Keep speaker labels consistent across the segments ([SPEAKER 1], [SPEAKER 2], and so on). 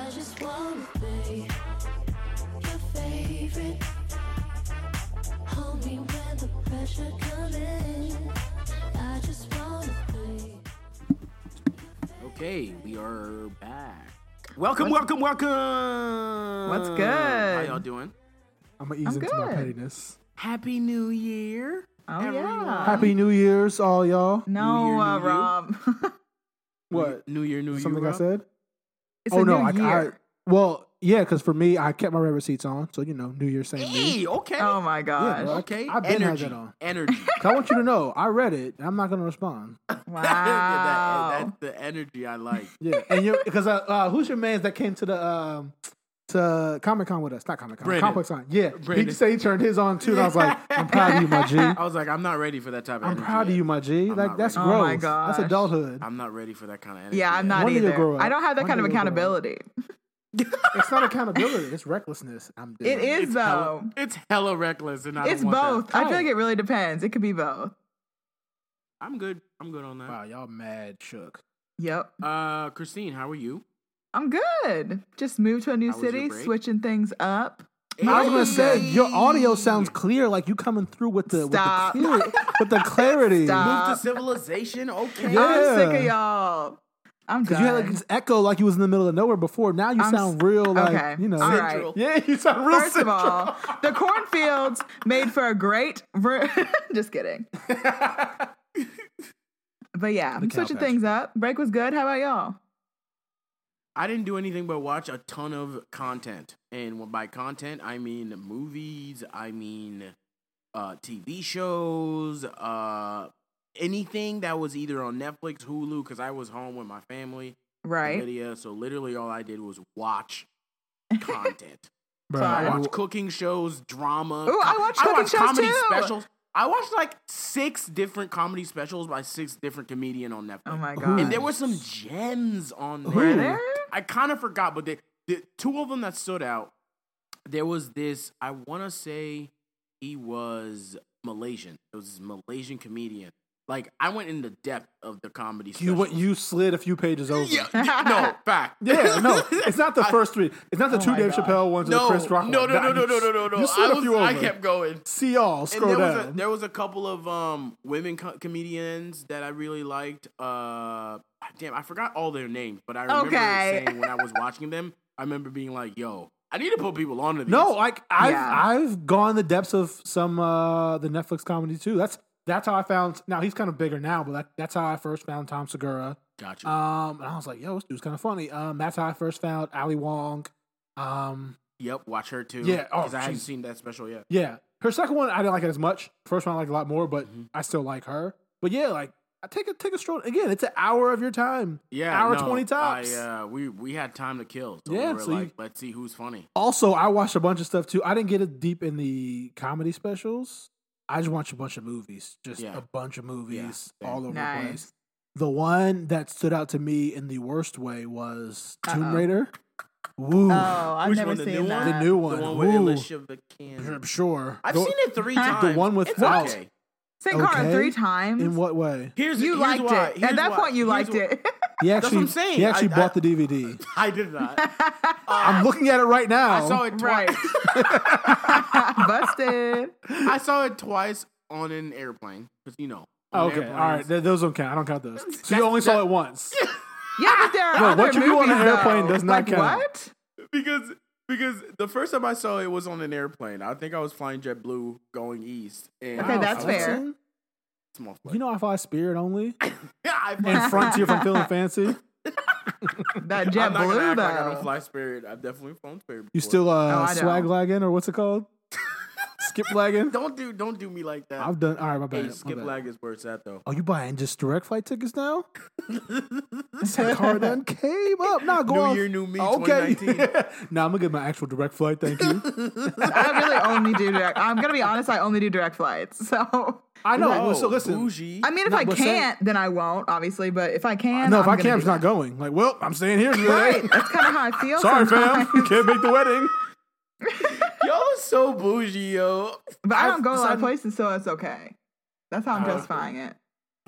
[SPEAKER 1] Wanna play your favorite? Hold me when the pressure comes in. I just wanna play.
[SPEAKER 2] Okay, we are back. Welcome, welcome, welcome.
[SPEAKER 3] What's good?
[SPEAKER 2] How y'all doing?
[SPEAKER 4] I'm gonna ease
[SPEAKER 3] I'm
[SPEAKER 4] into my
[SPEAKER 3] good.
[SPEAKER 4] pettiness.
[SPEAKER 2] Happy New Year.
[SPEAKER 3] Oh
[SPEAKER 2] Everyone.
[SPEAKER 3] yeah.
[SPEAKER 4] Happy New Year's, all y'all.
[SPEAKER 3] No,
[SPEAKER 2] New Year,
[SPEAKER 3] uh,
[SPEAKER 2] New You.
[SPEAKER 3] Rob.
[SPEAKER 4] What?
[SPEAKER 2] New Year, New
[SPEAKER 4] Something
[SPEAKER 2] You.
[SPEAKER 4] I
[SPEAKER 2] Rob?
[SPEAKER 4] said?
[SPEAKER 3] it's
[SPEAKER 4] oh
[SPEAKER 3] a
[SPEAKER 4] no,
[SPEAKER 3] new
[SPEAKER 4] I,
[SPEAKER 3] year.
[SPEAKER 4] I well, yeah, because for me, I kept my red receipts on, so you know, New Year's same me.
[SPEAKER 2] Hey, okay.
[SPEAKER 3] oh my gosh.
[SPEAKER 4] bro.
[SPEAKER 2] okay.
[SPEAKER 4] I've been had
[SPEAKER 2] energy.
[SPEAKER 4] that on.
[SPEAKER 2] Energy.
[SPEAKER 4] I want you to know, I read it. and I'm not gonna respond.
[SPEAKER 3] wow.
[SPEAKER 2] That- that- that's the energy I like.
[SPEAKER 4] Yeah, and you because uh, uh, who's your man's that came to the um to Comic Con with us? Not Comic Con,
[SPEAKER 2] Brandon.
[SPEAKER 4] Complex Con. Yeah,
[SPEAKER 2] Brandon.
[SPEAKER 4] he said he turned his on too, and I was like, I'm proud of you, my G.
[SPEAKER 2] I was like, I'm not ready for that type of
[SPEAKER 4] I'm
[SPEAKER 2] energy.
[SPEAKER 4] proud of
[SPEAKER 2] yet.
[SPEAKER 4] you, my G.
[SPEAKER 2] I'm
[SPEAKER 4] like
[SPEAKER 2] not
[SPEAKER 4] that's
[SPEAKER 3] ready.
[SPEAKER 4] gross.
[SPEAKER 3] Oh my
[SPEAKER 4] that's
[SPEAKER 3] gosh.
[SPEAKER 4] adulthood.
[SPEAKER 2] I'm not ready for that kind of energy.
[SPEAKER 3] yeah, I'm
[SPEAKER 2] yet.
[SPEAKER 3] not
[SPEAKER 4] One day you'll
[SPEAKER 3] either.
[SPEAKER 4] grow up.
[SPEAKER 3] I don't have that
[SPEAKER 4] One
[SPEAKER 3] kind of
[SPEAKER 4] day you'll grow up.
[SPEAKER 3] accountability.
[SPEAKER 4] it's not accountability. It's recklessness. I'm.
[SPEAKER 3] It
[SPEAKER 4] doing.
[SPEAKER 2] Hella,
[SPEAKER 3] is though.
[SPEAKER 2] it's hella reckless, and I
[SPEAKER 3] It's
[SPEAKER 2] don't want
[SPEAKER 3] both.
[SPEAKER 2] that.
[SPEAKER 3] I
[SPEAKER 4] Oh.
[SPEAKER 3] feel like it really depends. It could be both.
[SPEAKER 2] I'm good. I'm good on that.
[SPEAKER 4] Wow, y'all mad shook.
[SPEAKER 3] Yep.
[SPEAKER 2] Uh, Christine, how are you?
[SPEAKER 3] I'm good. Just moved to a new
[SPEAKER 2] How was your
[SPEAKER 3] city,
[SPEAKER 2] break?
[SPEAKER 3] switching things up.
[SPEAKER 4] I was gonna say
[SPEAKER 2] Hey!
[SPEAKER 4] your audio sounds clear, like you coming through with the
[SPEAKER 3] Stop.
[SPEAKER 4] with the, clear, with the clarity.
[SPEAKER 3] Stop.
[SPEAKER 2] Move to civilization. Okay.
[SPEAKER 4] Yeah.
[SPEAKER 3] I'm sick of y'all. I'm
[SPEAKER 4] Because
[SPEAKER 3] done.
[SPEAKER 4] you had like this echo, like you was in the middle of nowhere before. Now you
[SPEAKER 3] I'm
[SPEAKER 4] sound
[SPEAKER 3] s-
[SPEAKER 4] real, like
[SPEAKER 3] okay.
[SPEAKER 4] you know.
[SPEAKER 3] All right.
[SPEAKER 4] Yeah, you sound real.
[SPEAKER 3] First of all, the cornfields made for a great. Ver- Just kidding. But yeah, I'm
[SPEAKER 4] cow
[SPEAKER 3] switching
[SPEAKER 4] pasture.
[SPEAKER 3] things up. Break was good. How about y'all?
[SPEAKER 2] I didn't do anything but watch a ton of content. And when- by content, I mean movies, I mean uh, TV shows, uh, anything that was either on Netflix, Hulu, because I was home with my family, and
[SPEAKER 3] Right.
[SPEAKER 2] Lydia. So literally all I did was watch content.
[SPEAKER 4] Bro,
[SPEAKER 3] Sorry.
[SPEAKER 2] I
[SPEAKER 4] I,
[SPEAKER 2] watched cooking shows, drama.
[SPEAKER 3] Ooh, I watch cooking shows
[SPEAKER 2] comedy
[SPEAKER 3] too.
[SPEAKER 2] specials. I watched like six different comedy specials by six different comedian on Netflix.
[SPEAKER 3] Oh my
[SPEAKER 4] Ooh.
[SPEAKER 3] god.
[SPEAKER 2] And there were some gems on there.
[SPEAKER 3] Were there?
[SPEAKER 2] I kind of forgot, but the, the two of them that stood out, there was this, I want to say he was Malaysian. It was this Malaysian comedian. Like, I went into depth of the comedy.
[SPEAKER 4] you went,
[SPEAKER 2] specials.
[SPEAKER 4] you slid a few pages over.
[SPEAKER 2] Yeah, th- no, fact.
[SPEAKER 4] Yeah, no, it's not the first three. It's not the
[SPEAKER 3] Oh
[SPEAKER 4] two
[SPEAKER 3] my
[SPEAKER 4] Dave
[SPEAKER 3] God.
[SPEAKER 4] Chappelle ones or
[SPEAKER 2] No,
[SPEAKER 4] the Chris Rock.
[SPEAKER 2] no, no,
[SPEAKER 4] one.
[SPEAKER 2] no, no,
[SPEAKER 4] you
[SPEAKER 2] no,
[SPEAKER 4] s-
[SPEAKER 2] no, no, no.
[SPEAKER 4] You slid
[SPEAKER 2] I,
[SPEAKER 4] a
[SPEAKER 2] was,
[SPEAKER 4] few over.
[SPEAKER 2] I kept going.
[SPEAKER 4] See y'all.
[SPEAKER 2] And
[SPEAKER 4] Scroll
[SPEAKER 2] there was, a,
[SPEAKER 4] down.
[SPEAKER 2] there was a couple of um, women co- comedians that I really liked. Uh, damn, I forgot all their names, but I remember
[SPEAKER 3] Okay.
[SPEAKER 2] saying when I was watching them, I remember being like, "Yo, I need to put people onto these."
[SPEAKER 4] No, like I've
[SPEAKER 3] Yeah.
[SPEAKER 4] I've gone the depths of some uh the Netflix comedy too. That's that's how I found. Now he's kind of bigger now, but that, that's how I first found Tom Segura.
[SPEAKER 2] gotcha.
[SPEAKER 4] Um, and I was like, yo, this dude's kind of funny. Um, that's how I first found Ali Wong. Um,
[SPEAKER 2] yep, watch her too.
[SPEAKER 4] yeah, oh,
[SPEAKER 2] because I haven't
[SPEAKER 4] geez.
[SPEAKER 2] seen that special yet.
[SPEAKER 4] yeah, her second one I didn't like it as much. First one I liked a lot more, but
[SPEAKER 2] Mm-hmm.
[SPEAKER 4] I still like her. But yeah, like I take a take a stroll again. It's an hour of your time.
[SPEAKER 2] Yeah,
[SPEAKER 4] hour
[SPEAKER 2] no,
[SPEAKER 4] twenty tops.
[SPEAKER 2] I, uh, we we had time to kill. So
[SPEAKER 4] Yeah,
[SPEAKER 2] we were
[SPEAKER 4] so you-
[SPEAKER 2] like, let's see who's funny.
[SPEAKER 4] Also, I watched a bunch of stuff too. I didn't get as deep in the comedy specials. I just watched a bunch of movies, just
[SPEAKER 2] Yeah.
[SPEAKER 4] a bunch of movies
[SPEAKER 2] same.
[SPEAKER 4] all over the place.
[SPEAKER 3] Nice.
[SPEAKER 4] The one that stood out to me in the worst way was Tomb
[SPEAKER 3] Uh-oh.
[SPEAKER 4] Raider. Woo,
[SPEAKER 3] Oh, I've
[SPEAKER 2] Which
[SPEAKER 3] never
[SPEAKER 2] one, the new
[SPEAKER 3] seen
[SPEAKER 2] one?
[SPEAKER 3] that.
[SPEAKER 4] the new one.
[SPEAKER 2] the one with
[SPEAKER 4] Woo.
[SPEAKER 2] Alicia Vikander.
[SPEAKER 4] Sure.
[SPEAKER 2] I've
[SPEAKER 4] The-
[SPEAKER 2] seen it three times.
[SPEAKER 4] one with
[SPEAKER 2] It's
[SPEAKER 4] What?
[SPEAKER 2] okay.
[SPEAKER 3] St. Cara
[SPEAKER 4] Okay.
[SPEAKER 3] three times.
[SPEAKER 4] In what way?
[SPEAKER 2] Here's
[SPEAKER 3] you
[SPEAKER 2] here's
[SPEAKER 3] liked
[SPEAKER 2] why,
[SPEAKER 3] it.
[SPEAKER 2] here's
[SPEAKER 3] At that
[SPEAKER 2] why-
[SPEAKER 3] point,
[SPEAKER 2] here's
[SPEAKER 3] you liked
[SPEAKER 2] why-
[SPEAKER 3] it.
[SPEAKER 4] He
[SPEAKER 2] what
[SPEAKER 4] actually,
[SPEAKER 2] I'm saying.
[SPEAKER 4] He actually
[SPEAKER 2] I-
[SPEAKER 4] bought
[SPEAKER 2] I-
[SPEAKER 4] the DVD.
[SPEAKER 2] I did not.
[SPEAKER 4] I'm looking at it right now.
[SPEAKER 2] I saw it twice.
[SPEAKER 3] right. Busted.
[SPEAKER 2] I saw it twice on an airplane because you know. on
[SPEAKER 4] Oh, Okay, all
[SPEAKER 2] airplanes-
[SPEAKER 4] right. th- those don't count. I don't count those. So
[SPEAKER 2] That's-
[SPEAKER 4] you only saw it once.
[SPEAKER 3] Yeah, but there are
[SPEAKER 4] Bro,
[SPEAKER 3] other
[SPEAKER 4] what you do on an
[SPEAKER 3] movies,
[SPEAKER 4] airplane
[SPEAKER 3] though.
[SPEAKER 4] does
[SPEAKER 3] like,
[SPEAKER 4] not count.
[SPEAKER 3] What?
[SPEAKER 2] Because because the first time I saw it was on an airplane. I think I was flying JetBlue going east. And
[SPEAKER 3] Okay,
[SPEAKER 2] I
[SPEAKER 3] that's
[SPEAKER 2] was
[SPEAKER 3] fair.
[SPEAKER 4] Hudson,
[SPEAKER 2] small flight.
[SPEAKER 4] You know, I fly Spirit only
[SPEAKER 2] yeah, I fly,
[SPEAKER 4] and Frontier from Feeling Fancy.
[SPEAKER 3] That
[SPEAKER 2] I'm not gonna
[SPEAKER 3] JetBlue
[SPEAKER 2] act
[SPEAKER 3] though.
[SPEAKER 2] like I don't fly Spirit. I've definitely flown Spirit.
[SPEAKER 4] You
[SPEAKER 2] before.
[SPEAKER 4] still uh,
[SPEAKER 3] I don't.
[SPEAKER 4] swag lagging or what's it called? Skip lagging.
[SPEAKER 2] don't do don't do me like that.
[SPEAKER 4] I've done. All right, my bad.
[SPEAKER 2] hey,
[SPEAKER 4] my
[SPEAKER 2] skip
[SPEAKER 4] bad.
[SPEAKER 2] lag is where it's at though.
[SPEAKER 4] Oh, you buying just direct flight tickets now? That car done came up. Nah, go
[SPEAKER 2] New
[SPEAKER 4] on.
[SPEAKER 2] year, new me,
[SPEAKER 4] Okay.
[SPEAKER 2] 2019.
[SPEAKER 4] now I'm gonna get my actual direct flight. Thank you.
[SPEAKER 3] I really only do direct. I'm gonna be honest. I only do direct flights. So
[SPEAKER 4] I know.
[SPEAKER 2] Oh,
[SPEAKER 4] so listen.
[SPEAKER 2] bougie.
[SPEAKER 3] I mean, if
[SPEAKER 4] No,
[SPEAKER 3] I
[SPEAKER 4] but say-
[SPEAKER 3] can't, then I won't. Obviously, but if I can,
[SPEAKER 4] No, if
[SPEAKER 3] I'm
[SPEAKER 4] I
[SPEAKER 3] gonna
[SPEAKER 4] can't, I'm
[SPEAKER 3] do
[SPEAKER 4] just not
[SPEAKER 3] that.
[SPEAKER 4] going. Like, well, I'm staying here today.
[SPEAKER 3] Right. That's kind of how I feel.
[SPEAKER 4] Sorry, fam.
[SPEAKER 3] sometimes.
[SPEAKER 4] You can't make the wedding.
[SPEAKER 2] y'all are so bougie, yo.
[SPEAKER 3] But I don't go to a lot
[SPEAKER 4] I've-
[SPEAKER 3] of places, so it's okay. That's how I'm justifying it.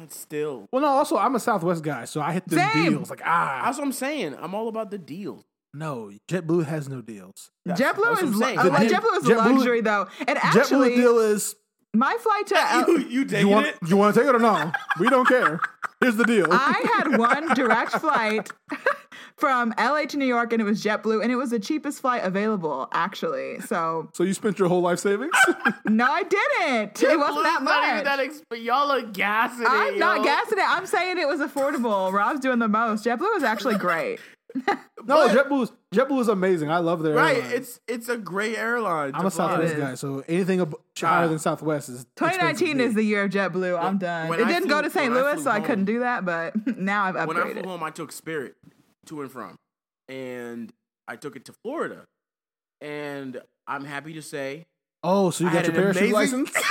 [SPEAKER 2] Still,
[SPEAKER 4] Well, no. Also, I'm a Southwest guy, so I hit the
[SPEAKER 3] Same.
[SPEAKER 4] deals. Like, ah,
[SPEAKER 2] that's what I'm saying. I'm all about the deals.
[SPEAKER 4] No, JetBlue has no deals.
[SPEAKER 2] That's- that's
[SPEAKER 3] JetBlue
[SPEAKER 2] what
[SPEAKER 3] is
[SPEAKER 2] I'm
[SPEAKER 3] lu-
[SPEAKER 2] saying.
[SPEAKER 3] uh, like,
[SPEAKER 4] The-
[SPEAKER 3] JetBlue is
[SPEAKER 4] JetBlue-
[SPEAKER 3] luxury though, and actually,
[SPEAKER 4] JetBlue deal is
[SPEAKER 3] my flight to
[SPEAKER 2] you,
[SPEAKER 3] L-
[SPEAKER 2] you
[SPEAKER 4] you
[SPEAKER 2] taking
[SPEAKER 4] want
[SPEAKER 2] it?
[SPEAKER 4] you want to take it or no? We don't care. Here's the deal.
[SPEAKER 3] I had one direct flight from LA to New York, and it was JetBlue, and it was the cheapest flight available actually. So
[SPEAKER 4] so you spent your whole life savings?
[SPEAKER 3] no, I didn't. it wasn't that
[SPEAKER 2] Blue's Not even
[SPEAKER 3] much.
[SPEAKER 2] that exp- y'all are gassing it.
[SPEAKER 3] I'm not
[SPEAKER 2] yo.
[SPEAKER 3] gassing it. I'm saying it was affordable. Rob's doing the most. JetBlue is actually great.
[SPEAKER 4] no, JetBlue is JetBlue is amazing. I love their
[SPEAKER 2] Right,
[SPEAKER 4] airline.
[SPEAKER 2] it's it's a great airline.
[SPEAKER 4] I'm
[SPEAKER 2] to
[SPEAKER 4] a
[SPEAKER 2] fly.
[SPEAKER 4] Southwest
[SPEAKER 3] It
[SPEAKER 4] guy,
[SPEAKER 3] is.
[SPEAKER 4] so anything ab- higher than Southwest is. expensive to
[SPEAKER 3] 2019
[SPEAKER 4] me.
[SPEAKER 3] is the year of JetBlue. I'm done.
[SPEAKER 2] when
[SPEAKER 3] It
[SPEAKER 2] I
[SPEAKER 3] didn't go
[SPEAKER 2] flew-
[SPEAKER 3] to St.
[SPEAKER 2] when I
[SPEAKER 3] Louis,
[SPEAKER 2] flew
[SPEAKER 3] so I
[SPEAKER 2] home-
[SPEAKER 3] couldn't do that. But now I've
[SPEAKER 2] When I flew
[SPEAKER 3] upgraded.
[SPEAKER 2] home, I took Spirit to and from, and I took it to Florida, and I'm happy to say
[SPEAKER 4] Oh, so you
[SPEAKER 2] I
[SPEAKER 4] got
[SPEAKER 2] had
[SPEAKER 4] your
[SPEAKER 2] an
[SPEAKER 4] parachute
[SPEAKER 2] amazing-
[SPEAKER 4] license?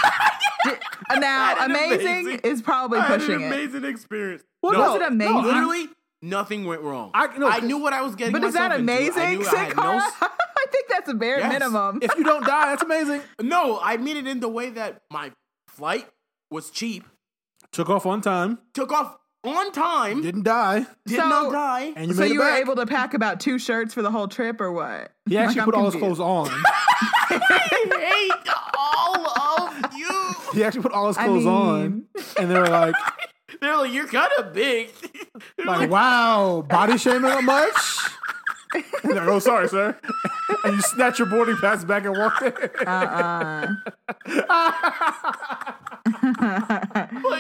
[SPEAKER 3] Uh, Now,
[SPEAKER 2] had an
[SPEAKER 3] amazing,
[SPEAKER 2] amazing-
[SPEAKER 3] is probably
[SPEAKER 2] I had
[SPEAKER 3] pushing
[SPEAKER 2] an
[SPEAKER 3] it.
[SPEAKER 2] amazing experience.
[SPEAKER 4] Well,
[SPEAKER 3] Was it amazing?
[SPEAKER 2] Literally, nothing went wrong.
[SPEAKER 4] I- no,
[SPEAKER 2] knew what I was getting.
[SPEAKER 3] But is that
[SPEAKER 2] myself into. I
[SPEAKER 3] amazing,
[SPEAKER 2] knew I had no
[SPEAKER 3] Sakara?
[SPEAKER 2] s-
[SPEAKER 3] I think that's a bare
[SPEAKER 2] Yes.
[SPEAKER 3] minimum.
[SPEAKER 4] if you don't die, that's amazing.
[SPEAKER 2] no, I mean it in the way that my flight was cheap,
[SPEAKER 4] Took off on time,
[SPEAKER 2] took off on time, did,
[SPEAKER 4] didn't die,
[SPEAKER 3] So-
[SPEAKER 2] not die.
[SPEAKER 4] and you
[SPEAKER 3] so
[SPEAKER 4] made
[SPEAKER 3] you
[SPEAKER 4] it
[SPEAKER 3] were
[SPEAKER 4] back.
[SPEAKER 3] able to pack about two shirts for the whole trip, or what?
[SPEAKER 4] he actually
[SPEAKER 3] Like, I'm
[SPEAKER 4] put all his
[SPEAKER 3] confused.
[SPEAKER 4] clothes on.
[SPEAKER 2] I hate all of you.
[SPEAKER 4] He actually put all his
[SPEAKER 3] I
[SPEAKER 4] clothes on,
[SPEAKER 3] mean-
[SPEAKER 4] and they were like,
[SPEAKER 2] They're like, you're kind of big. They're
[SPEAKER 4] like, wow, body shaming that much? And they're like, oh, sorry, sir. And you snatch your boarding pass back and walk in.
[SPEAKER 2] But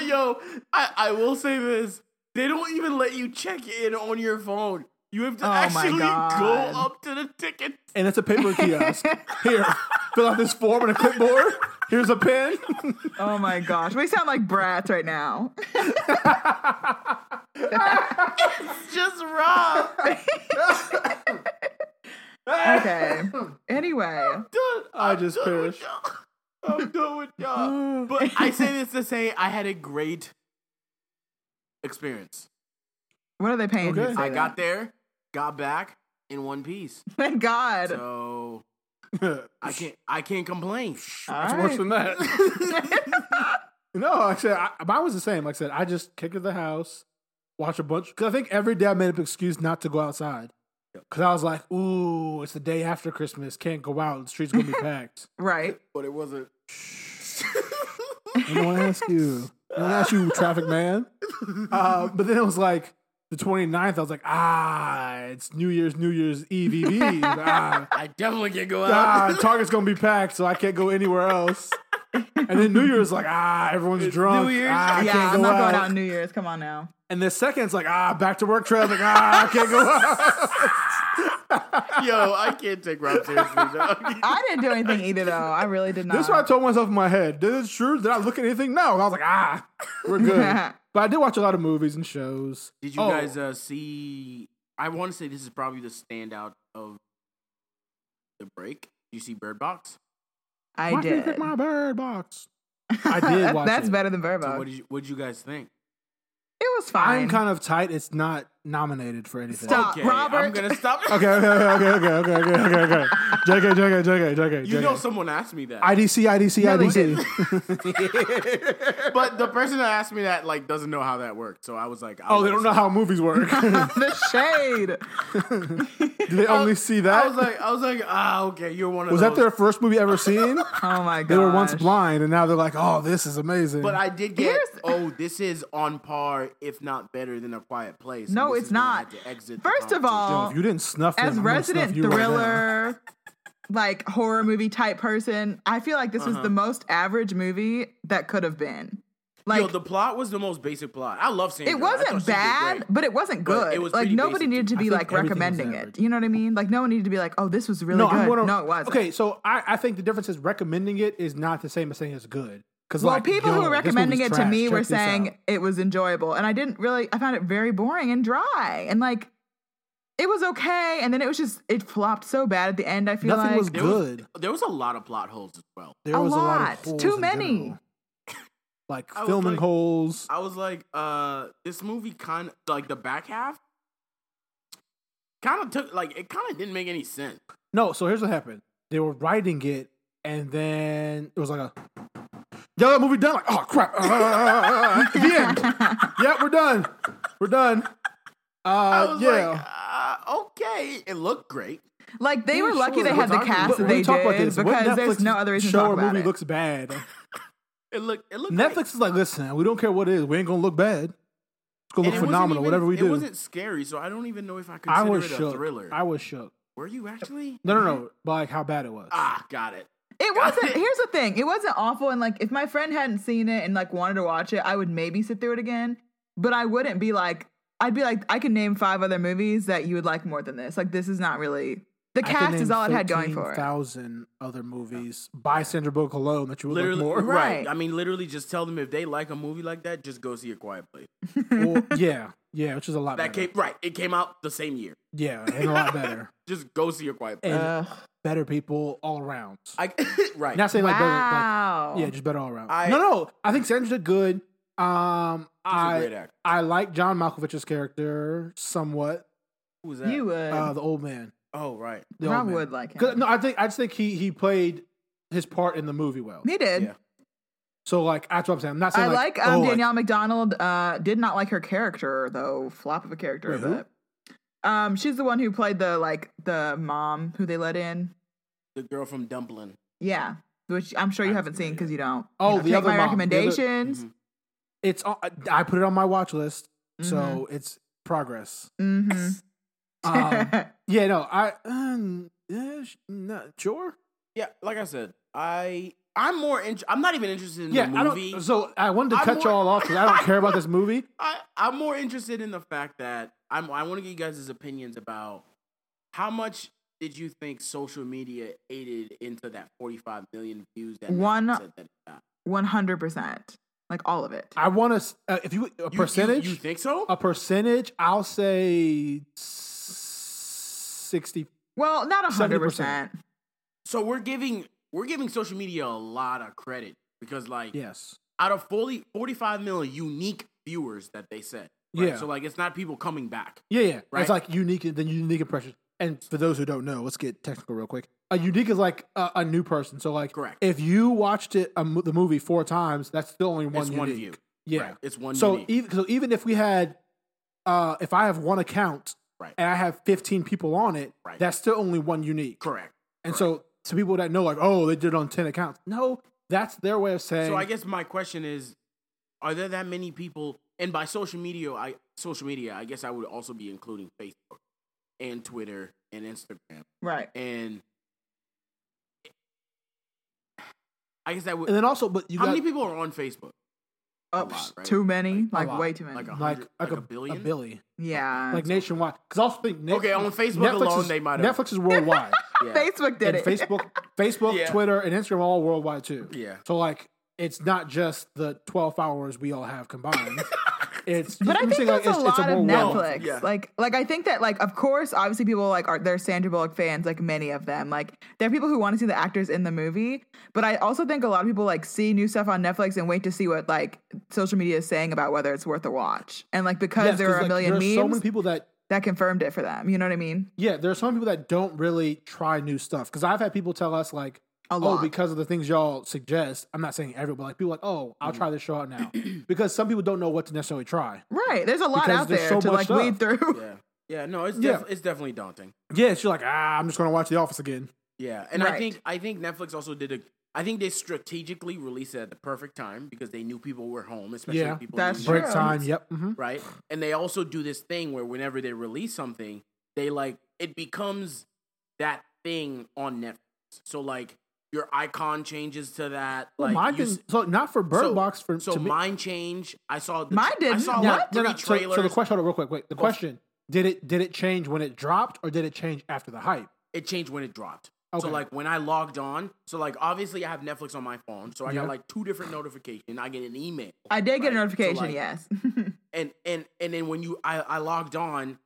[SPEAKER 2] yo, I, I will say this. They don't even let you check in on your phone. You have to
[SPEAKER 3] my
[SPEAKER 2] actually go
[SPEAKER 3] God.
[SPEAKER 2] up to the ticket.
[SPEAKER 4] And it's a paper kiosk. Here, fill out this form and a clipboard. Here's a pen.
[SPEAKER 3] Oh my gosh, we sound like brats right now.
[SPEAKER 2] Just Rob.
[SPEAKER 3] Okay. Anyway,
[SPEAKER 2] Done.
[SPEAKER 4] I just
[SPEAKER 2] done with
[SPEAKER 4] perished.
[SPEAKER 2] y'all. I'm done with y'all. But I say this to say I had a great experience.
[SPEAKER 3] what are they paying you?
[SPEAKER 4] Okay.
[SPEAKER 3] to say
[SPEAKER 2] I got
[SPEAKER 3] that?
[SPEAKER 2] there, got back in one piece.
[SPEAKER 3] Thank God.
[SPEAKER 2] So
[SPEAKER 4] It's
[SPEAKER 2] I can't I can't complain.
[SPEAKER 3] All right.
[SPEAKER 4] worse than that. No, actually, I, mine was the same. Like I said, I just kicked to the house, watch a bunch. Because I think every day I made up an excuse not to go outside. Because I was like, ooh, it's the day after Christmas. Can't go out. The streets going to be packed.
[SPEAKER 3] right.
[SPEAKER 2] But it wasn't.
[SPEAKER 4] I don't want to ask you. I don't ask you, traffic man. Uh, but then it was like the 29th. I was like, ah, it's New Year's, New Year's Eve, Eve, Eve. Ah,
[SPEAKER 2] I definitely can't go
[SPEAKER 4] ah,
[SPEAKER 2] out.
[SPEAKER 4] Target's going to be packed, so I can't go anywhere else. And then New Year's like, ah, everyone's drunk.
[SPEAKER 2] Year's.
[SPEAKER 4] Ah, I
[SPEAKER 3] yeah,
[SPEAKER 4] can't
[SPEAKER 3] I'm
[SPEAKER 4] go
[SPEAKER 3] not going
[SPEAKER 4] out.
[SPEAKER 3] out on New Year's. Come on now.
[SPEAKER 4] And the second's like, ah, back to work traffic. Ah, I can't go out.
[SPEAKER 2] Yo, I can't take Rob seriously. dog.
[SPEAKER 3] I didn't do anything either, though. I really did not.
[SPEAKER 4] That's what I told myself in my head. Did it true? Did I look at anything? No. And I was like, ah, we're good. but I did watch a lot of movies and shows.
[SPEAKER 2] Did you
[SPEAKER 4] Oh.
[SPEAKER 2] guys uh, see? I want to say this is probably the standout of the break. You see Bird Box.
[SPEAKER 3] I
[SPEAKER 4] Why can't
[SPEAKER 3] did.
[SPEAKER 4] pick my bird box? I did watch
[SPEAKER 3] That's
[SPEAKER 4] it.
[SPEAKER 3] better than Verbo.
[SPEAKER 4] Uh,
[SPEAKER 2] So what did you, what did you guys think?
[SPEAKER 3] it was fine.
[SPEAKER 4] I'm kind of tight. It's not nominated for anything.
[SPEAKER 3] Stop. Uh,
[SPEAKER 2] I'm
[SPEAKER 3] Robert.
[SPEAKER 2] gonna stop.
[SPEAKER 4] Okay, okay, okay, okay, okay, okay, okay, okay. JK, JK, JK, JK,
[SPEAKER 2] You
[SPEAKER 4] JK.
[SPEAKER 2] know, someone asked me that,
[SPEAKER 4] IDC, IDC,
[SPEAKER 3] No, we
[SPEAKER 4] IDC.
[SPEAKER 2] but the person that asked me that like doesn't know how that worked. So I was like,
[SPEAKER 4] Oh, they don't know how movies work. Do
[SPEAKER 3] the shade.
[SPEAKER 4] they only see that?
[SPEAKER 2] I was like, I was like, ah, okay, you're one of
[SPEAKER 4] was
[SPEAKER 2] those.
[SPEAKER 4] that their first movie ever seen?
[SPEAKER 3] Oh my god.
[SPEAKER 4] They were once blind, and now they're like, "Oh, this is amazing."
[SPEAKER 2] But I did get.
[SPEAKER 3] Here's-
[SPEAKER 2] oh, this is on par, if not better, than a quiet place. and
[SPEAKER 3] No,
[SPEAKER 2] this
[SPEAKER 3] it's
[SPEAKER 2] is when I
[SPEAKER 3] not.
[SPEAKER 2] had to exit the
[SPEAKER 3] First of
[SPEAKER 2] conversation.
[SPEAKER 4] Yo,
[SPEAKER 3] all,
[SPEAKER 4] if you didn't snuff them,
[SPEAKER 3] as
[SPEAKER 4] I'm gonna snuff
[SPEAKER 3] resident
[SPEAKER 4] you right now.
[SPEAKER 3] thriller, like horror movie type person, I feel like this
[SPEAKER 4] Uh-huh.
[SPEAKER 3] was the most average movie that could have been. Like
[SPEAKER 2] Yo, the plot was the most basic plot. I love Sandra.
[SPEAKER 3] it
[SPEAKER 2] I thought she
[SPEAKER 3] wasn't
[SPEAKER 2] did
[SPEAKER 3] bad,
[SPEAKER 2] great.
[SPEAKER 3] but it wasn't
[SPEAKER 2] But
[SPEAKER 3] good.
[SPEAKER 2] it was
[SPEAKER 3] like
[SPEAKER 2] pretty
[SPEAKER 3] nobody
[SPEAKER 2] basic.
[SPEAKER 3] needed to
[SPEAKER 4] I
[SPEAKER 3] be
[SPEAKER 4] think
[SPEAKER 3] like
[SPEAKER 4] everything was
[SPEAKER 3] recommending it.
[SPEAKER 4] average.
[SPEAKER 3] You know what I mean? Like no one needed to be like, "Oh, this was really
[SPEAKER 4] No,
[SPEAKER 3] good."
[SPEAKER 4] I'm gonna,
[SPEAKER 3] no, it wasn't.
[SPEAKER 4] Okay, so I, I think the difference is recommending it is not the same as saying it's good. Because
[SPEAKER 3] Well,
[SPEAKER 4] like,
[SPEAKER 3] people
[SPEAKER 4] yo,
[SPEAKER 3] who were
[SPEAKER 4] this
[SPEAKER 3] recommending it
[SPEAKER 4] movie's
[SPEAKER 3] to
[SPEAKER 4] trash.
[SPEAKER 3] me
[SPEAKER 4] Check
[SPEAKER 3] were
[SPEAKER 4] this out.
[SPEAKER 3] saying it was enjoyable, and I didn't really. I found it very boring and dry, and like it was okay, and then it was just it flopped so bad at the end. I feel
[SPEAKER 4] nothing
[SPEAKER 3] like
[SPEAKER 4] was
[SPEAKER 2] There was-
[SPEAKER 4] good.
[SPEAKER 2] There was a lot of plot holes as well.
[SPEAKER 4] there
[SPEAKER 3] a
[SPEAKER 4] was a lot, of
[SPEAKER 3] lot.
[SPEAKER 4] holes
[SPEAKER 3] Too
[SPEAKER 4] in
[SPEAKER 3] many.
[SPEAKER 4] general. like
[SPEAKER 2] I was
[SPEAKER 4] filming
[SPEAKER 2] like-
[SPEAKER 4] holes.
[SPEAKER 2] I was like, uh, this movie kind of like the back half kind of took like it kind of didn't make any sense.
[SPEAKER 4] No, so here's what happened. They were writing it, and then it was like a. Yo, that movie done. Like, oh crap! Uh, the end. Yeah, we're done. We're done. Uh,
[SPEAKER 2] I was
[SPEAKER 4] yeah.
[SPEAKER 2] like, uh, okay, it looked great.
[SPEAKER 3] Like they
[SPEAKER 4] Yeah,
[SPEAKER 3] were lucky
[SPEAKER 4] sure.
[SPEAKER 3] they had the
[SPEAKER 4] We're talking-
[SPEAKER 3] cast
[SPEAKER 4] we-
[SPEAKER 3] that
[SPEAKER 4] we
[SPEAKER 3] they
[SPEAKER 4] talk about
[SPEAKER 3] did
[SPEAKER 4] this. What
[SPEAKER 3] because there's
[SPEAKER 4] Netflix
[SPEAKER 3] no other reason to
[SPEAKER 4] show
[SPEAKER 3] talk
[SPEAKER 4] or
[SPEAKER 3] about
[SPEAKER 4] movie
[SPEAKER 3] it.
[SPEAKER 4] looks bad.
[SPEAKER 2] It looked it looked great.
[SPEAKER 4] Netflix is like, listen, we don't care what it is. We ain't gonna look bad. It's
[SPEAKER 2] And
[SPEAKER 4] gonna look
[SPEAKER 2] it wasn't
[SPEAKER 4] phenomenal,
[SPEAKER 2] even-
[SPEAKER 4] whatever we
[SPEAKER 2] It
[SPEAKER 4] do.
[SPEAKER 2] wasn't scary, so I don't even know if I consider
[SPEAKER 4] I was
[SPEAKER 2] it a
[SPEAKER 4] shook.
[SPEAKER 2] thriller.
[SPEAKER 4] I was shook.
[SPEAKER 2] Were you actually?
[SPEAKER 4] No, no, no. But like how bad it was.
[SPEAKER 2] Ah, got it.
[SPEAKER 3] It wasn't. Here's the thing. It wasn't awful. And like, if my friend hadn't seen it and like wanted to watch it, I would maybe sit through it again. But I wouldn't be like. I'd be like, I can name five other movies that you would like more than this. Like, this is not really. The cast is all it had going for it.
[SPEAKER 4] Thousand other movies by Sandra Bullock alone that you would
[SPEAKER 2] Literally,
[SPEAKER 4] look more.
[SPEAKER 2] right.
[SPEAKER 3] Right.
[SPEAKER 2] I mean, literally, just tell them if they like a movie like that, just go see a Quiet Place.
[SPEAKER 4] Well, yeah, yeah, which is a lot
[SPEAKER 2] That
[SPEAKER 4] better.
[SPEAKER 2] came right. It came out the same year.
[SPEAKER 4] yeah, and a lot better.
[SPEAKER 2] Just go see a Quiet Place.
[SPEAKER 4] And
[SPEAKER 3] Ugh.
[SPEAKER 4] better people all around.
[SPEAKER 2] I right.
[SPEAKER 4] Not saying like better,
[SPEAKER 3] wow.
[SPEAKER 4] like, yeah, just better all around.
[SPEAKER 2] I-
[SPEAKER 4] no, no, I think Sandra did good. Um,
[SPEAKER 2] She's a
[SPEAKER 4] I
[SPEAKER 2] great actor.
[SPEAKER 4] I like John Malkovich's character somewhat.
[SPEAKER 2] Who was that?
[SPEAKER 3] you would.
[SPEAKER 4] Uh, the old man.
[SPEAKER 2] Oh right.
[SPEAKER 4] The
[SPEAKER 3] I
[SPEAKER 4] old man.
[SPEAKER 3] would like
[SPEAKER 4] 'Cause-
[SPEAKER 3] him.
[SPEAKER 4] No, I think I just think he he played his part in the movie well.
[SPEAKER 3] he did.
[SPEAKER 2] Yeah.
[SPEAKER 4] So like that's what I'm saying. I'm not saying
[SPEAKER 3] I like,
[SPEAKER 4] oh,
[SPEAKER 3] um, Danielle McDonald. Uh, did not like her character though. Flop of a character.
[SPEAKER 4] Wait, who?
[SPEAKER 3] but, um, she's the one who played the like the mom who they let in.
[SPEAKER 2] The girl from Dumpling.
[SPEAKER 3] Yeah, which I'm sure you
[SPEAKER 2] I
[SPEAKER 3] haven't seen because you don't.
[SPEAKER 4] Oh,
[SPEAKER 3] you know,
[SPEAKER 4] the
[SPEAKER 3] take
[SPEAKER 4] other
[SPEAKER 3] my
[SPEAKER 4] mom, the other- Mm-hmm.
[SPEAKER 3] recommendations.
[SPEAKER 2] Mhm.
[SPEAKER 4] it's all, I put it on my watch list, so
[SPEAKER 2] Mm-hmm.
[SPEAKER 4] it's progress.
[SPEAKER 3] hmm
[SPEAKER 4] Mm-hmm. Um, yeah, no, I um, yeah, sh- no, sure.
[SPEAKER 2] Yeah, like I said, I I'm more. In, I'm not even interested in
[SPEAKER 4] Yeah,
[SPEAKER 2] the
[SPEAKER 4] I
[SPEAKER 2] movie.
[SPEAKER 4] don't. So I wanted to
[SPEAKER 2] I'm
[SPEAKER 4] cut
[SPEAKER 2] more-
[SPEAKER 4] y'all off because I don't care about this movie.
[SPEAKER 2] I, I'm more interested in the fact that I'm, I want to get you guys' opinions about how much did you think social media aided into that 45 million views that Netflix
[SPEAKER 3] One-
[SPEAKER 2] said that it got?
[SPEAKER 3] 100%. Like all of it.
[SPEAKER 4] I want to. Uh, if you a
[SPEAKER 2] You- you-
[SPEAKER 4] percentage, Uh,
[SPEAKER 2] You, think so?
[SPEAKER 4] a percentage, I'll say sixty.
[SPEAKER 3] Well, not 100%.
[SPEAKER 4] 70%.
[SPEAKER 2] so we're giving we're giving social media a lot of credit because like
[SPEAKER 4] Yes,
[SPEAKER 2] out of 40, 45 million unique viewers that they said. right?
[SPEAKER 4] Yeah.
[SPEAKER 2] So like it's not people coming back.
[SPEAKER 4] yeah, yeah.
[SPEAKER 2] Right.
[SPEAKER 4] It's like unique. Then unique impression. And for those who don't know, let's get technical real quick. A unique is like a, a new person. So like,
[SPEAKER 2] Correct.
[SPEAKER 4] If you watched it a, mo- the movie four times, that's still only one
[SPEAKER 2] it's
[SPEAKER 4] unique.
[SPEAKER 2] one view.
[SPEAKER 4] Yeah.
[SPEAKER 2] Right. It's one
[SPEAKER 4] So e
[SPEAKER 2] unique.
[SPEAKER 4] even so, even if we had, uh, if I have one account,
[SPEAKER 2] Right.
[SPEAKER 4] and I have fifteen people on it,
[SPEAKER 2] Right.
[SPEAKER 4] that's still only one unique.
[SPEAKER 2] Correct.
[SPEAKER 4] And so to people that know, like, oh, they did it on ten accounts. No, that's their way of saying.
[SPEAKER 2] So I guess my question is, are there that many people? And by social media, I social media, I guess I would also be including Facebook and Twitter and Instagram
[SPEAKER 3] Right.
[SPEAKER 2] and I guess that would.
[SPEAKER 4] and then also, but you
[SPEAKER 2] how
[SPEAKER 4] got
[SPEAKER 2] many people are on Facebook?
[SPEAKER 3] Oh,
[SPEAKER 2] lot,
[SPEAKER 3] psh,
[SPEAKER 2] right?
[SPEAKER 3] Too many.
[SPEAKER 4] a
[SPEAKER 3] Like,
[SPEAKER 4] lot.
[SPEAKER 3] way too many.
[SPEAKER 2] Like a
[SPEAKER 4] like,
[SPEAKER 2] hundred,
[SPEAKER 4] like, a, billion, a billion,
[SPEAKER 3] yeah.
[SPEAKER 4] like nationwide. Because I also think Net-
[SPEAKER 2] Okay, on Facebook alone,
[SPEAKER 4] is,
[SPEAKER 2] they might have-
[SPEAKER 4] Netflix is worldwide.
[SPEAKER 2] Yeah.
[SPEAKER 3] Facebook did
[SPEAKER 4] and
[SPEAKER 3] it.
[SPEAKER 4] Facebook, Facebook,
[SPEAKER 2] Yeah.
[SPEAKER 4] Twitter, and Instagram are all worldwide too.
[SPEAKER 2] Yeah.
[SPEAKER 4] So like, it's not just the twelve hours we all have combined. it's
[SPEAKER 3] But I
[SPEAKER 4] I'm
[SPEAKER 3] think
[SPEAKER 4] saying,
[SPEAKER 3] that's a lot of
[SPEAKER 4] worldwide-
[SPEAKER 2] world.
[SPEAKER 3] Netflix.
[SPEAKER 2] Yeah.
[SPEAKER 3] Like, like I think that, like, of course, obviously, people like are they're Sandra Bullock fans. Like many of them, like there are people who want to see the actors in the movie. But I also think a lot of people like see new stuff on Netflix and wait to see what like social media is saying about whether it's worth a watch. And like because
[SPEAKER 4] Yes,
[SPEAKER 3] there
[SPEAKER 4] 'cause,
[SPEAKER 3] are a
[SPEAKER 4] like,
[SPEAKER 3] million
[SPEAKER 4] there's
[SPEAKER 3] memes,
[SPEAKER 4] so many people that
[SPEAKER 3] that confirmed it for them. You know what I mean?
[SPEAKER 4] yeah, there are some people that don't really try new stuff because I've had people tell us like,
[SPEAKER 3] A
[SPEAKER 4] oh,
[SPEAKER 3] lot.
[SPEAKER 4] because of the things y'all suggest. I'm not saying everyone, but like people like, oh,
[SPEAKER 2] Mm.
[SPEAKER 4] I'll try this show out now because some people don't know what to necessarily try.
[SPEAKER 3] right. There's a lot
[SPEAKER 4] Because
[SPEAKER 3] out
[SPEAKER 4] there's
[SPEAKER 3] there
[SPEAKER 4] so
[SPEAKER 3] to
[SPEAKER 4] much
[SPEAKER 3] like weed through.
[SPEAKER 2] Yeah, yeah. No, it's
[SPEAKER 4] Yeah.
[SPEAKER 2] def- it's definitely daunting.
[SPEAKER 4] Yeah, it's just like ah, I'm just gonna watch The Office again.
[SPEAKER 2] Yeah, and I
[SPEAKER 3] Right.
[SPEAKER 2] think I think Netflix also did a. I think they strategically released it at the perfect time because they knew people were home, especially
[SPEAKER 4] Yeah.
[SPEAKER 2] people
[SPEAKER 3] That's
[SPEAKER 2] who-
[SPEAKER 3] Sure.
[SPEAKER 4] Break time. Yep. hmm
[SPEAKER 2] right? And they also do this thing where whenever they release something, they like it becomes that thing on Netflix. So like your icon changes to that.
[SPEAKER 4] Well,
[SPEAKER 2] like
[SPEAKER 4] mine
[SPEAKER 2] you s-
[SPEAKER 4] didn't, so not for Bird
[SPEAKER 2] so-
[SPEAKER 4] Box for
[SPEAKER 2] so
[SPEAKER 4] to me-
[SPEAKER 2] mine changed. I saw the,
[SPEAKER 3] Mine
[SPEAKER 2] I
[SPEAKER 3] didn't.
[SPEAKER 2] saw
[SPEAKER 3] No,
[SPEAKER 2] like three
[SPEAKER 4] no, no, so-
[SPEAKER 2] trailers.
[SPEAKER 4] So, the question, hold on, real quick. Wait, the question: Did it did it change when it dropped, or did it change after the hype?
[SPEAKER 2] it changed when it dropped.
[SPEAKER 4] Okay.
[SPEAKER 2] So like when I logged on, so like obviously I have Netflix on my phone, so I
[SPEAKER 4] Yeah.
[SPEAKER 2] got like two different notifications. I get an email.
[SPEAKER 3] I did get
[SPEAKER 2] right?
[SPEAKER 3] a
[SPEAKER 2] So,
[SPEAKER 3] notification.
[SPEAKER 2] like,
[SPEAKER 3] yes.
[SPEAKER 2] and and and then when you I, I logged on,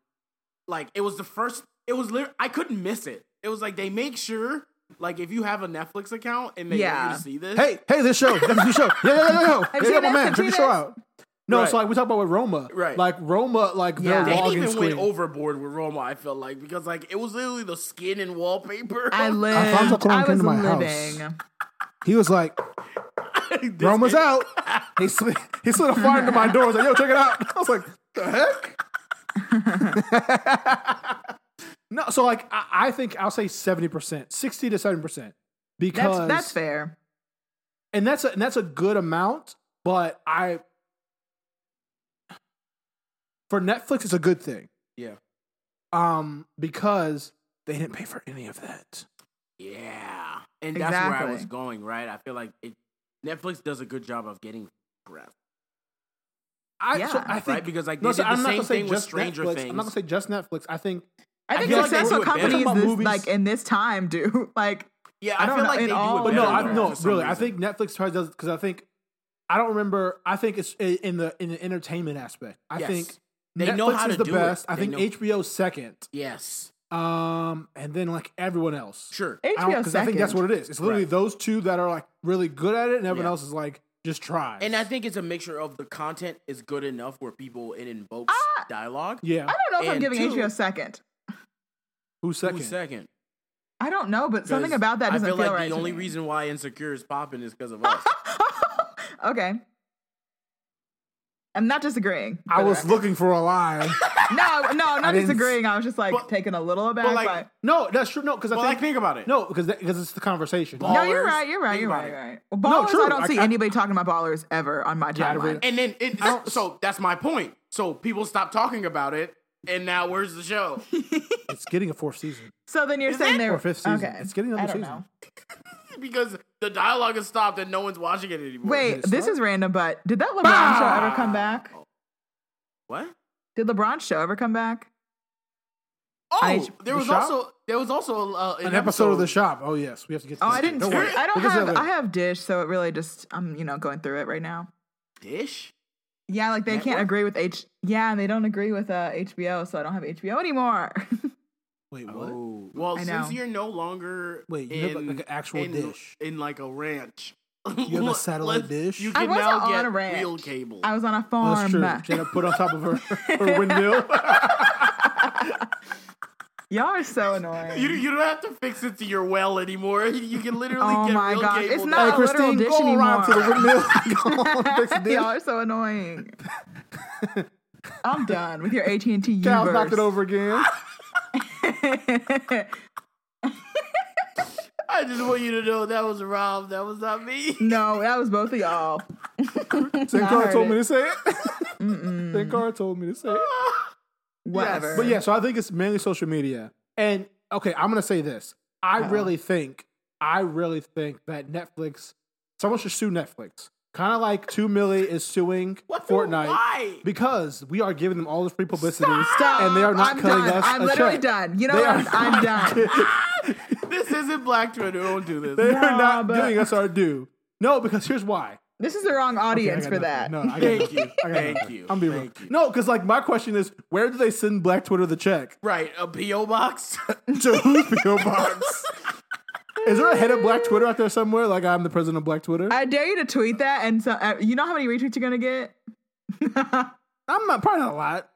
[SPEAKER 2] like it was the first. It was lit- I couldn't miss it. It was like they make sure like if you have a Netflix account and they want
[SPEAKER 3] Yeah.
[SPEAKER 2] you to see this.
[SPEAKER 4] Hey, hey, this show, this new show. Yeah, yeah, yeah, yeah.
[SPEAKER 3] Have you
[SPEAKER 4] yeah, yeah
[SPEAKER 3] seen
[SPEAKER 4] my
[SPEAKER 3] this?
[SPEAKER 4] man,
[SPEAKER 3] Have
[SPEAKER 4] check
[SPEAKER 3] you
[SPEAKER 4] the
[SPEAKER 3] seen
[SPEAKER 4] show
[SPEAKER 3] this?
[SPEAKER 4] out. No,
[SPEAKER 2] Right.
[SPEAKER 4] so like we talk about with Roma,
[SPEAKER 2] Right.
[SPEAKER 4] Like Roma, like
[SPEAKER 3] Yeah.
[SPEAKER 4] their
[SPEAKER 2] they didn't
[SPEAKER 4] login
[SPEAKER 2] even
[SPEAKER 4] screen.
[SPEAKER 2] went overboard with Roma. I felt like because like it was literally the skin and wallpaper.
[SPEAKER 3] I lived.
[SPEAKER 4] Alfonso Cuarón
[SPEAKER 3] I
[SPEAKER 4] came
[SPEAKER 3] was
[SPEAKER 4] to my house.
[SPEAKER 3] living.
[SPEAKER 4] he was like,
[SPEAKER 2] This
[SPEAKER 4] Roma's
[SPEAKER 2] is-
[SPEAKER 4] out. He slid, he slid a fire into my door. I was like, yo, check it out. I was like, the heck? No, so like I, I think I'll say seventy percent, sixty to seventy percent, because
[SPEAKER 3] That's that's fair.
[SPEAKER 4] and that's a, and that's a good amount. But I for Netflix, it's a good thing.
[SPEAKER 2] Yeah.
[SPEAKER 4] Um, because they didn't pay for any of that.
[SPEAKER 2] Yeah, and that's where I was
[SPEAKER 3] Exactly.
[SPEAKER 2] going. Right, I feel like it, Netflix does a good job of getting breath,
[SPEAKER 4] I so
[SPEAKER 3] Yeah.
[SPEAKER 4] I think
[SPEAKER 2] right? Because like they
[SPEAKER 4] no,
[SPEAKER 2] did
[SPEAKER 4] so
[SPEAKER 2] the
[SPEAKER 4] I'm not
[SPEAKER 2] same
[SPEAKER 4] gonna say
[SPEAKER 2] thing with
[SPEAKER 4] just
[SPEAKER 2] Stranger
[SPEAKER 4] Netflix.
[SPEAKER 2] Things.
[SPEAKER 4] I'm not gonna say just Netflix. I think
[SPEAKER 3] I think
[SPEAKER 2] feel
[SPEAKER 4] like they
[SPEAKER 3] successful
[SPEAKER 2] do it better.
[SPEAKER 3] companies
[SPEAKER 4] Talking about
[SPEAKER 3] this,
[SPEAKER 4] movies-
[SPEAKER 3] like in this time do like
[SPEAKER 2] yeah,
[SPEAKER 3] I
[SPEAKER 2] I,
[SPEAKER 3] don't
[SPEAKER 2] feel
[SPEAKER 3] know,
[SPEAKER 2] like
[SPEAKER 3] in
[SPEAKER 2] they
[SPEAKER 3] all-
[SPEAKER 2] do
[SPEAKER 4] But
[SPEAKER 2] it
[SPEAKER 4] Oh, no,
[SPEAKER 2] better.
[SPEAKER 3] I-
[SPEAKER 4] I've,
[SPEAKER 2] though,
[SPEAKER 4] no,
[SPEAKER 2] for some
[SPEAKER 4] really, I
[SPEAKER 2] reason.
[SPEAKER 4] think Netflix tries does because I think I don't remember. I think it's i- in the in the entertainment aspect. I
[SPEAKER 2] Yes.
[SPEAKER 4] think
[SPEAKER 2] They
[SPEAKER 4] Netflix
[SPEAKER 2] know how
[SPEAKER 4] is
[SPEAKER 2] to
[SPEAKER 4] the
[SPEAKER 2] do it.
[SPEAKER 4] best. I
[SPEAKER 2] They
[SPEAKER 4] think
[SPEAKER 2] know-
[SPEAKER 4] HBO second,
[SPEAKER 2] yes,
[SPEAKER 4] um, and then like everyone else.
[SPEAKER 2] sure,
[SPEAKER 4] I don't-
[SPEAKER 3] HBO
[SPEAKER 4] I think that's
[SPEAKER 3] second.
[SPEAKER 4] what it is. It's literally
[SPEAKER 2] Right.
[SPEAKER 4] those two that are like really good at it, and everyone
[SPEAKER 2] Yeah.
[SPEAKER 4] else is like just try.
[SPEAKER 2] and I think it's a mixture of the content is good enough where people it invokes
[SPEAKER 3] Ah!
[SPEAKER 2] dialogue.
[SPEAKER 4] yeah,
[SPEAKER 3] I don't know if I'm
[SPEAKER 2] And
[SPEAKER 3] giving
[SPEAKER 2] two-
[SPEAKER 3] HBO second.
[SPEAKER 4] who's second?
[SPEAKER 2] Who's second?
[SPEAKER 3] I don't know, but something
[SPEAKER 2] 'Cause
[SPEAKER 3] about that doesn't
[SPEAKER 2] I feel, like
[SPEAKER 3] right.
[SPEAKER 2] the
[SPEAKER 3] to
[SPEAKER 2] only
[SPEAKER 3] me.
[SPEAKER 2] reason why Insecure is popping is because of us.
[SPEAKER 3] okay. I'm not disagreeing.
[SPEAKER 4] I
[SPEAKER 3] for the
[SPEAKER 4] was
[SPEAKER 3] record.
[SPEAKER 4] looking for a line.
[SPEAKER 3] no, no, I'm not
[SPEAKER 4] didn't s-
[SPEAKER 3] disagreeing. I was just like
[SPEAKER 2] But-
[SPEAKER 3] taking a little aback.
[SPEAKER 2] like,
[SPEAKER 3] but-
[SPEAKER 4] no, that's true. No, because I
[SPEAKER 2] well,
[SPEAKER 4] think
[SPEAKER 2] like think about it.
[SPEAKER 4] no, because because it's the conversation.
[SPEAKER 2] Ball-
[SPEAKER 3] no, you're
[SPEAKER 2] ballers,
[SPEAKER 3] right. You're right.
[SPEAKER 2] think
[SPEAKER 3] You're
[SPEAKER 2] about
[SPEAKER 3] right.
[SPEAKER 2] it.
[SPEAKER 3] You're right. Well, ballers,
[SPEAKER 4] true,
[SPEAKER 3] I don't
[SPEAKER 4] I-
[SPEAKER 3] see
[SPEAKER 4] I-
[SPEAKER 3] anybody talking about ballers ever on my
[SPEAKER 4] Yeah, I
[SPEAKER 3] timeline.
[SPEAKER 4] really-
[SPEAKER 2] And then it,
[SPEAKER 4] don't-
[SPEAKER 2] so that's my point. So people stop talking about it, and now where's the show?
[SPEAKER 4] It's getting a fourth season
[SPEAKER 3] so then you're
[SPEAKER 2] Is
[SPEAKER 3] saying
[SPEAKER 2] it?
[SPEAKER 3] they're
[SPEAKER 4] or fifth season.
[SPEAKER 3] Okay.
[SPEAKER 4] It's getting
[SPEAKER 3] I
[SPEAKER 4] another
[SPEAKER 3] don't
[SPEAKER 4] season.
[SPEAKER 3] know.
[SPEAKER 2] because the dialogue has stopped and no one's watching it anymore.
[SPEAKER 3] Wait,
[SPEAKER 4] it
[SPEAKER 3] this
[SPEAKER 4] start?
[SPEAKER 3] is random, but did that LeBron
[SPEAKER 4] Bah!
[SPEAKER 3] show
[SPEAKER 2] Ah.
[SPEAKER 3] ever come back?
[SPEAKER 2] what?
[SPEAKER 3] Did LeBron's show ever come back?
[SPEAKER 2] Oh,
[SPEAKER 3] I-
[SPEAKER 2] there
[SPEAKER 4] The
[SPEAKER 2] was
[SPEAKER 4] Shop?
[SPEAKER 2] also there was also uh,
[SPEAKER 4] An episode of the shop. Oh yes, we have to get. To
[SPEAKER 3] Oh,
[SPEAKER 4] this
[SPEAKER 3] I
[SPEAKER 4] too.
[SPEAKER 3] didn't.
[SPEAKER 4] Don't
[SPEAKER 2] worry.
[SPEAKER 3] I don't
[SPEAKER 4] We'll get to that
[SPEAKER 3] have. I
[SPEAKER 4] later.
[SPEAKER 3] have Dish, so it really just I'm you know going through it right now.
[SPEAKER 2] Dish.
[SPEAKER 3] Yeah, like they can't
[SPEAKER 2] Network?
[SPEAKER 3] agree with H. Yeah, and they don't agree with uh, HBO, so I don't have HBO anymore.
[SPEAKER 4] Wait, what?
[SPEAKER 2] Oh, well,
[SPEAKER 3] I
[SPEAKER 2] since
[SPEAKER 3] know.
[SPEAKER 2] you're no longer
[SPEAKER 4] Wait, you
[SPEAKER 2] in,
[SPEAKER 4] have, like, an actual
[SPEAKER 2] in,
[SPEAKER 4] dish.
[SPEAKER 2] in like a ranch.
[SPEAKER 4] have a satellite dish?
[SPEAKER 2] You
[SPEAKER 3] I
[SPEAKER 2] can
[SPEAKER 3] wasn't
[SPEAKER 2] now
[SPEAKER 3] on
[SPEAKER 2] get
[SPEAKER 3] a ranch.
[SPEAKER 2] real cable.
[SPEAKER 3] I was on a
[SPEAKER 4] That's
[SPEAKER 3] farm.
[SPEAKER 4] true. Jenna put on top of her, her windmill.
[SPEAKER 3] Y'all are so annoying.
[SPEAKER 2] you, you don't have to fix it to your well anymore. You can literally
[SPEAKER 3] Oh
[SPEAKER 2] get
[SPEAKER 3] my
[SPEAKER 2] real
[SPEAKER 3] God,
[SPEAKER 2] cable.
[SPEAKER 3] it's
[SPEAKER 2] now.
[SPEAKER 4] hey,
[SPEAKER 3] not a literal
[SPEAKER 4] Christine,
[SPEAKER 3] dish
[SPEAKER 4] go around to the
[SPEAKER 3] anymore.
[SPEAKER 4] windmill. go on, fix the dish.
[SPEAKER 3] Y'all are so annoying. I'm done with your AT and T.
[SPEAKER 4] Cal's knocked it over again.
[SPEAKER 2] I just want you to know that was Rob. That was not me.
[SPEAKER 3] no, that was both of y'all.
[SPEAKER 4] Then Carl
[SPEAKER 3] heard
[SPEAKER 4] told
[SPEAKER 3] it.
[SPEAKER 4] me to say it. Then Carl told me to say it.
[SPEAKER 3] Whatever.
[SPEAKER 4] But yeah, so I think it's mainly social media. And okay, I'm gonna say this. I really think, I really think that Netflix, someone should sue Netflix. Kind of like Two Millie is suing
[SPEAKER 2] What the-
[SPEAKER 4] Fortnite
[SPEAKER 2] why?
[SPEAKER 4] because we are giving them all this free publicity,
[SPEAKER 3] Stop.
[SPEAKER 4] and they are not
[SPEAKER 3] I'm
[SPEAKER 4] cutting
[SPEAKER 3] done.
[SPEAKER 4] us
[SPEAKER 3] I'm
[SPEAKER 4] a
[SPEAKER 3] literally
[SPEAKER 4] check.
[SPEAKER 3] done. You know
[SPEAKER 4] They
[SPEAKER 3] what?
[SPEAKER 4] are
[SPEAKER 3] I'm, I'm done.
[SPEAKER 2] this isn't Black Twitter. Don't do this.
[SPEAKER 4] They are not
[SPEAKER 3] but-
[SPEAKER 4] giving us our due. No, because here's why.
[SPEAKER 3] This is the wrong
[SPEAKER 4] Okay, I
[SPEAKER 3] audience
[SPEAKER 4] got
[SPEAKER 3] for
[SPEAKER 4] nothing.
[SPEAKER 3] that.
[SPEAKER 4] No, I got
[SPEAKER 2] Thank
[SPEAKER 4] nothing.
[SPEAKER 2] you.
[SPEAKER 4] I got
[SPEAKER 2] Thank
[SPEAKER 4] nothing.
[SPEAKER 2] you.
[SPEAKER 4] I'm being real.
[SPEAKER 2] Thank you.
[SPEAKER 4] No, because like my question is, where do they send Black Twitter the check?
[SPEAKER 2] Right, a PO box.
[SPEAKER 4] To whose PO box? Is there a head of Black Twitter out there somewhere? Like I'm the president of Black Twitter. I,
[SPEAKER 3] I dare you to tweet that, and so uh, you know how many retweets you're gonna get.
[SPEAKER 4] am not probably not a lot.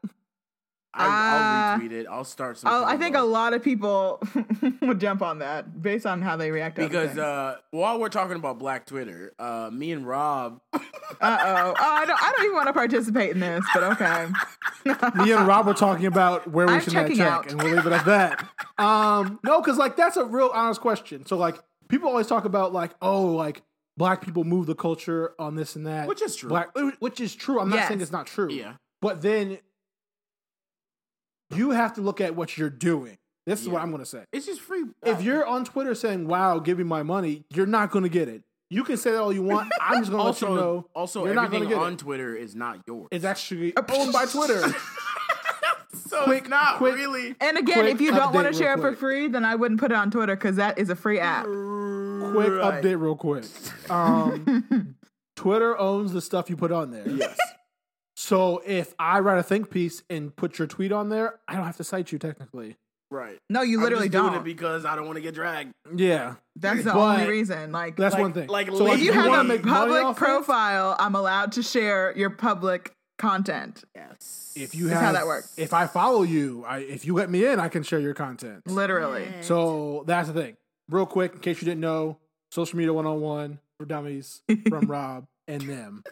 [SPEAKER 2] I, I'll retweet it. I'll start some.
[SPEAKER 3] Uh, I'll, Oh, I think a
[SPEAKER 2] promos.
[SPEAKER 3] lot of people would jump on that based on how they react.
[SPEAKER 2] because uh, while we're talking about Black Twitter, uh, me and Rob,
[SPEAKER 3] uh oh, I don't, I don't even want to participate in this. But okay,
[SPEAKER 4] Me and Rob were talking about where we
[SPEAKER 3] I'm
[SPEAKER 4] should that
[SPEAKER 3] checking
[SPEAKER 4] check,
[SPEAKER 3] out.
[SPEAKER 4] and we'll leave it at that. Um, no, because like that's a real honest question. So like people always talk about like oh like black people move the culture on this and that,
[SPEAKER 2] Which is true.
[SPEAKER 4] Black, which is true. I'm not
[SPEAKER 3] Yes.
[SPEAKER 4] saying it's not true.
[SPEAKER 2] yeah,
[SPEAKER 4] But then you have to look at what you're doing. This is what
[SPEAKER 2] Yeah.
[SPEAKER 4] I'm going to say.
[SPEAKER 2] it's just free.
[SPEAKER 4] If you're on Twitter saying, wow, give me my money, you're not going to get it. You can say that all you want. I'm just going to let
[SPEAKER 2] also
[SPEAKER 4] you know.
[SPEAKER 2] also
[SPEAKER 4] you're not gonna
[SPEAKER 2] everything
[SPEAKER 4] get
[SPEAKER 2] on
[SPEAKER 4] it.
[SPEAKER 2] Twitter is not yours.
[SPEAKER 4] It's actually owned by Twitter.
[SPEAKER 2] so
[SPEAKER 4] quick-
[SPEAKER 2] it's not
[SPEAKER 4] quick-
[SPEAKER 2] really.
[SPEAKER 3] and again,
[SPEAKER 4] Quick
[SPEAKER 3] if you don't want
[SPEAKER 4] update
[SPEAKER 3] to share it
[SPEAKER 4] real
[SPEAKER 3] for
[SPEAKER 4] quick.
[SPEAKER 3] free, then I wouldn't put it on Twitter because that is a free app.
[SPEAKER 4] quick
[SPEAKER 2] Right.
[SPEAKER 4] update, real quick. Um, Twitter owns the stuff you put on there.
[SPEAKER 2] Yes.
[SPEAKER 4] So if I write a think piece and put your tweet on there, I don't have to cite you technically.
[SPEAKER 2] Right.
[SPEAKER 3] No, you literally
[SPEAKER 2] I'm just doing
[SPEAKER 3] don't.
[SPEAKER 2] it because I don't want to get dragged.
[SPEAKER 4] Yeah,
[SPEAKER 3] That's the
[SPEAKER 4] But-
[SPEAKER 3] only reason. Like,
[SPEAKER 4] that's
[SPEAKER 2] Like-
[SPEAKER 4] one thing.
[SPEAKER 2] like,
[SPEAKER 4] so
[SPEAKER 2] if
[SPEAKER 3] if you
[SPEAKER 2] you
[SPEAKER 3] have
[SPEAKER 2] wanna
[SPEAKER 3] a
[SPEAKER 2] make
[SPEAKER 4] money
[SPEAKER 3] public
[SPEAKER 4] off this,
[SPEAKER 3] profile, I'm allowed to share your public content.
[SPEAKER 2] Yes.
[SPEAKER 4] if you
[SPEAKER 3] That's
[SPEAKER 4] have
[SPEAKER 3] how that works.
[SPEAKER 4] if i follow you I, if you let me in i can share your content
[SPEAKER 3] Literally.
[SPEAKER 4] so that's the thing real quick in case you didn't know social media 101 for dummies from rob and them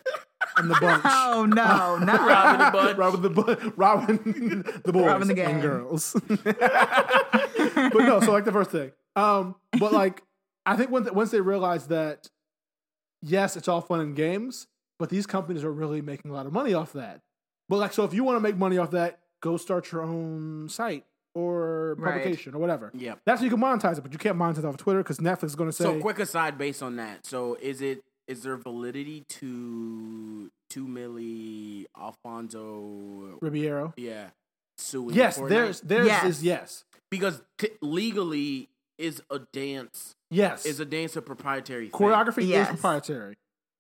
[SPEAKER 4] and the bunch.
[SPEAKER 3] Oh no, not
[SPEAKER 2] Robin the
[SPEAKER 3] Robin.
[SPEAKER 2] Bunch.
[SPEAKER 4] Robin the bu- Robin the boys
[SPEAKER 3] Robin the gang.
[SPEAKER 4] and girls. but no, so like the first thing. Um, but like I think once once they realized that yes, it's all fun and games, but these companies are really making a lot of money off that. But like so if you want to make money off that, go start your own site or
[SPEAKER 3] Right.
[SPEAKER 4] publication or whatever.
[SPEAKER 2] Yeah.
[SPEAKER 4] That's how you can monetize it, but you can't monetize it off Twitter because Netflix is gonna say
[SPEAKER 2] So quick aside based on that. So is it is there validity to two milli Alfonso
[SPEAKER 4] Ribeiro.
[SPEAKER 2] yeah suing
[SPEAKER 4] Yes,
[SPEAKER 2] Fortnite?
[SPEAKER 4] there's there's
[SPEAKER 3] Yes.
[SPEAKER 4] is yes.
[SPEAKER 2] because t- legally is a dance
[SPEAKER 4] Yes.
[SPEAKER 2] is a dance a proprietary thing.
[SPEAKER 4] choreography
[SPEAKER 3] Yes.
[SPEAKER 4] is proprietary.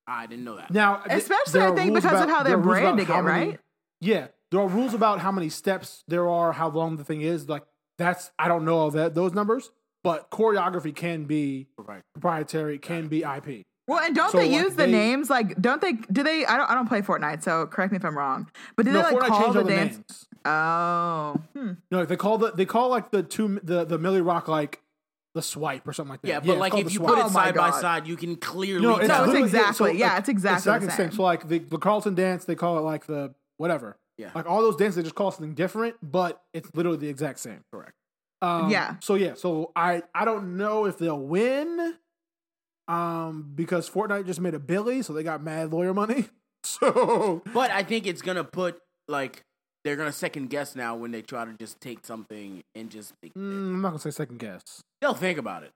[SPEAKER 2] I didn't know that.
[SPEAKER 4] Now, th-
[SPEAKER 3] Especially,
[SPEAKER 4] there
[SPEAKER 3] I
[SPEAKER 4] are
[SPEAKER 3] think,
[SPEAKER 4] rules
[SPEAKER 3] because of
[SPEAKER 4] about-
[SPEAKER 3] how
[SPEAKER 4] there
[SPEAKER 3] they're
[SPEAKER 4] are rules about
[SPEAKER 3] branding
[SPEAKER 4] how
[SPEAKER 3] it,
[SPEAKER 4] many-
[SPEAKER 3] right?
[SPEAKER 4] Yeah, there are rules about how many steps there are, how long the thing is. Like that's I don't know all that those numbers, but choreography can be
[SPEAKER 2] Right.
[SPEAKER 4] proprietary, can be IP.
[SPEAKER 3] Well, and don't
[SPEAKER 4] So,
[SPEAKER 3] they
[SPEAKER 4] like,
[SPEAKER 3] use the
[SPEAKER 4] they-
[SPEAKER 3] names? Like, don't they? Do they? I don't. I don't play Fortnite, so correct me if I'm wrong. But do
[SPEAKER 4] no,
[SPEAKER 3] they like
[SPEAKER 4] Fortnite
[SPEAKER 3] call
[SPEAKER 4] changed
[SPEAKER 3] the
[SPEAKER 4] all the
[SPEAKER 3] dance?
[SPEAKER 4] names.
[SPEAKER 3] Oh, hmm.
[SPEAKER 4] No, they call the they call like the two the the Millie Rock like the swipe or something like that.
[SPEAKER 2] Yeah, but
[SPEAKER 4] it's
[SPEAKER 2] like
[SPEAKER 4] called
[SPEAKER 2] if
[SPEAKER 4] the
[SPEAKER 2] you
[SPEAKER 4] swipe.
[SPEAKER 2] put
[SPEAKER 3] Oh
[SPEAKER 2] it
[SPEAKER 3] my
[SPEAKER 2] side by
[SPEAKER 3] God.
[SPEAKER 2] side, you can clearly
[SPEAKER 4] No, it's
[SPEAKER 3] No, it's
[SPEAKER 2] tell.
[SPEAKER 4] literally-
[SPEAKER 3] exactly- yeah, it's exactly the same.
[SPEAKER 4] So like the, the Carlton dance, they call it like the whatever.
[SPEAKER 2] Yeah.
[SPEAKER 4] Like all those dances, they just call it something different, but it's literally the exact same. Correct. Um,
[SPEAKER 3] Yeah.
[SPEAKER 4] So yeah. So I I don't know if they'll win, um, because Fortnite just made a Billy, so they got mad lawyer money. So mm,
[SPEAKER 2] But I think it's gonna put like they're gonna second guess now when they try to just take something and just
[SPEAKER 4] mm, I'm not gonna say second guess.
[SPEAKER 2] they'll think about it.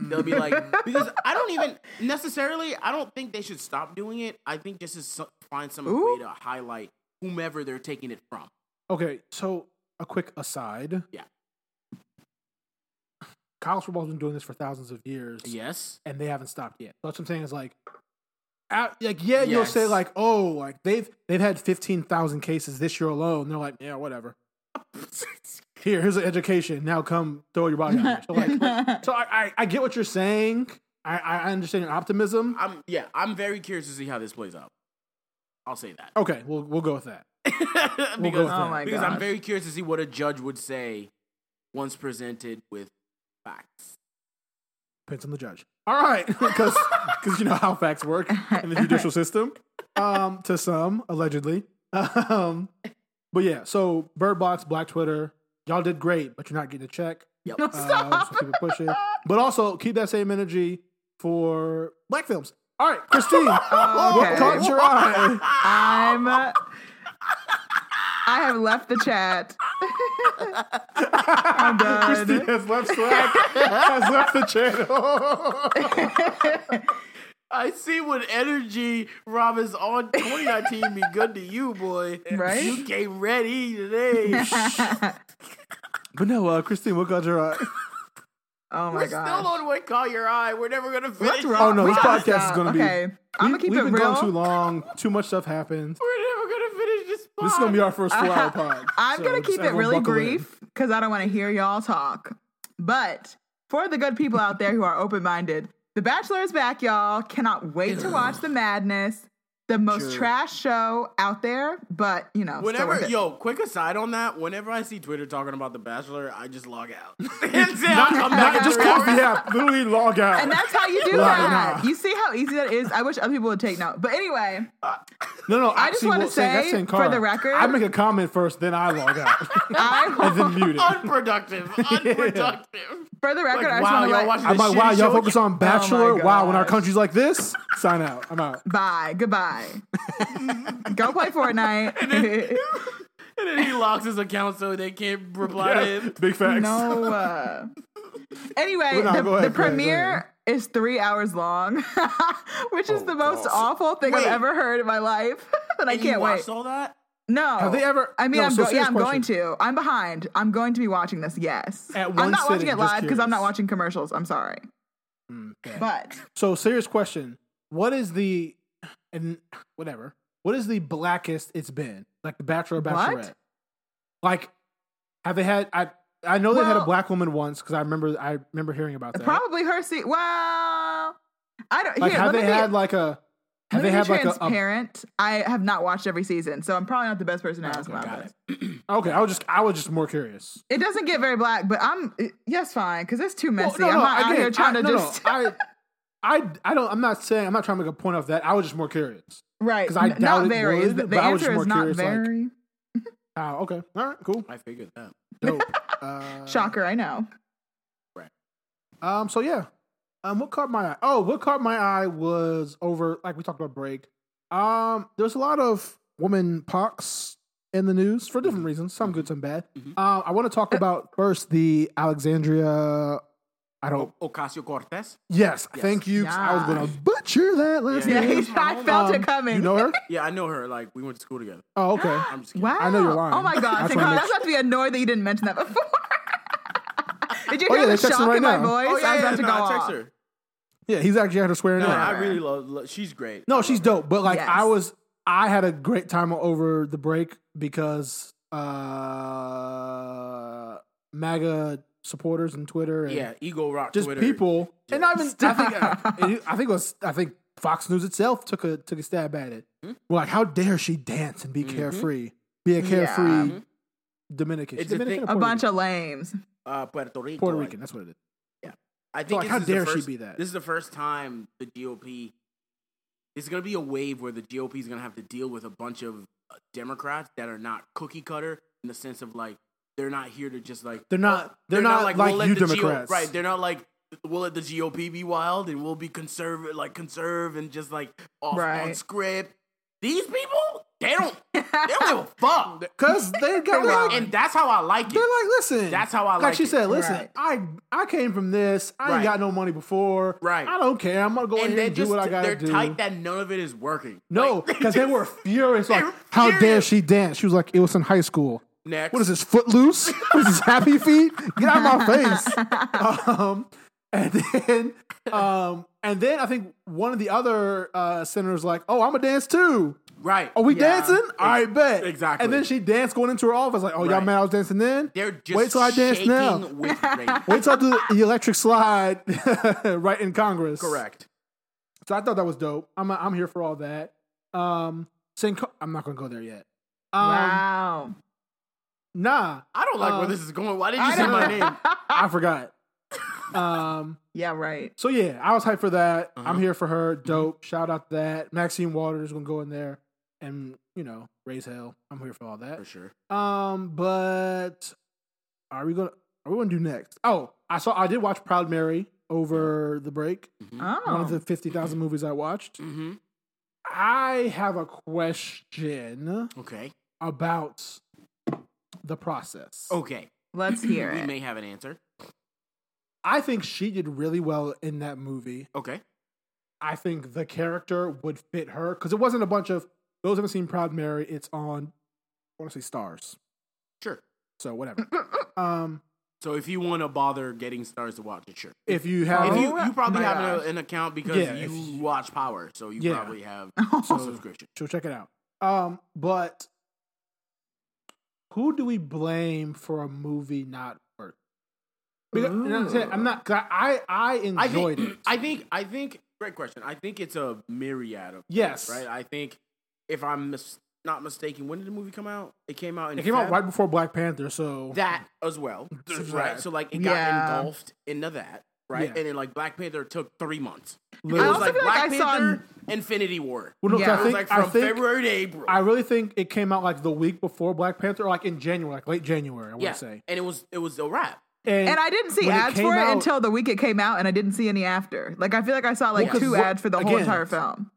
[SPEAKER 2] They'll be like because I don't even necessarily I don't think they should stop doing it. I think just to so- find some
[SPEAKER 3] Ooh.
[SPEAKER 2] way to highlight whomever they're taking it from.
[SPEAKER 4] Okay. So a quick aside.
[SPEAKER 2] Yeah.
[SPEAKER 4] College football's been doing this for thousands of years.
[SPEAKER 2] Yes.
[SPEAKER 4] and they haven't stopped yet. That's what I'm saying is like, out, like yeah, you'll say
[SPEAKER 2] Yes.
[SPEAKER 4] like, oh, like they've they've had fifteen thousand cases this year alone. They're like, yeah, whatever. Here, here's an education. Now come throw your body. out. So like, so I, I I get what you're saying. I I understand your optimism.
[SPEAKER 2] I'm yeah, I'm very curious to see how this plays out. I'll say that.
[SPEAKER 4] Okay, we'll we'll go with that.
[SPEAKER 2] because
[SPEAKER 4] We'll go with
[SPEAKER 3] Oh
[SPEAKER 4] that.
[SPEAKER 3] my
[SPEAKER 2] because
[SPEAKER 3] gosh.
[SPEAKER 2] I'm very curious to see what a judge would say once presented with facts.
[SPEAKER 4] Depends on the judge. All right, because because you know how facts work in the judicial system. Um, to some allegedly. Um, but yeah, so Bird Box, Black Twitter, y'all did great, but you're not getting a check.
[SPEAKER 2] Yep.
[SPEAKER 3] No,
[SPEAKER 4] Uh,
[SPEAKER 3] stop.
[SPEAKER 4] so keep it pushing. But also keep that same energy for black films. All right, Christine, uh, what
[SPEAKER 3] Okay.
[SPEAKER 4] caught your eye?
[SPEAKER 3] I'm. I have left the chat. I'm
[SPEAKER 4] Christine
[SPEAKER 3] done.
[SPEAKER 4] has left Slack, has left the channel.
[SPEAKER 2] I see what energy Rob is on 2019 be good to you, boy.
[SPEAKER 3] Right? Oh
[SPEAKER 2] You came ready today.
[SPEAKER 4] but no, uh, Christine, what caught your eye?
[SPEAKER 3] Oh my
[SPEAKER 2] We're still
[SPEAKER 3] god.
[SPEAKER 2] on what caught your eye. We're never gonna finish.
[SPEAKER 4] Oh no,
[SPEAKER 3] We
[SPEAKER 4] this
[SPEAKER 3] gotta
[SPEAKER 4] podcast is
[SPEAKER 3] stop.
[SPEAKER 4] gonna be.
[SPEAKER 3] Okay. I'm gonna keep
[SPEAKER 4] we've
[SPEAKER 3] it
[SPEAKER 4] been
[SPEAKER 3] real.
[SPEAKER 4] going too long. Too much stuff happened.
[SPEAKER 2] We're never gonna finish this. Pod.
[SPEAKER 4] This is gonna be our first four-hour pod.
[SPEAKER 3] Uh, I'm
[SPEAKER 4] so
[SPEAKER 3] gonna
[SPEAKER 4] just
[SPEAKER 3] keep it
[SPEAKER 4] everyone
[SPEAKER 3] really
[SPEAKER 4] buckle in.
[SPEAKER 3] brief because I don't want to hear y'all talk. But for the good people out there who are open minded, The Bachelor is back, y'all. Cannot wait to watch the madness. The most trash show out there, but you know, still worth
[SPEAKER 2] Whenever,
[SPEAKER 3] it.
[SPEAKER 2] yo, quick aside on that. Whenever I see Twitter talking about The Bachelor, I just log out. and say I'll come back.
[SPEAKER 4] Not-
[SPEAKER 2] in
[SPEAKER 4] just
[SPEAKER 2] three
[SPEAKER 4] close
[SPEAKER 2] hours.
[SPEAKER 4] the app. Literally log out.
[SPEAKER 3] and that's how you do
[SPEAKER 4] Right,
[SPEAKER 3] that.
[SPEAKER 4] nah.
[SPEAKER 3] You see how easy that is. I wish other people would take note. But anyway,
[SPEAKER 4] no, no.
[SPEAKER 3] I just
[SPEAKER 4] actually,
[SPEAKER 3] wanna
[SPEAKER 4] we'll say, that's
[SPEAKER 3] say,
[SPEAKER 4] in
[SPEAKER 3] for
[SPEAKER 4] car.
[SPEAKER 3] the record-
[SPEAKER 4] I make a comment first, then I log out,
[SPEAKER 3] I
[SPEAKER 4] and then mute it.
[SPEAKER 2] Unproductive. Unproductive.
[SPEAKER 3] for the record,
[SPEAKER 2] Like,
[SPEAKER 3] I just
[SPEAKER 2] wow,
[SPEAKER 3] want to
[SPEAKER 2] y'all
[SPEAKER 3] let
[SPEAKER 2] watching
[SPEAKER 4] I'm
[SPEAKER 2] this
[SPEAKER 4] like, wow,
[SPEAKER 2] shitty
[SPEAKER 4] y'all
[SPEAKER 2] show?
[SPEAKER 4] focus on Bachelor.
[SPEAKER 3] Oh my
[SPEAKER 4] wow, when our
[SPEAKER 3] gosh.
[SPEAKER 4] country's like this, sign out. I'm out.
[SPEAKER 3] bye, goodbye. Go play Fortnite.
[SPEAKER 2] And then he locks his account so they can't reply to him.
[SPEAKER 4] Big facts.
[SPEAKER 3] No. Uh... Anyway,
[SPEAKER 4] Well, no,
[SPEAKER 3] the,
[SPEAKER 4] go ahead,
[SPEAKER 3] the
[SPEAKER 4] go ahead, go
[SPEAKER 3] premiere is three hours long, which is the most awful thing
[SPEAKER 2] Wait.
[SPEAKER 3] I've ever heard in my life. and I
[SPEAKER 2] And you
[SPEAKER 3] can't wait.
[SPEAKER 2] watched all that?
[SPEAKER 3] No.
[SPEAKER 4] Have they ever?
[SPEAKER 3] I mean,
[SPEAKER 4] no,
[SPEAKER 3] I'm
[SPEAKER 4] so
[SPEAKER 3] go- yeah,
[SPEAKER 4] serious
[SPEAKER 3] I'm going
[SPEAKER 4] question.
[SPEAKER 3] to. I'm behind. I'm going to be watching this. Yes,
[SPEAKER 4] At
[SPEAKER 3] I'm
[SPEAKER 4] one
[SPEAKER 3] not watching
[SPEAKER 4] sitting,
[SPEAKER 3] it
[SPEAKER 4] just
[SPEAKER 3] live because I'm not
[SPEAKER 4] curious.
[SPEAKER 3] watching commercials. I'm sorry,
[SPEAKER 4] Okay.
[SPEAKER 3] but
[SPEAKER 4] So serious question. What is the and whatever? What is the blackest it's been? Like the Bachelor or
[SPEAKER 3] What?
[SPEAKER 4] Bachelorette? Like, have they had? I I know they had a
[SPEAKER 3] Well-
[SPEAKER 4] black woman once because I remember I remember heaaring about that.
[SPEAKER 3] probably her seat. Well, I don't.
[SPEAKER 4] like
[SPEAKER 3] here,
[SPEAKER 4] have
[SPEAKER 3] let me
[SPEAKER 4] they
[SPEAKER 3] be-
[SPEAKER 4] had like a?
[SPEAKER 3] Let
[SPEAKER 4] Have they
[SPEAKER 3] me
[SPEAKER 4] had
[SPEAKER 3] be
[SPEAKER 4] like a, a?
[SPEAKER 3] transparent. I have not watched every season, so I'm probably not the best person to ask
[SPEAKER 4] Oh, Okay,
[SPEAKER 3] about
[SPEAKER 4] got
[SPEAKER 3] this.
[SPEAKER 4] Okay, I was just I was just more curious.
[SPEAKER 3] It doesn't get very black, but I'm yes, fine, because it's too
[SPEAKER 4] Well,
[SPEAKER 3] messy. I'm not out
[SPEAKER 4] again,
[SPEAKER 3] here trying to
[SPEAKER 4] I- no, no,
[SPEAKER 3] just.
[SPEAKER 4] I, I I don't. I'm not saying. I'm not trying to make a point off that. I was just more curious.
[SPEAKER 3] Right.
[SPEAKER 4] 'Cause I
[SPEAKER 3] N-
[SPEAKER 4] doubt
[SPEAKER 3] not
[SPEAKER 4] it
[SPEAKER 3] very. is
[SPEAKER 4] would,
[SPEAKER 3] the the
[SPEAKER 4] but I was
[SPEAKER 3] answer
[SPEAKER 4] just
[SPEAKER 3] is
[SPEAKER 4] more
[SPEAKER 3] not
[SPEAKER 4] curious, like-
[SPEAKER 3] very.
[SPEAKER 4] Oh, okay. All right. Cool.
[SPEAKER 2] I figured that.
[SPEAKER 4] Dope. uh,
[SPEAKER 3] Shocker, I know.
[SPEAKER 4] Um. So yeah. Um. What caught my eye? Oh, what caught my eye was over. Like we talked about break. Um. There's a lot of woman pox in the news for
[SPEAKER 2] Mm-hmm.
[SPEAKER 4] different reasons. Some good, some bad.
[SPEAKER 2] Mhm.
[SPEAKER 4] Um. I want to talk about first the Alexandria. I don't.
[SPEAKER 2] Ocasio Cortez.
[SPEAKER 4] Yes.
[SPEAKER 2] Yes.
[SPEAKER 4] Thank you. 'cause I was
[SPEAKER 3] Yeah.
[SPEAKER 4] gonna butcher that last
[SPEAKER 2] Yeah,
[SPEAKER 3] Yeah,
[SPEAKER 4] name.
[SPEAKER 2] it was my
[SPEAKER 3] I
[SPEAKER 2] moment.
[SPEAKER 3] felt
[SPEAKER 4] Um,
[SPEAKER 3] it coming.
[SPEAKER 4] You know her?
[SPEAKER 2] Yeah, I know her. Like we went to school together.
[SPEAKER 4] Oh, okay.
[SPEAKER 2] I'm just kidding.
[SPEAKER 3] wow.
[SPEAKER 4] I know you're lying.
[SPEAKER 3] Oh my
[SPEAKER 4] I
[SPEAKER 3] god, thank
[SPEAKER 4] just wanna
[SPEAKER 3] God.
[SPEAKER 4] make
[SPEAKER 3] I was about to be annoyed that you didn't mention that before. Did you
[SPEAKER 4] Oh,
[SPEAKER 3] hear the
[SPEAKER 4] yeah, they're texting
[SPEAKER 3] shock
[SPEAKER 4] right
[SPEAKER 3] in
[SPEAKER 4] now.
[SPEAKER 3] my voice?
[SPEAKER 2] Oh yeah,
[SPEAKER 3] I was
[SPEAKER 2] yeah,
[SPEAKER 3] about to
[SPEAKER 2] no,
[SPEAKER 3] go
[SPEAKER 2] I text
[SPEAKER 3] off.
[SPEAKER 2] her.
[SPEAKER 4] Yeah, he's actually had her swearing
[SPEAKER 2] No,
[SPEAKER 4] out.
[SPEAKER 2] I
[SPEAKER 3] her.
[SPEAKER 2] really love, love. She's great. I
[SPEAKER 4] No,
[SPEAKER 2] love
[SPEAKER 4] she's
[SPEAKER 2] her.
[SPEAKER 4] dope. But like
[SPEAKER 3] Yes.
[SPEAKER 4] I was I had a great time over the break because uh MAGA supporters and Twitter and
[SPEAKER 2] Yeah, Ego Rock.
[SPEAKER 4] just
[SPEAKER 2] Twitter.
[SPEAKER 4] people and not even I think
[SPEAKER 2] uh,
[SPEAKER 3] Stop.
[SPEAKER 4] I think it was I think Fox News itself took a took a stab at it.
[SPEAKER 2] Hmm?
[SPEAKER 4] We're like, how dare she dance and be
[SPEAKER 2] Mm-hmm.
[SPEAKER 4] carefree? Be a carefree
[SPEAKER 3] Yeah.
[SPEAKER 4] Dominican.
[SPEAKER 2] It's
[SPEAKER 4] She's
[SPEAKER 2] a thing-
[SPEAKER 4] Dominican or
[SPEAKER 3] A
[SPEAKER 4] Puerto
[SPEAKER 3] bunch
[SPEAKER 4] Rican?
[SPEAKER 3] of lames.
[SPEAKER 2] Uh, Puerto Rico.
[SPEAKER 4] Puerto
[SPEAKER 2] I
[SPEAKER 4] Rican. That's what it is.
[SPEAKER 2] I think
[SPEAKER 4] like,
[SPEAKER 2] this
[SPEAKER 4] how
[SPEAKER 2] is the
[SPEAKER 4] dare she
[SPEAKER 2] first-
[SPEAKER 4] be that?
[SPEAKER 2] This is the first time the GOP. It's going to be a wave where the GOP is going to have to deal with a bunch of uh, Democrats that are not cookie cutter in the sense of like they're not here to just like
[SPEAKER 4] They're not. They're, not, like,
[SPEAKER 2] let
[SPEAKER 4] you
[SPEAKER 2] the GO
[SPEAKER 4] Democrats,
[SPEAKER 2] right? They're not like we'll let the GOP be wild and we'll be conservative, like conserve and just like off on
[SPEAKER 3] Right.
[SPEAKER 2] script. These people, they don't, they don't give a fuck.
[SPEAKER 4] Because they got like,
[SPEAKER 2] and that's how I like it.
[SPEAKER 4] They're like, listen.
[SPEAKER 2] That's how I
[SPEAKER 4] like.
[SPEAKER 2] like
[SPEAKER 4] she
[SPEAKER 2] it.
[SPEAKER 4] said, listen,
[SPEAKER 3] Right.
[SPEAKER 4] I I came from this. I
[SPEAKER 2] Right.
[SPEAKER 4] ain't got no money before.
[SPEAKER 2] Right.
[SPEAKER 4] I don't care. I'm gonna go
[SPEAKER 2] and
[SPEAKER 4] ahead
[SPEAKER 2] they
[SPEAKER 4] and do
[SPEAKER 2] just
[SPEAKER 4] what I gotta
[SPEAKER 2] they're
[SPEAKER 4] do.
[SPEAKER 2] tight that none of it is working.
[SPEAKER 4] no,
[SPEAKER 2] Like,
[SPEAKER 4] because they were furious. Like,
[SPEAKER 2] were
[SPEAKER 4] how dare
[SPEAKER 2] furious.
[SPEAKER 4] she dance? She was like, it was in high school.
[SPEAKER 2] next.
[SPEAKER 4] What is this? Footloose? what is this? Happy feet? Get out of my face. Um, and then, um, and then I think one of the other uh, senators like, oh, I'm gonna dance too.
[SPEAKER 2] Right.
[SPEAKER 4] Are we
[SPEAKER 3] Yeah.
[SPEAKER 4] dancing? All right, bet.
[SPEAKER 2] exactly.
[SPEAKER 4] And then she danced going into her office, like, oh, y'all
[SPEAKER 2] Right.
[SPEAKER 4] mad I was dancing then?
[SPEAKER 2] They're just
[SPEAKER 4] Wait till I dance
[SPEAKER 2] shaking
[SPEAKER 4] now.
[SPEAKER 2] With rage.
[SPEAKER 4] Wait till I do the electric slide right in Congress.
[SPEAKER 2] Correct.
[SPEAKER 4] So I thought that was dope. I'm I'm here for all that. Um, Sinco- I'm not gonna go there yet. Um,
[SPEAKER 3] wow.
[SPEAKER 4] Nah,
[SPEAKER 2] I don't like where
[SPEAKER 4] Um,
[SPEAKER 2] this is going. Why did you
[SPEAKER 4] I
[SPEAKER 2] say
[SPEAKER 4] don't-
[SPEAKER 2] my name?
[SPEAKER 4] I forgot. um,
[SPEAKER 3] Yeah, right.
[SPEAKER 4] so yeah, I was hyped for that. I'm
[SPEAKER 2] Uh-huh.
[SPEAKER 4] here for her. Dope. Shout out to that. Maxine Waters gonna go in there and you know raise hell. I'm here for all that.
[SPEAKER 2] For sure.
[SPEAKER 4] Um, but are we gonna are we gonna do next? Oh, I saw I did watch Proud Mary over the break. One of
[SPEAKER 3] Oh.
[SPEAKER 4] the fifty thousand movies I watched.
[SPEAKER 2] Mm-hmm.
[SPEAKER 4] I have a question
[SPEAKER 2] Okay.
[SPEAKER 4] about the process.
[SPEAKER 2] Okay.
[SPEAKER 3] Let's hear
[SPEAKER 2] We
[SPEAKER 3] it.
[SPEAKER 2] may have an answer.
[SPEAKER 4] I think she did really well in that movie.
[SPEAKER 2] Okay.
[SPEAKER 4] I think the character would fit her because it wasn't a bunch of those who haven't seen Proud Mary. It's on, I want to say stars.
[SPEAKER 2] Sure.
[SPEAKER 4] So whatever. um,
[SPEAKER 2] So if you want to bother getting stars to watch it, sure.
[SPEAKER 4] if you have,
[SPEAKER 2] if you, you probably
[SPEAKER 3] my
[SPEAKER 2] have an-
[SPEAKER 3] gosh.
[SPEAKER 2] an account because
[SPEAKER 4] Yeah,
[SPEAKER 2] you
[SPEAKER 4] if-
[SPEAKER 2] watch Power, so you
[SPEAKER 4] Yeah.
[SPEAKER 2] probably have a
[SPEAKER 4] So-
[SPEAKER 2] subscription.
[SPEAKER 4] So check it out. Um, but who do we blame for a movie not working? Because, you know what I'm, saying? I'm not. 'cause I I
[SPEAKER 2] I
[SPEAKER 4] enjoyed
[SPEAKER 2] think,
[SPEAKER 4] it.
[SPEAKER 2] I think. I think. Great question. I think it's a myriad of
[SPEAKER 4] Yes.
[SPEAKER 2] right. I think if I'm mis- not mistaken, when did the movie come out? It came out. In
[SPEAKER 4] It came out
[SPEAKER 2] Feb-
[SPEAKER 4] right before Black Panther, so
[SPEAKER 2] that as well,
[SPEAKER 4] That's
[SPEAKER 2] right?
[SPEAKER 4] right.
[SPEAKER 2] So like it got
[SPEAKER 3] Yeah.
[SPEAKER 2] engulfed into that, right?
[SPEAKER 4] Yeah.
[SPEAKER 2] And then like Black Panther took three months. It
[SPEAKER 4] literally-
[SPEAKER 3] I
[SPEAKER 2] was
[SPEAKER 3] also
[SPEAKER 2] like
[SPEAKER 3] feel like
[SPEAKER 2] Black
[SPEAKER 3] I saw
[SPEAKER 2] Panther, Infinity War.
[SPEAKER 4] Well, no, 'cause
[SPEAKER 3] Yeah.
[SPEAKER 2] It
[SPEAKER 4] I
[SPEAKER 2] was
[SPEAKER 4] think
[SPEAKER 2] like
[SPEAKER 4] I
[SPEAKER 2] from
[SPEAKER 4] think
[SPEAKER 2] February to April.
[SPEAKER 4] I really think it came out like the week before Black Panther, or like in January, like late January. I want to
[SPEAKER 2] yeah,
[SPEAKER 4] say.
[SPEAKER 2] and it was it was a wrap.
[SPEAKER 3] And I didn't see
[SPEAKER 4] when it
[SPEAKER 3] ads
[SPEAKER 4] came
[SPEAKER 3] for it
[SPEAKER 4] out-
[SPEAKER 3] until the week it came out, and I didn't see any after. Like I feel like I saw like
[SPEAKER 4] Well, 'cause
[SPEAKER 3] two
[SPEAKER 4] what-
[SPEAKER 3] ads for the whole
[SPEAKER 4] again,
[SPEAKER 3] entire film.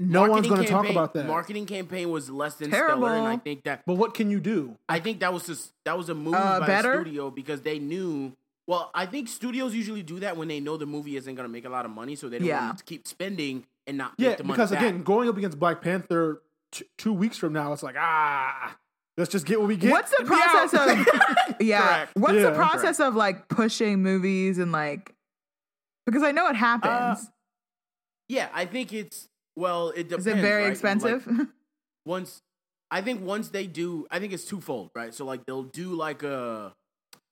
[SPEAKER 4] no one's
[SPEAKER 2] Marketing
[SPEAKER 4] going to talk
[SPEAKER 2] campaign-
[SPEAKER 4] about that.
[SPEAKER 2] Marketing campaign was less than stellar, and
[SPEAKER 3] Terrible.
[SPEAKER 2] I think that
[SPEAKER 4] But what can you do?
[SPEAKER 2] I think that was just that was a move
[SPEAKER 3] Uh,
[SPEAKER 2] by
[SPEAKER 3] better?
[SPEAKER 2] the studio because they knew. Well, I think studios usually do that when they know the movie isn't going to make a lot of money, so they don't
[SPEAKER 3] Yeah.
[SPEAKER 2] want to keep spending and not
[SPEAKER 4] Yeah,
[SPEAKER 2] make the money
[SPEAKER 4] because
[SPEAKER 2] back.
[SPEAKER 4] again, going up against Black Panther t- two weeks from now, it's like ah, let's just get what we get.
[SPEAKER 3] What's the
[SPEAKER 4] and be out.
[SPEAKER 3] process of yeah?
[SPEAKER 2] Correct.
[SPEAKER 3] What's
[SPEAKER 4] Yeah,
[SPEAKER 3] the process of like pushing movies and like because I know
[SPEAKER 4] Uh,
[SPEAKER 3] it happens.
[SPEAKER 2] yeah, I think it's well, it depends.
[SPEAKER 3] Is it very
[SPEAKER 2] right? Like,
[SPEAKER 3] expensive?
[SPEAKER 2] once I think once they do, I think it's twofold, right? So like they'll do like a,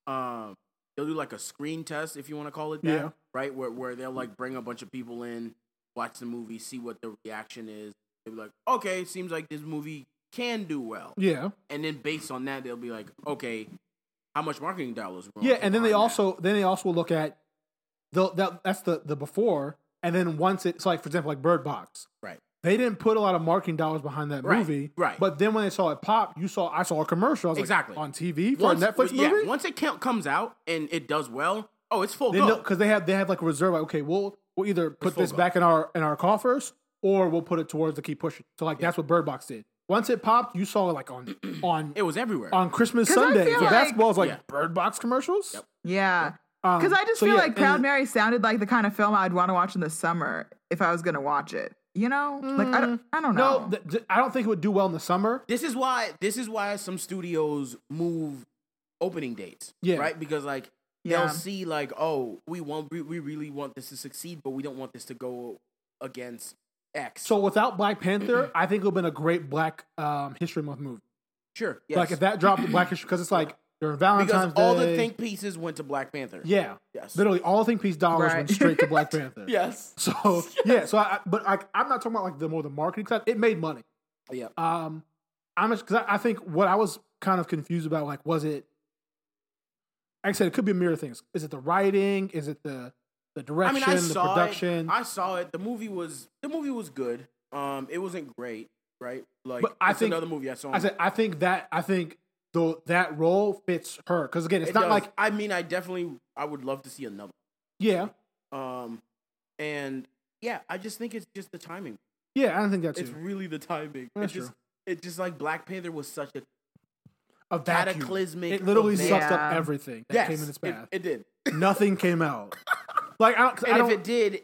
[SPEAKER 2] um, they'll do like a screen test if you want to call it that,
[SPEAKER 4] Yeah.
[SPEAKER 2] right? Where where they'll like bring a bunch of people in, watch the movie, see what the reaction is. They'll be like, okay, seems like this movie can do well,
[SPEAKER 4] yeah,
[SPEAKER 2] and then based on that, they'll be like, okay, how much marketing dollars? we're gonna
[SPEAKER 4] yeah,
[SPEAKER 2] put
[SPEAKER 4] and then they
[SPEAKER 2] behind that?
[SPEAKER 4] also then they also look at the that that's the the before And then once it's like, for example, like Bird Box.
[SPEAKER 2] Right.
[SPEAKER 4] They didn't put a lot of marketing dollars behind that
[SPEAKER 2] Right,
[SPEAKER 4] movie.
[SPEAKER 2] right.
[SPEAKER 4] But then when they saw it pop, you saw I saw a commercial. I was like,
[SPEAKER 2] Exactly.
[SPEAKER 4] on TV for a Netflix
[SPEAKER 2] yeah,
[SPEAKER 4] movie.
[SPEAKER 2] once it count- comes out and it does well, oh, it's full
[SPEAKER 4] they
[SPEAKER 2] go.
[SPEAKER 4] know because they have they have like a reserve. Like, okay, we'll we'll either put
[SPEAKER 2] full
[SPEAKER 4] this
[SPEAKER 2] go.
[SPEAKER 4] back in our in our coffers or we'll put it towards the keep pushing. So like that's what Bird Box did. Once it popped, you saw it like on on
[SPEAKER 2] it was everywhere.
[SPEAKER 4] on Christmas
[SPEAKER 3] 'Cause I
[SPEAKER 4] Sunday.
[SPEAKER 3] feel
[SPEAKER 4] The
[SPEAKER 3] like-
[SPEAKER 4] basketball is like
[SPEAKER 2] Yeah.
[SPEAKER 4] Bird Box commercials.
[SPEAKER 3] Yeah.
[SPEAKER 4] Um,
[SPEAKER 3] Because I just
[SPEAKER 4] so
[SPEAKER 3] feel
[SPEAKER 4] yeah,
[SPEAKER 3] like Proud
[SPEAKER 4] and-
[SPEAKER 3] Mary sounded like the kind of film I'd want to watch in the summer if I was going to watch it. You know? Like, I don't, I don't know.
[SPEAKER 4] Mm, No, th- th- I don't think it would do well in the summer.
[SPEAKER 2] this is why this is why some studios move opening dates.
[SPEAKER 4] Yeah.
[SPEAKER 2] Right? Because like
[SPEAKER 3] yeah.
[SPEAKER 2] they'll see like, oh, we want we, we really want this to succeed, but we don't want this to go against X.
[SPEAKER 4] So without Black Panther, I think it would have been a great Black um, History Month movie.
[SPEAKER 2] sure. Yes.
[SPEAKER 4] Like if that dropped Black History, because it's like during Valentine's
[SPEAKER 2] because all
[SPEAKER 4] Day.
[SPEAKER 2] the think pieces went to Black Panther.
[SPEAKER 4] yeah,
[SPEAKER 2] Yes.
[SPEAKER 4] literally all think piece dollars
[SPEAKER 3] Right.
[SPEAKER 4] went straight to Black Panther.
[SPEAKER 2] Yes.
[SPEAKER 4] So yeah, so I, I- but like I'm not talking about like the more the marketing side. It made money.
[SPEAKER 2] Yeah.
[SPEAKER 4] Um, I'm because I, I think what I was kind of confused about like was it. Like I said, it could be a mirror things. Is it the writing? Is it the the
[SPEAKER 2] I
[SPEAKER 4] direction?
[SPEAKER 2] mean, I
[SPEAKER 4] the
[SPEAKER 2] saw
[SPEAKER 4] production?
[SPEAKER 2] it. I saw it. The movie was the movie was good. Um, it wasn't great, right? Like,
[SPEAKER 4] But I
[SPEAKER 2] it's
[SPEAKER 4] think-
[SPEAKER 2] another movie I saw.
[SPEAKER 4] I said I think that I think though that role fits her because again, it's
[SPEAKER 2] It
[SPEAKER 4] not
[SPEAKER 2] does.
[SPEAKER 4] like
[SPEAKER 2] I mean, I definitely I would love to see another.
[SPEAKER 4] yeah,
[SPEAKER 2] Um, and yeah, I just think it's just the timing.
[SPEAKER 4] yeah. I don't think that's
[SPEAKER 2] It's really the timing.
[SPEAKER 4] That's
[SPEAKER 2] it just it just like Black Panther was such a
[SPEAKER 4] a vacuum.
[SPEAKER 2] cataclysmic
[SPEAKER 4] It literally
[SPEAKER 2] event.
[SPEAKER 4] sucked up
[SPEAKER 3] Yeah.
[SPEAKER 4] everything that
[SPEAKER 2] yes,
[SPEAKER 4] came in its
[SPEAKER 2] it,
[SPEAKER 4] path.
[SPEAKER 2] it did.
[SPEAKER 4] Nothing came out. Like I don't, 'cause I
[SPEAKER 2] And
[SPEAKER 4] don't
[SPEAKER 2] if it did,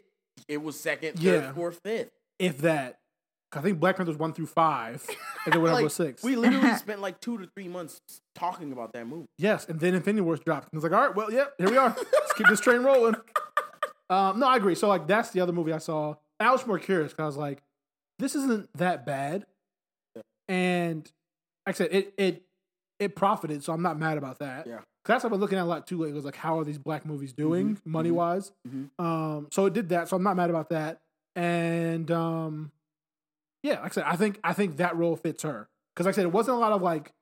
[SPEAKER 2] it was second, third,
[SPEAKER 4] Yeah.
[SPEAKER 2] fourth, fifth.
[SPEAKER 4] if that. 'Cause I think Black Panther's one through five, and then whatever
[SPEAKER 2] Like,
[SPEAKER 4] was six.
[SPEAKER 2] We literally spent like two to three months talking about that movie.
[SPEAKER 4] yes, and then Infinity Wars dropped. And it's like, all right, well, yep, here we are. Let's keep this train rolling. Um, no, I agree. So like, that's the other movie I saw. I was more curious because I was like, this isn't that bad, and like I said, it it it profited. So I'm not mad about that.
[SPEAKER 2] Yeah. Mm-hmm.
[SPEAKER 4] 'Cause that's what I've been looking at a lot too. Like, it was like, how are these black movies doing money wise?
[SPEAKER 2] Mhm.
[SPEAKER 4] Um, so it did that. So I'm not mad about that. And um, yeah, like I said, I think I think that role fits her because like I said, it wasn't a lot of like.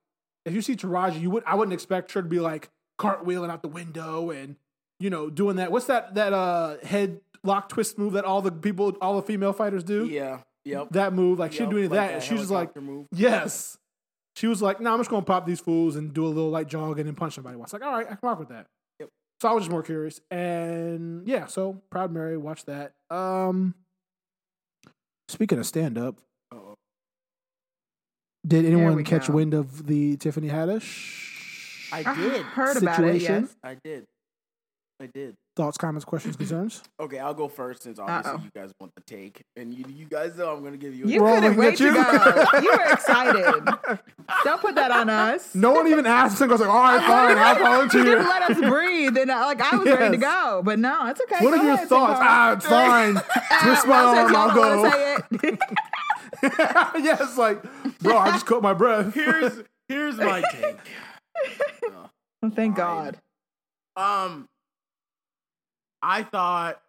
[SPEAKER 4] If you see Taraji, you would I wouldn't expect her to be like cartwheeling out the window and you know doing that. What's that that uh head lock twist move that all the people, all the female fighters do?
[SPEAKER 2] Yeah. Yep.
[SPEAKER 4] That move, like she
[SPEAKER 2] Yep,
[SPEAKER 4] didn't do any of that.
[SPEAKER 2] that
[SPEAKER 4] she was just like,
[SPEAKER 2] helicopter move.
[SPEAKER 4] Yes. She was like, no, I'm just going to pop these fools and do a little light jog and then punch somebody once. Like, all right, I can rock with that.
[SPEAKER 2] Yep.
[SPEAKER 4] So I was just more curious. And yeah, so Proud Mary, watch that. Um Speaking of stand up,
[SPEAKER 2] Uh-oh.
[SPEAKER 4] did anyone
[SPEAKER 3] we
[SPEAKER 4] catch
[SPEAKER 3] go.
[SPEAKER 4] wind of the Tiffany Haddish?
[SPEAKER 2] I
[SPEAKER 3] I
[SPEAKER 2] did.
[SPEAKER 3] heard about it.
[SPEAKER 4] Situation.
[SPEAKER 3] Yes.
[SPEAKER 2] I did. I did.
[SPEAKER 4] Thoughts, comments, questions, concerns?
[SPEAKER 2] Okay, I'll go first since obviously
[SPEAKER 3] Uh-oh.
[SPEAKER 2] you guys want the take, and you, you guys know I'm gonna give you. A
[SPEAKER 3] You
[SPEAKER 4] We're all
[SPEAKER 3] couldn't
[SPEAKER 4] looking
[SPEAKER 3] wait
[SPEAKER 4] at
[SPEAKER 3] to
[SPEAKER 4] you.
[SPEAKER 3] go. You were excited. Don't put that on us.
[SPEAKER 4] No one even asked and goes like, all right, fine, I'll
[SPEAKER 3] You
[SPEAKER 4] volunteer.
[SPEAKER 3] didn't let us breathe, and uh, like I was ready to
[SPEAKER 4] Yes.
[SPEAKER 3] go, but no, it's okay.
[SPEAKER 4] What
[SPEAKER 3] Go
[SPEAKER 4] are your
[SPEAKER 3] ahead,
[SPEAKER 4] thoughts?
[SPEAKER 3] Sankara.
[SPEAKER 4] Ah, fine. Twist my
[SPEAKER 3] Well, since
[SPEAKER 4] arm,
[SPEAKER 3] y'all don't
[SPEAKER 4] I'll go.
[SPEAKER 3] wanna say it.
[SPEAKER 4] yeah, it's like, bro, I just caught my breath.
[SPEAKER 2] here's here's my take.
[SPEAKER 3] Well, Oh,
[SPEAKER 2] Fine.
[SPEAKER 3] thank God.
[SPEAKER 2] Um, I thought,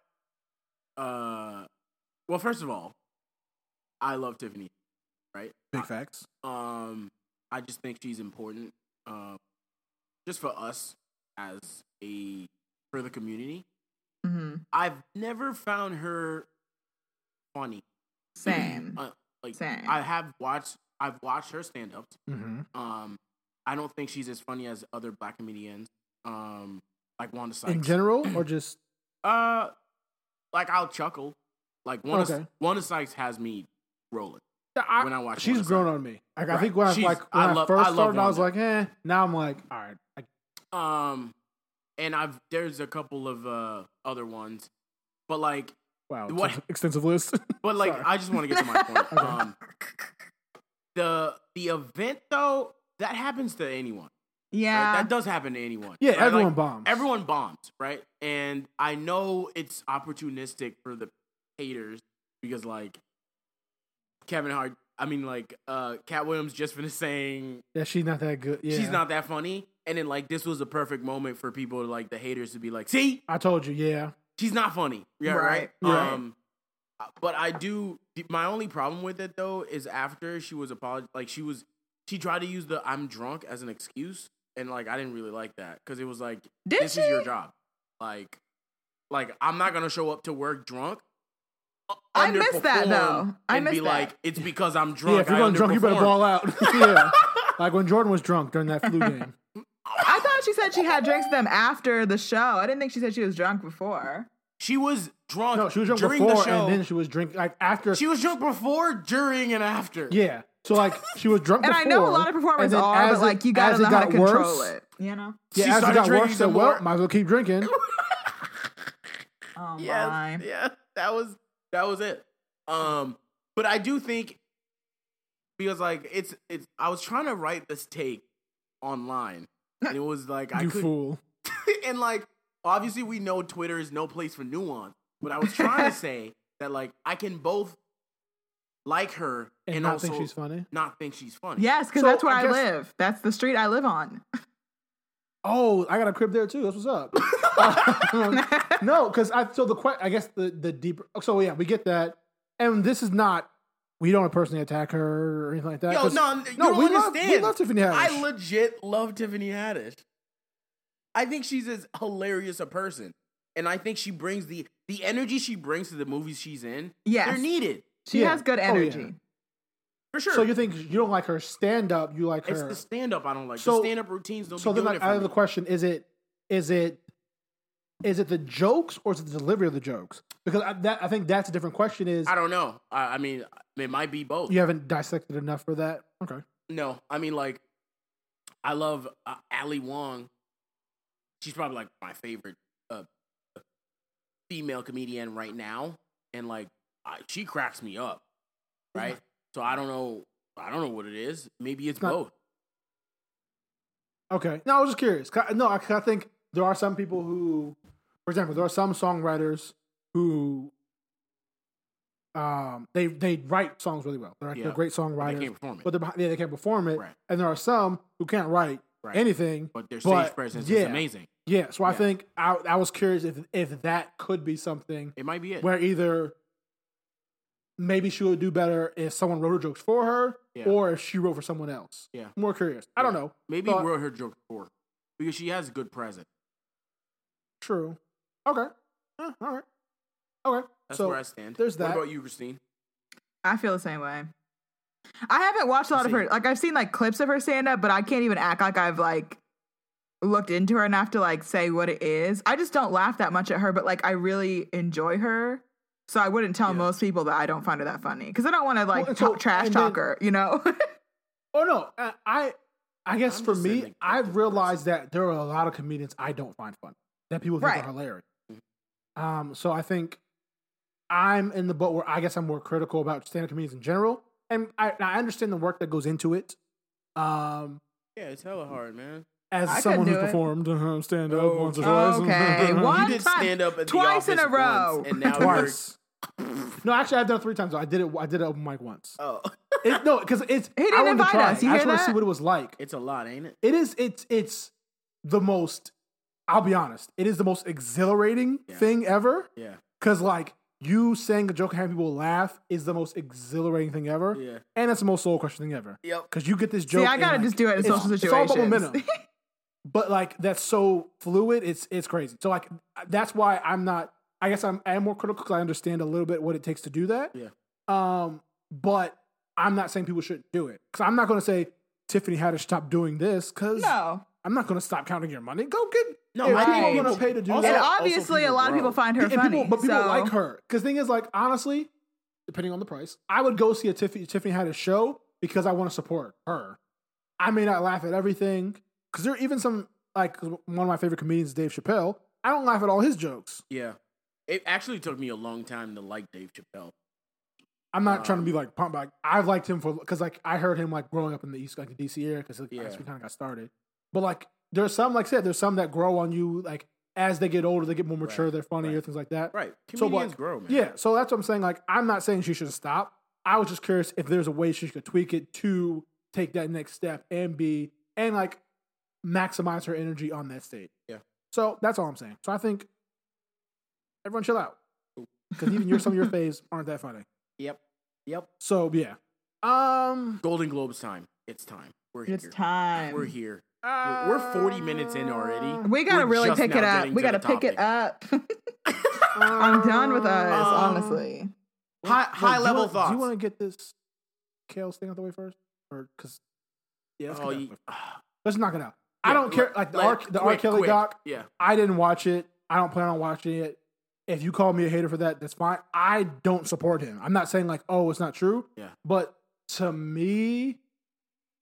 [SPEAKER 2] uh, well, first of all, I love Tiffany.
[SPEAKER 4] Big facts.
[SPEAKER 2] Um, I just think she's important. Um, just for us as a for the community.
[SPEAKER 3] hmm
[SPEAKER 2] I've never found her funny.
[SPEAKER 3] Same.
[SPEAKER 2] Uh, like
[SPEAKER 3] Same.
[SPEAKER 2] I have watched I've watched her stand ups.
[SPEAKER 4] Mm-hmm.
[SPEAKER 2] Um, I don't think she's as funny as other black comedians. Um, like Wanda Sykes.
[SPEAKER 4] In general, or just
[SPEAKER 2] uh, like I'll chuckle. Like Wanda,
[SPEAKER 4] Okay.
[SPEAKER 2] Wanda Sykes has me rolling
[SPEAKER 4] I,
[SPEAKER 2] when I watch.
[SPEAKER 4] she's
[SPEAKER 2] Wanda
[SPEAKER 4] grown on me. Like I
[SPEAKER 2] Right.
[SPEAKER 4] think when
[SPEAKER 2] She's-
[SPEAKER 4] I like when
[SPEAKER 2] I
[SPEAKER 4] I,
[SPEAKER 2] love- I
[SPEAKER 4] first
[SPEAKER 2] love
[SPEAKER 4] started, I was like,
[SPEAKER 2] Wanda.
[SPEAKER 4] eh. Now I'm like, all right. I,
[SPEAKER 2] Sykes. Um, and I've there's a couple of uh other ones, but like,
[SPEAKER 4] wow,
[SPEAKER 2] What-
[SPEAKER 4] extensive- extensive list.
[SPEAKER 2] but like
[SPEAKER 4] Sorry.
[SPEAKER 2] I just want to get to my point.
[SPEAKER 4] Okay.
[SPEAKER 2] Um, the the event though that happens to anyone. right?
[SPEAKER 3] yeah.
[SPEAKER 2] That does happen to anyone.
[SPEAKER 4] yeah,
[SPEAKER 2] right? Like,
[SPEAKER 4] everyone bombs.
[SPEAKER 2] everyone bombs, right? And I know it's opportunistic for the haters because like Kevin Hart, I mean like uh Cat Williams just finished saying
[SPEAKER 4] Yeah, she's not that good. Yeah,
[SPEAKER 2] she's not that funny, and then like this was a perfect moment for people like the haters to be like, see,
[SPEAKER 4] I told you. Yeah,
[SPEAKER 2] she's not funny, yeah, right?
[SPEAKER 3] Right,
[SPEAKER 4] right.
[SPEAKER 2] Um, but I do. My only problem with it though is after she was apolog like she was, she tried to use the "I'm drunk" as an excuse, and like I didn't really like that because it was like
[SPEAKER 3] Did
[SPEAKER 2] this
[SPEAKER 3] she?
[SPEAKER 2] is your job. Like, like I'm not gonna show up to work drunk, uh,
[SPEAKER 3] I missed that,
[SPEAKER 2] underperform
[SPEAKER 3] though. I
[SPEAKER 2] and be
[SPEAKER 3] missed that.
[SPEAKER 2] like, it's because I'm drunk.
[SPEAKER 4] Yeah, if you're
[SPEAKER 2] I
[SPEAKER 4] going drunk, you better
[SPEAKER 2] underperformed."
[SPEAKER 4] ball out. yeah, like when Jordan was drunk during that flu game.
[SPEAKER 3] I thought she said she had drinks with them after the show. I didn't think she said she was drunk before.
[SPEAKER 2] She was drunk.
[SPEAKER 4] No, she was drunk
[SPEAKER 2] during
[SPEAKER 4] before,
[SPEAKER 2] the show.
[SPEAKER 4] and then she was drinking like after.
[SPEAKER 2] she was drunk before, during, and after.
[SPEAKER 4] yeah, so like she was drunk.
[SPEAKER 3] And I know a
[SPEAKER 4] before,
[SPEAKER 3] lot of performers
[SPEAKER 4] and then
[SPEAKER 3] are,
[SPEAKER 4] as
[SPEAKER 3] but
[SPEAKER 4] it-
[SPEAKER 3] like you gotta
[SPEAKER 4] as it
[SPEAKER 3] know how to
[SPEAKER 4] got
[SPEAKER 3] control
[SPEAKER 4] worse-
[SPEAKER 3] it. You know?
[SPEAKER 4] Yeah,
[SPEAKER 2] She
[SPEAKER 4] as it
[SPEAKER 2] started
[SPEAKER 4] got
[SPEAKER 2] drinking
[SPEAKER 4] worse,
[SPEAKER 2] some
[SPEAKER 4] said, well,
[SPEAKER 2] more.
[SPEAKER 4] might as well keep drinking.
[SPEAKER 3] Oh
[SPEAKER 2] yeah,
[SPEAKER 3] my.
[SPEAKER 2] yeah. That was that was it. Um, but I do think because like it's it's I was trying to write this take online, and it was like I
[SPEAKER 4] you
[SPEAKER 2] could
[SPEAKER 4] fool.
[SPEAKER 2] and like obviously we know Twitter is no place for nuance, but I was trying to say that like I can both like her and,
[SPEAKER 4] And, I not
[SPEAKER 2] also
[SPEAKER 4] think she's funny.
[SPEAKER 2] not think she's funny.
[SPEAKER 3] Yes, because
[SPEAKER 4] So,
[SPEAKER 3] that's where
[SPEAKER 4] I
[SPEAKER 3] I,
[SPEAKER 4] guess-
[SPEAKER 3] live. That's the street I live on.
[SPEAKER 4] Oh, I got a crib there too. That's what's up. Um, no, because I so the que- I guess the the deeper. So yeah, we get that, and this is not. We don't personally attack her or anything like that.
[SPEAKER 2] Yo,
[SPEAKER 4] 'cause-
[SPEAKER 2] no, you don't
[SPEAKER 4] we
[SPEAKER 2] understand.
[SPEAKER 4] Love, we love Tiffany Haddish.
[SPEAKER 2] I legit love Tiffany Haddish. I think she's as hilarious a person, and I think she brings the the energy she brings to the movies she's in.
[SPEAKER 3] Yes.
[SPEAKER 2] they're needed
[SPEAKER 3] she
[SPEAKER 4] Yeah.
[SPEAKER 3] has good
[SPEAKER 4] Oh, yeah.
[SPEAKER 3] energy.
[SPEAKER 2] for sure.
[SPEAKER 4] So you think you don't like her stand up? You like
[SPEAKER 2] it's
[SPEAKER 4] her?
[SPEAKER 2] the stand up I don't like.
[SPEAKER 4] So-
[SPEAKER 2] the stand up routines don't.
[SPEAKER 4] so
[SPEAKER 2] be
[SPEAKER 4] then,
[SPEAKER 2] doing
[SPEAKER 4] like,
[SPEAKER 2] it for
[SPEAKER 4] I have
[SPEAKER 2] me.
[SPEAKER 4] the question: Is it, is it, is it the jokes or is it the delivery of the jokes? Because I, that I think that's a different question. Is
[SPEAKER 2] I don't know. I, I mean, it might be both.
[SPEAKER 4] you haven't dissected enough for that? Okay.
[SPEAKER 2] No, I mean like, I love uh, Ali Wong. She's probably like my favorite uh, female comedian right now, and like I, she cracks me up, right? So I don't know. I don't know what it is. Maybe it's
[SPEAKER 4] Not-
[SPEAKER 2] both.
[SPEAKER 4] Okay. No, I was just curious. 'Cause I- No, I, 'cause I think there are some people who, for example, there are some songwriters who, um, they they write songs really well. They're, like, they're
[SPEAKER 2] Yeah.
[SPEAKER 4] great
[SPEAKER 2] They
[SPEAKER 4] songwriters,
[SPEAKER 2] can't perform it,
[SPEAKER 4] but
[SPEAKER 2] but,
[SPEAKER 4] they're behind, yeah, they can't perform it.
[SPEAKER 2] Right.
[SPEAKER 4] And there are some who can't write
[SPEAKER 2] Right.
[SPEAKER 4] anything.
[SPEAKER 2] their stage
[SPEAKER 4] but,
[SPEAKER 2] presence
[SPEAKER 4] yeah.
[SPEAKER 2] is amazing.
[SPEAKER 4] Yeah. So I
[SPEAKER 2] Yeah.
[SPEAKER 4] think I I was curious if if that could be something
[SPEAKER 2] It might be it.
[SPEAKER 4] where either maybe she would do better if someone wrote her jokes for her
[SPEAKER 2] Yeah.
[SPEAKER 4] or if she wrote for someone else.
[SPEAKER 2] Yeah.
[SPEAKER 4] More curious. I don't
[SPEAKER 2] Yeah.
[SPEAKER 4] know.
[SPEAKER 2] Maybe
[SPEAKER 4] Thought-
[SPEAKER 2] wrote her joke for because she has a good presence.
[SPEAKER 4] True. Okay. Eh, all right. Okay.
[SPEAKER 2] That's
[SPEAKER 4] so
[SPEAKER 2] where I stand.
[SPEAKER 4] there's that.
[SPEAKER 2] What about you, Christine?
[SPEAKER 3] I feel the same way. I haven't watched a lot of her.
[SPEAKER 2] Same.
[SPEAKER 3] Like I've seen like clips of her stand up, but I can't even act like I've like looked into her enough to like say what it is. I just don't laugh that much at her, but like I really enjoy her. So I wouldn't tell
[SPEAKER 2] Yeah.
[SPEAKER 3] most people that I don't find her that funny because I don't want to like
[SPEAKER 4] and so-
[SPEAKER 3] ta- trash
[SPEAKER 4] and then-
[SPEAKER 3] talk her. You know?
[SPEAKER 4] oh no, I I, I guess
[SPEAKER 2] I'm
[SPEAKER 4] for
[SPEAKER 2] just saying,
[SPEAKER 4] me,
[SPEAKER 2] like,
[SPEAKER 4] I
[SPEAKER 2] that's
[SPEAKER 4] realized that there are a lot of comedians I don't find funny that people think
[SPEAKER 3] Right.
[SPEAKER 4] are hilarious. Um, so I think I'm in the boat where I guess I'm more critical about stand-up comedians in general, and I, I understand the work that goes into it. Um,
[SPEAKER 2] Yeah, it's hella hard, man.
[SPEAKER 4] as
[SPEAKER 3] I could
[SPEAKER 4] someone who's
[SPEAKER 3] do it.
[SPEAKER 4] performed uh, stand-up
[SPEAKER 2] Oh.
[SPEAKER 4] once or twice,
[SPEAKER 3] Okay,
[SPEAKER 2] You
[SPEAKER 3] One
[SPEAKER 2] did
[SPEAKER 3] time-
[SPEAKER 2] stand up at
[SPEAKER 3] twice
[SPEAKER 2] the
[SPEAKER 3] in a
[SPEAKER 2] office once,
[SPEAKER 3] row.
[SPEAKER 2] and now you're
[SPEAKER 4] twice. No, actually, I've done it three times. though. I did it. I did it open mic once.
[SPEAKER 2] Oh,
[SPEAKER 4] It, no, because it's.
[SPEAKER 3] He
[SPEAKER 4] I
[SPEAKER 3] didn't
[SPEAKER 4] wanted to
[SPEAKER 3] invite
[SPEAKER 4] try
[SPEAKER 3] us.
[SPEAKER 4] it.
[SPEAKER 3] You
[SPEAKER 4] I just
[SPEAKER 3] hear
[SPEAKER 4] want to see
[SPEAKER 3] that?
[SPEAKER 4] what it was like.
[SPEAKER 2] it's a lot, ain't it?
[SPEAKER 4] It is. It's. It's the most. I'll be honest. It is the most exhilarating
[SPEAKER 2] Yeah.
[SPEAKER 4] thing ever.
[SPEAKER 2] Yeah,
[SPEAKER 4] Because like you saying a joke and having people laugh is the most exhilarating thing ever,
[SPEAKER 2] yeah,
[SPEAKER 4] and it's the most soul crushing thing ever.
[SPEAKER 2] yep.
[SPEAKER 4] Because you get this joke.
[SPEAKER 3] See, I
[SPEAKER 4] and,
[SPEAKER 3] gotta
[SPEAKER 4] like,
[SPEAKER 3] just do it in
[SPEAKER 4] it's,
[SPEAKER 3] social
[SPEAKER 4] it's all
[SPEAKER 3] situations.
[SPEAKER 4] about momentum. but like that's so fluid. It's it's crazy. So like that's why I'm not. I guess I'm I am more critical because I understand a little bit what it takes to do that.
[SPEAKER 2] Yeah.
[SPEAKER 4] Um, but I'm not saying people shouldn't do it because I'm not going to say Tiffany had to stop doing this because
[SPEAKER 3] no.
[SPEAKER 4] I'm not going to stop counting your money. Go get
[SPEAKER 2] No,
[SPEAKER 4] if
[SPEAKER 2] my
[SPEAKER 4] people
[SPEAKER 2] people-
[SPEAKER 4] going to pay to do
[SPEAKER 2] also-
[SPEAKER 3] And
[SPEAKER 4] that.
[SPEAKER 3] obviously, a
[SPEAKER 2] people
[SPEAKER 3] lot of people
[SPEAKER 2] grow.
[SPEAKER 3] find her
[SPEAKER 4] And
[SPEAKER 3] funny.
[SPEAKER 4] people, but people
[SPEAKER 3] so-
[SPEAKER 4] like her because thing is like honestly, depending on the price, I would go see a Tiffany Tiffany had a show because I want to support her. I may not laugh at everything because there are even some like one of my favorite comedians, Dave Chappelle. I don't laugh at all his jokes.
[SPEAKER 2] Yeah, it actually took me a long time to like Dave Chappelle.
[SPEAKER 4] I'm not
[SPEAKER 2] Um,
[SPEAKER 4] trying to be like pumped back. I've liked him for because like I heard him like growing up in the East, like the DC area, because like,
[SPEAKER 2] Yeah.
[SPEAKER 4] that's where we kind of got started. But like there's some, like I said, there's some that grow on you like as they get older, they get more mature, they're funnier,
[SPEAKER 2] right.
[SPEAKER 4] things like that.
[SPEAKER 2] Right,
[SPEAKER 4] So,
[SPEAKER 2] comedians
[SPEAKER 4] like,
[SPEAKER 2] grow, man.
[SPEAKER 4] Yeah, so that's what I'm saying. Like, I'm not saying she should stop. I was just curious if there's a way she could tweak it to take that next step and be and like maximize her energy on that stage.
[SPEAKER 2] Yeah.
[SPEAKER 4] So that's all I'm saying. So I think everyone chill out because even your some of your faves aren't that funny.
[SPEAKER 2] Yep. Yep.
[SPEAKER 4] So yeah. Um,
[SPEAKER 2] Golden Globes time. It's time. We're here.
[SPEAKER 3] It's time.
[SPEAKER 2] We're here. We're, we're 40 minutes in already.
[SPEAKER 3] We gotta
[SPEAKER 2] We're
[SPEAKER 3] really
[SPEAKER 2] just
[SPEAKER 3] pick it
[SPEAKER 2] now
[SPEAKER 3] up.
[SPEAKER 2] getting
[SPEAKER 3] We
[SPEAKER 2] to
[SPEAKER 3] gotta
[SPEAKER 2] the
[SPEAKER 3] pick it
[SPEAKER 2] topic.
[SPEAKER 3] up. I'm done with us,
[SPEAKER 2] Um,
[SPEAKER 3] honestly.
[SPEAKER 2] High, high
[SPEAKER 4] do you
[SPEAKER 2] level
[SPEAKER 4] want-
[SPEAKER 2] thoughts.
[SPEAKER 4] Do you want to get this Kale's thing out the way first, or because yeah, let's,
[SPEAKER 2] Oh,
[SPEAKER 4] get that
[SPEAKER 2] you-
[SPEAKER 4] out. let's knock it out. I
[SPEAKER 2] Yeah,
[SPEAKER 4] don't care.
[SPEAKER 2] let-
[SPEAKER 4] Like the
[SPEAKER 2] let-
[SPEAKER 4] R, the R
[SPEAKER 2] quick,
[SPEAKER 4] Kelly
[SPEAKER 2] quick.
[SPEAKER 4] doc,
[SPEAKER 2] Yeah.
[SPEAKER 4] I didn't watch it. I don't plan on watching it. If you call me a hater for that, that's fine. I don't support him. I'm not saying like, oh, it's not true.
[SPEAKER 2] Yeah.
[SPEAKER 4] But to me,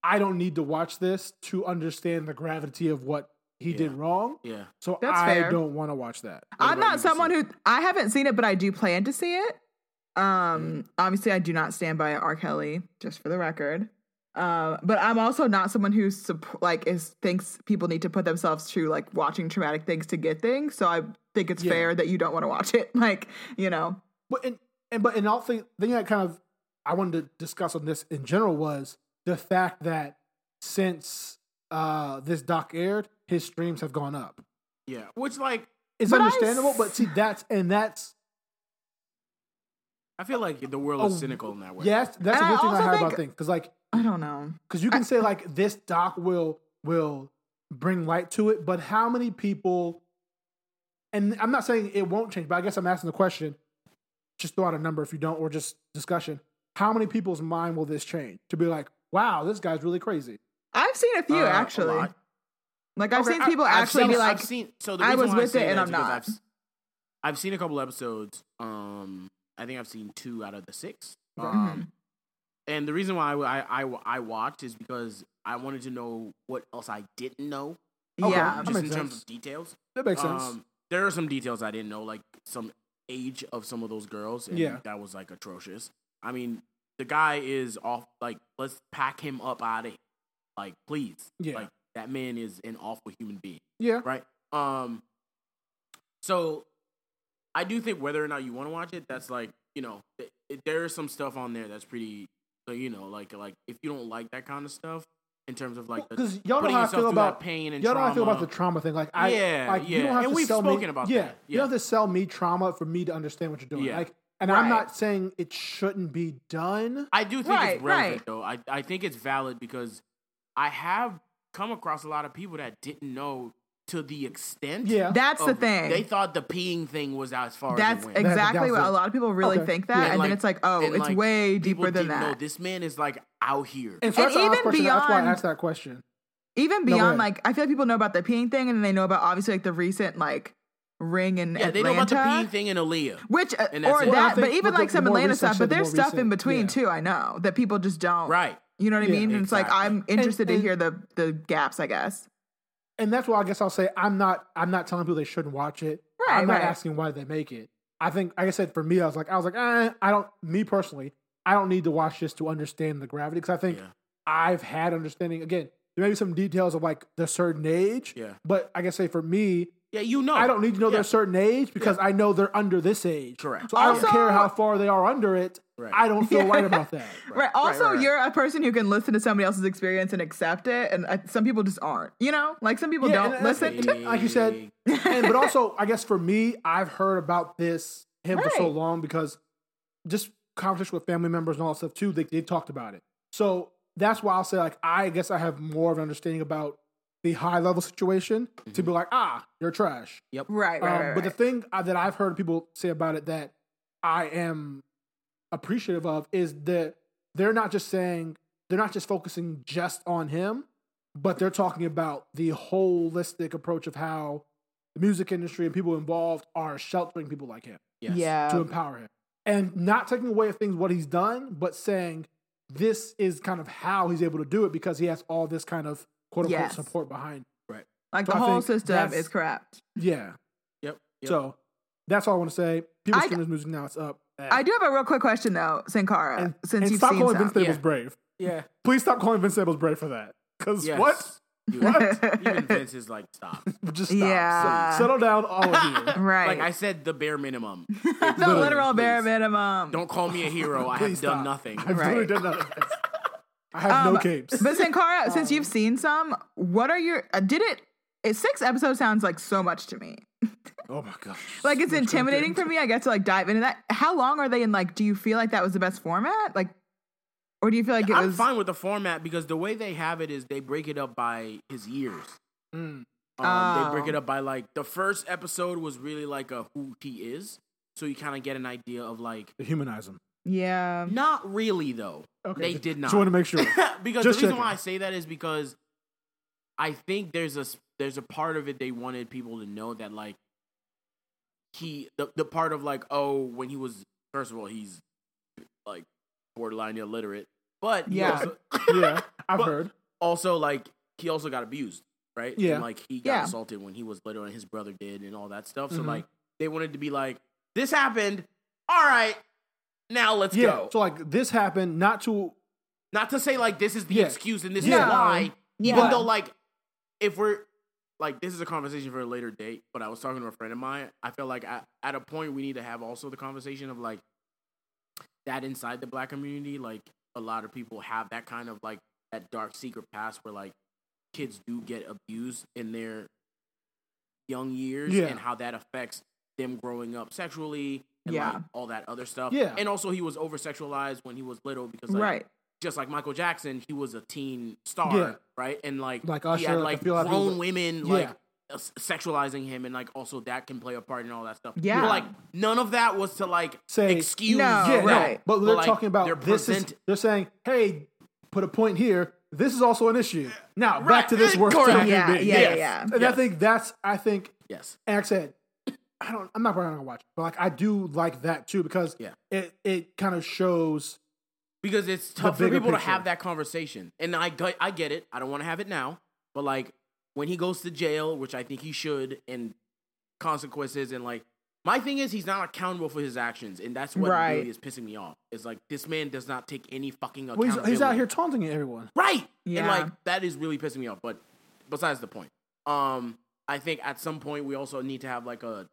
[SPEAKER 4] I don't need to watch this to understand the gravity of what he did
[SPEAKER 2] Yeah.
[SPEAKER 4] wrong.
[SPEAKER 2] Yeah.
[SPEAKER 4] So
[SPEAKER 3] That's
[SPEAKER 4] I
[SPEAKER 3] fair.
[SPEAKER 4] don't want to watch that.
[SPEAKER 3] I'm
[SPEAKER 2] about you,
[SPEAKER 3] not someone who I haven't seen it, but I do plan to see it. Um, obviously, I do not stand by R. Kelly, just for the record. Um, but I'm also not someone who supp- like is thinks people need to put themselves through like watching traumatic things to get things. So I think it's
[SPEAKER 4] Yeah.
[SPEAKER 3] fair that you don't want to watch it. Like you know,
[SPEAKER 4] But and, and but in all thing thing that kind of I wanted to discuss on this in general was the fact that since uh this doc aired, his streams have gone up.
[SPEAKER 2] Yeah. Which like
[SPEAKER 4] It's
[SPEAKER 3] But I
[SPEAKER 4] understandable,
[SPEAKER 3] s-
[SPEAKER 4] but see that's and that's
[SPEAKER 2] I feel like the world
[SPEAKER 4] Oh,
[SPEAKER 2] is cynical in that way.
[SPEAKER 4] yes, that's
[SPEAKER 3] And
[SPEAKER 4] a
[SPEAKER 3] I
[SPEAKER 4] good thing I
[SPEAKER 3] also
[SPEAKER 4] have about
[SPEAKER 3] think-
[SPEAKER 4] things because like
[SPEAKER 3] I don't know.
[SPEAKER 4] because you can say like this doc will will bring light to it, but how many people? And I'm not saying it won't change, but I guess I'm asking the question. Just throw out a number if you don't, or just discussion. How many people's mind will this change to be like, wow, this guy's really crazy?
[SPEAKER 3] I've seen a few
[SPEAKER 2] Uh, a
[SPEAKER 3] actually.
[SPEAKER 2] lot.
[SPEAKER 3] like I've
[SPEAKER 2] Okay,
[SPEAKER 3] seen people
[SPEAKER 2] I- I've
[SPEAKER 3] actually
[SPEAKER 2] seen-
[SPEAKER 3] be like,
[SPEAKER 2] I've seen, so the
[SPEAKER 3] I
[SPEAKER 2] reason
[SPEAKER 3] was
[SPEAKER 2] why
[SPEAKER 3] with
[SPEAKER 2] say
[SPEAKER 3] it and
[SPEAKER 2] that
[SPEAKER 3] I'm
[SPEAKER 2] is because
[SPEAKER 3] not.
[SPEAKER 2] I've, s- I've seen a couple episodes. Um, I think I've seen two out of the six.
[SPEAKER 3] Mm-hmm.
[SPEAKER 4] Okay.
[SPEAKER 2] Um, and the reason why I, I, I, I watched is because I wanted to know what else I didn't know. Um,
[SPEAKER 4] Okay.
[SPEAKER 3] yeah,
[SPEAKER 4] That
[SPEAKER 2] just in
[SPEAKER 4] makes
[SPEAKER 2] terms
[SPEAKER 4] sense.
[SPEAKER 2] of details.
[SPEAKER 4] That makes sense.
[SPEAKER 2] Um, there are some details I didn't know, like some age of some of those girls. And
[SPEAKER 4] Yeah.
[SPEAKER 2] that was like atrocious. I mean, the guy is off. Like, let's pack him up out of here. Like, please.
[SPEAKER 4] Yeah.
[SPEAKER 2] Like, that man is an awful human being
[SPEAKER 4] yeah,
[SPEAKER 2] right? Um, so I do think whether or not you want to watch it, that's like you know, th- it, there is some stuff on there that's pretty, so you know, like like if you don't like that kind of stuff in terms of like the,
[SPEAKER 4] because y'all know
[SPEAKER 2] putting
[SPEAKER 4] how I
[SPEAKER 2] yourself
[SPEAKER 4] feel
[SPEAKER 2] through
[SPEAKER 4] about
[SPEAKER 2] that pain and
[SPEAKER 4] y'all know how I feel about
[SPEAKER 2] trauma.
[SPEAKER 4] the trauma thing. Like I,
[SPEAKER 2] Yeah,
[SPEAKER 4] like, you
[SPEAKER 2] yeah.
[SPEAKER 4] don't have
[SPEAKER 2] And
[SPEAKER 4] to
[SPEAKER 2] we've
[SPEAKER 4] sell me-
[SPEAKER 2] spoken about
[SPEAKER 4] yeah,
[SPEAKER 2] that.
[SPEAKER 4] You
[SPEAKER 2] Yeah.
[SPEAKER 4] don't have to sell me trauma for me to understand what you're doing.
[SPEAKER 2] Yeah.
[SPEAKER 4] Like, and I'm
[SPEAKER 3] Right.
[SPEAKER 4] not saying it shouldn't be done.
[SPEAKER 2] I do think
[SPEAKER 3] Right,
[SPEAKER 2] it's relevant
[SPEAKER 3] right.
[SPEAKER 2] though. I I think it's valid because I have come across a lot of people that didn't know to the extent.
[SPEAKER 4] Yeah,
[SPEAKER 3] that's the
[SPEAKER 2] of-
[SPEAKER 3] thing.
[SPEAKER 2] They thought the peeing thing was as far as
[SPEAKER 3] That's
[SPEAKER 2] it went.
[SPEAKER 3] exactly what
[SPEAKER 4] downfall.
[SPEAKER 3] a lot of people really
[SPEAKER 4] Okay.
[SPEAKER 3] think that,
[SPEAKER 2] Yeah,
[SPEAKER 3] and,
[SPEAKER 2] like-
[SPEAKER 3] then it's like, oh,
[SPEAKER 2] and,
[SPEAKER 3] it's
[SPEAKER 2] like,
[SPEAKER 3] way
[SPEAKER 2] People
[SPEAKER 3] deeper than
[SPEAKER 2] didn't know
[SPEAKER 3] that.
[SPEAKER 2] this man is like out here.
[SPEAKER 4] And so
[SPEAKER 3] And
[SPEAKER 4] that's, the honest
[SPEAKER 3] even
[SPEAKER 4] question. that's why I
[SPEAKER 3] beyond-
[SPEAKER 4] asked that question.
[SPEAKER 3] Even
[SPEAKER 4] No, go
[SPEAKER 3] beyond,
[SPEAKER 4] ahead.
[SPEAKER 3] like, I feel like people know about the peeing thing, and then they know about obviously like the recent like ring in
[SPEAKER 2] yeah,
[SPEAKER 3] Atlanta,
[SPEAKER 2] they know about the peeing thing in Aaliyah.
[SPEAKER 3] which uh,
[SPEAKER 2] and that's
[SPEAKER 3] or
[SPEAKER 2] it. Well,
[SPEAKER 4] I
[SPEAKER 3] that, but
[SPEAKER 4] think
[SPEAKER 3] even
[SPEAKER 4] with the-
[SPEAKER 3] like some
[SPEAKER 4] the more
[SPEAKER 3] Atlanta
[SPEAKER 4] recent
[SPEAKER 3] stuff.
[SPEAKER 4] shit,
[SPEAKER 3] But
[SPEAKER 4] the
[SPEAKER 3] there's
[SPEAKER 4] more
[SPEAKER 3] stuff in
[SPEAKER 4] recent,
[SPEAKER 3] between
[SPEAKER 4] yeah.
[SPEAKER 3] too. I know that people just don't.
[SPEAKER 2] Right.
[SPEAKER 3] You know what I
[SPEAKER 4] Yeah,
[SPEAKER 3] mean? And it's like
[SPEAKER 2] exactly.
[SPEAKER 3] I'm interested
[SPEAKER 4] and-
[SPEAKER 3] to hear the the gaps, I guess.
[SPEAKER 4] and that's why I guess I'll say I'm not I'm not telling people they shouldn't watch it.
[SPEAKER 3] Right,
[SPEAKER 4] I'm not
[SPEAKER 3] right.
[SPEAKER 4] asking why they make it. I think like I said for me I was like I was like eh, I don't me personally I don't need to watch this to understand the gravity because I think
[SPEAKER 2] Yeah.
[SPEAKER 4] I've had understanding again. There may be some details of like the certain age,
[SPEAKER 2] Yeah.
[SPEAKER 4] But like I say for me,
[SPEAKER 2] Yeah, you know.
[SPEAKER 4] I don't need to know
[SPEAKER 2] Yeah.
[SPEAKER 4] their certain age because I know they're under this age.
[SPEAKER 2] Correct.
[SPEAKER 4] So I
[SPEAKER 3] Also-
[SPEAKER 4] don't care how far they are under it.
[SPEAKER 2] Right.
[SPEAKER 4] I don't feel
[SPEAKER 3] Yeah.
[SPEAKER 4] right about that.
[SPEAKER 3] Right. Also,
[SPEAKER 2] right, right.
[SPEAKER 3] you're a person who can listen to somebody else's experience and accept it, and uh, some people just aren't. You know, like some people
[SPEAKER 4] Yeah,
[SPEAKER 3] don't
[SPEAKER 4] and-
[SPEAKER 3] listen.
[SPEAKER 4] and- like you said, and, but also, I guess for me, I've heard about this him for so
[SPEAKER 3] Right.
[SPEAKER 4] long because just conversation with family members and all that stuff too. They they talked about it, so that's why I'll say like I guess I have more of an understanding about the high level situation to be like ah you're trash.
[SPEAKER 3] right, right,
[SPEAKER 4] Um,
[SPEAKER 3] right,
[SPEAKER 4] But the
[SPEAKER 3] right.
[SPEAKER 4] thing uh, that I've heard people say about it that I am appreciative of is that they're not just saying they're not just focusing just on him, but they're talking about the holistic approach of how the music industry and people involved are sheltering people like him
[SPEAKER 2] Yes.
[SPEAKER 3] yeah.
[SPEAKER 4] to empower him and not taking away things what he's done, but saying this is kind of how he's able to do it because he has all this kind of quote unquote
[SPEAKER 3] Yes.
[SPEAKER 4] support behind.
[SPEAKER 3] Like
[SPEAKER 4] So
[SPEAKER 3] the
[SPEAKER 4] I
[SPEAKER 3] whole
[SPEAKER 4] think
[SPEAKER 3] system
[SPEAKER 4] that's-
[SPEAKER 3] is corrupt.
[SPEAKER 4] Yeah.
[SPEAKER 2] Yep. yep.
[SPEAKER 4] So that's all I want to say. People
[SPEAKER 3] I-
[SPEAKER 4] stream his music now. It's up.
[SPEAKER 3] I do have a real quick question though, Sankara,
[SPEAKER 4] And-
[SPEAKER 3] since
[SPEAKER 4] and
[SPEAKER 3] you've
[SPEAKER 4] stop
[SPEAKER 3] seen
[SPEAKER 4] calling
[SPEAKER 3] some.
[SPEAKER 4] Vince Staples
[SPEAKER 2] Yeah.
[SPEAKER 4] brave.
[SPEAKER 2] yeah.
[SPEAKER 4] Please stop calling Vince Staples brave for that. Because
[SPEAKER 2] Yes.
[SPEAKER 4] what?
[SPEAKER 2] Dude,
[SPEAKER 3] What?
[SPEAKER 2] Even Vince is like, stop.
[SPEAKER 4] Just stop.
[SPEAKER 3] Yeah.
[SPEAKER 4] So settle down, all of you.
[SPEAKER 3] Right.
[SPEAKER 2] Like I said, the bare minimum.
[SPEAKER 3] the
[SPEAKER 4] Literally,
[SPEAKER 3] literal bare
[SPEAKER 2] please.
[SPEAKER 3] minimum.
[SPEAKER 2] Don't call me a hero. I
[SPEAKER 4] Please
[SPEAKER 2] have done
[SPEAKER 4] stop.
[SPEAKER 2] nothing.
[SPEAKER 4] I've
[SPEAKER 3] Right.
[SPEAKER 4] literally done nothing. I have no
[SPEAKER 3] Um,
[SPEAKER 4] capes.
[SPEAKER 3] But Sankara, since you've seen some, what are your? uh, Did it? it six episodes sounds like so much to me.
[SPEAKER 4] oh my gosh.
[SPEAKER 3] Like it's
[SPEAKER 4] Which one
[SPEAKER 3] intimidating
[SPEAKER 4] did-
[SPEAKER 3] for me. I get to like dive into that. How long are they in? Like, do you feel like that was the best format? Like, or do you feel like it
[SPEAKER 2] I'm
[SPEAKER 3] was?
[SPEAKER 2] fine with the format because the way they have it is they break it up by his years.
[SPEAKER 4] Mm.
[SPEAKER 2] Um, They break
[SPEAKER 3] Oh.
[SPEAKER 2] it up by like the first episode was really like a who he is, so you kind of get an idea of like
[SPEAKER 4] To humanize him.
[SPEAKER 3] Yeah.
[SPEAKER 2] Not really, though.
[SPEAKER 4] Okay,
[SPEAKER 2] They
[SPEAKER 4] just-
[SPEAKER 2] did
[SPEAKER 4] Just
[SPEAKER 2] not.
[SPEAKER 4] want to make sure.
[SPEAKER 2] because
[SPEAKER 4] Just
[SPEAKER 2] the reason
[SPEAKER 4] checking.
[SPEAKER 2] why I say that is because I think there's a s- there's a part of it they wanted people to know that like he the the part of like oh when he was first of all he's like borderline illiterate but he
[SPEAKER 3] Yeah.
[SPEAKER 2] also,
[SPEAKER 4] yeah, I've
[SPEAKER 2] But-
[SPEAKER 4] heard.
[SPEAKER 2] also, like he also got abused right And,
[SPEAKER 4] Yeah.
[SPEAKER 2] like he got
[SPEAKER 3] Yeah.
[SPEAKER 2] assaulted when he was little and his brother did and all that stuff so
[SPEAKER 4] Mhm.
[SPEAKER 2] like they wanted to be like this happened all right now let's
[SPEAKER 4] yeah.
[SPEAKER 2] go
[SPEAKER 4] So like this happened not to
[SPEAKER 2] not to say like this is the
[SPEAKER 4] Yeah.
[SPEAKER 2] excuse and this
[SPEAKER 4] Yeah.
[SPEAKER 2] is why
[SPEAKER 3] Yeah.
[SPEAKER 2] even though like if we're like this is a conversation for a later date but i was talking to a friend of mine i feel like I, at a point we need to have also the conversation of like that inside the black community like a lot of people have that kind of like that dark secret past where like kids do get abused in their young years
[SPEAKER 4] Yeah.
[SPEAKER 2] and how that affects them growing up sexually and
[SPEAKER 3] Yeah.
[SPEAKER 2] like all that other stuff
[SPEAKER 4] Yeah.
[SPEAKER 2] and also he was over sexualized when he was little because like
[SPEAKER 3] right.
[SPEAKER 2] just like Michael Jackson, he was a teen star,
[SPEAKER 4] Yeah.
[SPEAKER 2] right? And like,
[SPEAKER 4] Like
[SPEAKER 2] he
[SPEAKER 4] Usher,
[SPEAKER 2] had
[SPEAKER 4] like,
[SPEAKER 2] like
[SPEAKER 4] I feel like
[SPEAKER 2] grown
[SPEAKER 4] people-
[SPEAKER 2] women
[SPEAKER 4] Yeah.
[SPEAKER 2] like s- sexualizing him, and like also that can play a part in all that stuff.
[SPEAKER 3] Yeah.
[SPEAKER 2] but, like none of that was to like
[SPEAKER 4] Say-
[SPEAKER 2] excuse.
[SPEAKER 3] No,
[SPEAKER 4] yeah,
[SPEAKER 3] right.
[SPEAKER 4] no, but they're
[SPEAKER 2] Oh, like,
[SPEAKER 4] talking about
[SPEAKER 2] they're
[SPEAKER 4] this
[SPEAKER 2] present-
[SPEAKER 4] is they're saying, hey, put a point here. This is also an issue. Now back to this work.
[SPEAKER 2] Correct.
[SPEAKER 4] that
[SPEAKER 3] Yeah,
[SPEAKER 4] you're being-
[SPEAKER 3] yeah,
[SPEAKER 2] Yes.
[SPEAKER 3] yeah.
[SPEAKER 4] And I
[SPEAKER 2] Yes.
[SPEAKER 4] think that's I think
[SPEAKER 2] yes,
[SPEAKER 4] and like I said, I don't. I'm not probably not gonna watch, it, but like I do like that too because
[SPEAKER 2] Yeah.
[SPEAKER 4] it it kind of shows.
[SPEAKER 2] because it's tough for
[SPEAKER 4] bigger
[SPEAKER 2] people to
[SPEAKER 4] picture.
[SPEAKER 2] have that conversation, and I gu- I get it. I don't want to have it now, but like when he goes to jail, which I think he should, and consequences, and like. My thing is he's not accountable for his actions, and that's what
[SPEAKER 3] Right.
[SPEAKER 2] really is pissing me off. It's like this man does not take any fucking
[SPEAKER 4] Well,
[SPEAKER 2] accountability.
[SPEAKER 4] he's, he's out here taunting everyone.
[SPEAKER 2] Right. And
[SPEAKER 3] Yeah.
[SPEAKER 2] like that is really pissing me off. But besides the point, um, I think at some point we also need to have like a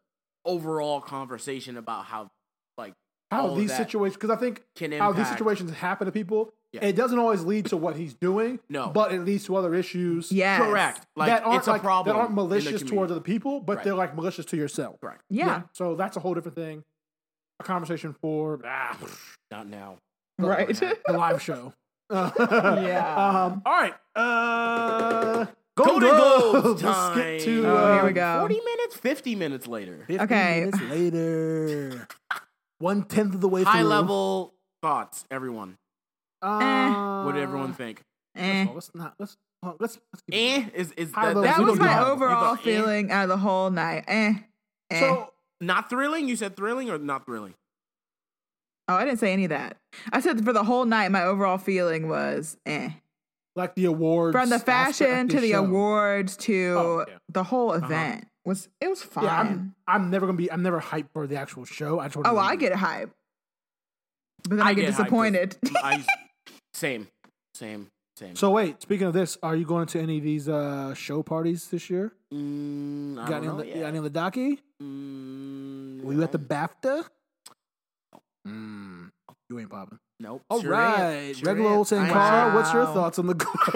[SPEAKER 2] overall conversation about how like
[SPEAKER 4] How
[SPEAKER 2] All of
[SPEAKER 4] these
[SPEAKER 2] that
[SPEAKER 4] situations? Because I think
[SPEAKER 2] can
[SPEAKER 4] how
[SPEAKER 2] impact
[SPEAKER 4] these situations happen to people.
[SPEAKER 2] Yeah.
[SPEAKER 4] It doesn't always lead to what he's doing.
[SPEAKER 2] No.
[SPEAKER 4] but it leads to other issues.
[SPEAKER 3] Yes.
[SPEAKER 2] correct. Like
[SPEAKER 4] that aren't
[SPEAKER 2] it's a
[SPEAKER 4] like,
[SPEAKER 2] problem.
[SPEAKER 4] that aren't
[SPEAKER 2] in the
[SPEAKER 4] malicious
[SPEAKER 2] community.
[SPEAKER 4] towards other people, but
[SPEAKER 2] Right.
[SPEAKER 4] they're like malicious to yourself.
[SPEAKER 2] correct.
[SPEAKER 3] Yeah.
[SPEAKER 4] So that's a whole different thing. A conversation for ah,
[SPEAKER 2] Not now.
[SPEAKER 3] Right.
[SPEAKER 4] the live show.
[SPEAKER 3] Yeah.
[SPEAKER 4] Um, all right. Uh, Golden
[SPEAKER 2] Golden
[SPEAKER 4] Globes.
[SPEAKER 2] Globes
[SPEAKER 4] Let's
[SPEAKER 2] time.
[SPEAKER 4] get to.
[SPEAKER 3] Oh,
[SPEAKER 4] uh,
[SPEAKER 3] here we go.
[SPEAKER 2] um, Forty minutes, fifty minutes later.
[SPEAKER 4] 15
[SPEAKER 3] Okay.
[SPEAKER 4] minutes later. One tenth of the way.
[SPEAKER 2] High
[SPEAKER 4] through.
[SPEAKER 2] level thoughts, everyone.
[SPEAKER 4] Uh,
[SPEAKER 2] What did everyone think?
[SPEAKER 3] Eh.
[SPEAKER 4] Let's not. Let's. Let's. let's keep it.
[SPEAKER 2] Eh, is is
[SPEAKER 4] High level,
[SPEAKER 3] That
[SPEAKER 4] we
[SPEAKER 3] was
[SPEAKER 4] don't do
[SPEAKER 3] my
[SPEAKER 4] that.
[SPEAKER 3] overall
[SPEAKER 2] You go, eh.
[SPEAKER 3] feeling out of the whole night. Eh. Eh.
[SPEAKER 4] So
[SPEAKER 2] not thrilling? You said thrilling or not thrilling?
[SPEAKER 3] oh, I didn't say any of that. I said for the whole night, my overall feeling was eh.
[SPEAKER 4] like the awards
[SPEAKER 3] From the
[SPEAKER 4] aspect
[SPEAKER 3] fashion
[SPEAKER 4] of
[SPEAKER 3] to
[SPEAKER 4] this
[SPEAKER 3] the
[SPEAKER 4] show.
[SPEAKER 3] awards to
[SPEAKER 4] Oh, yeah.
[SPEAKER 3] the whole event was it was fine.
[SPEAKER 4] Yeah, I'm, I'm never gonna be. I'm never hyped for the actual show. I just wanna
[SPEAKER 3] oh,
[SPEAKER 4] be-
[SPEAKER 3] I get hype, but then I, get,
[SPEAKER 2] hyped 'cause
[SPEAKER 3] disappointed.
[SPEAKER 2] I, same, same, same.
[SPEAKER 4] So wait. Speaking of this, are you going to any of these uh, show parties this year?
[SPEAKER 2] Mm, I
[SPEAKER 4] got
[SPEAKER 2] don't
[SPEAKER 4] any?
[SPEAKER 2] know
[SPEAKER 4] of the,
[SPEAKER 2] yet.
[SPEAKER 4] got any of the docky?
[SPEAKER 2] Mm,
[SPEAKER 4] Were you at the
[SPEAKER 2] no.
[SPEAKER 4] BAFTA? Mm, you ain't popping.
[SPEAKER 2] Nope.
[SPEAKER 4] All
[SPEAKER 2] Sure
[SPEAKER 4] right,
[SPEAKER 2] is, sure
[SPEAKER 4] regular
[SPEAKER 2] is.
[SPEAKER 4] old St.
[SPEAKER 2] I-
[SPEAKER 4] Cara. What's your
[SPEAKER 3] Wow.
[SPEAKER 4] thoughts on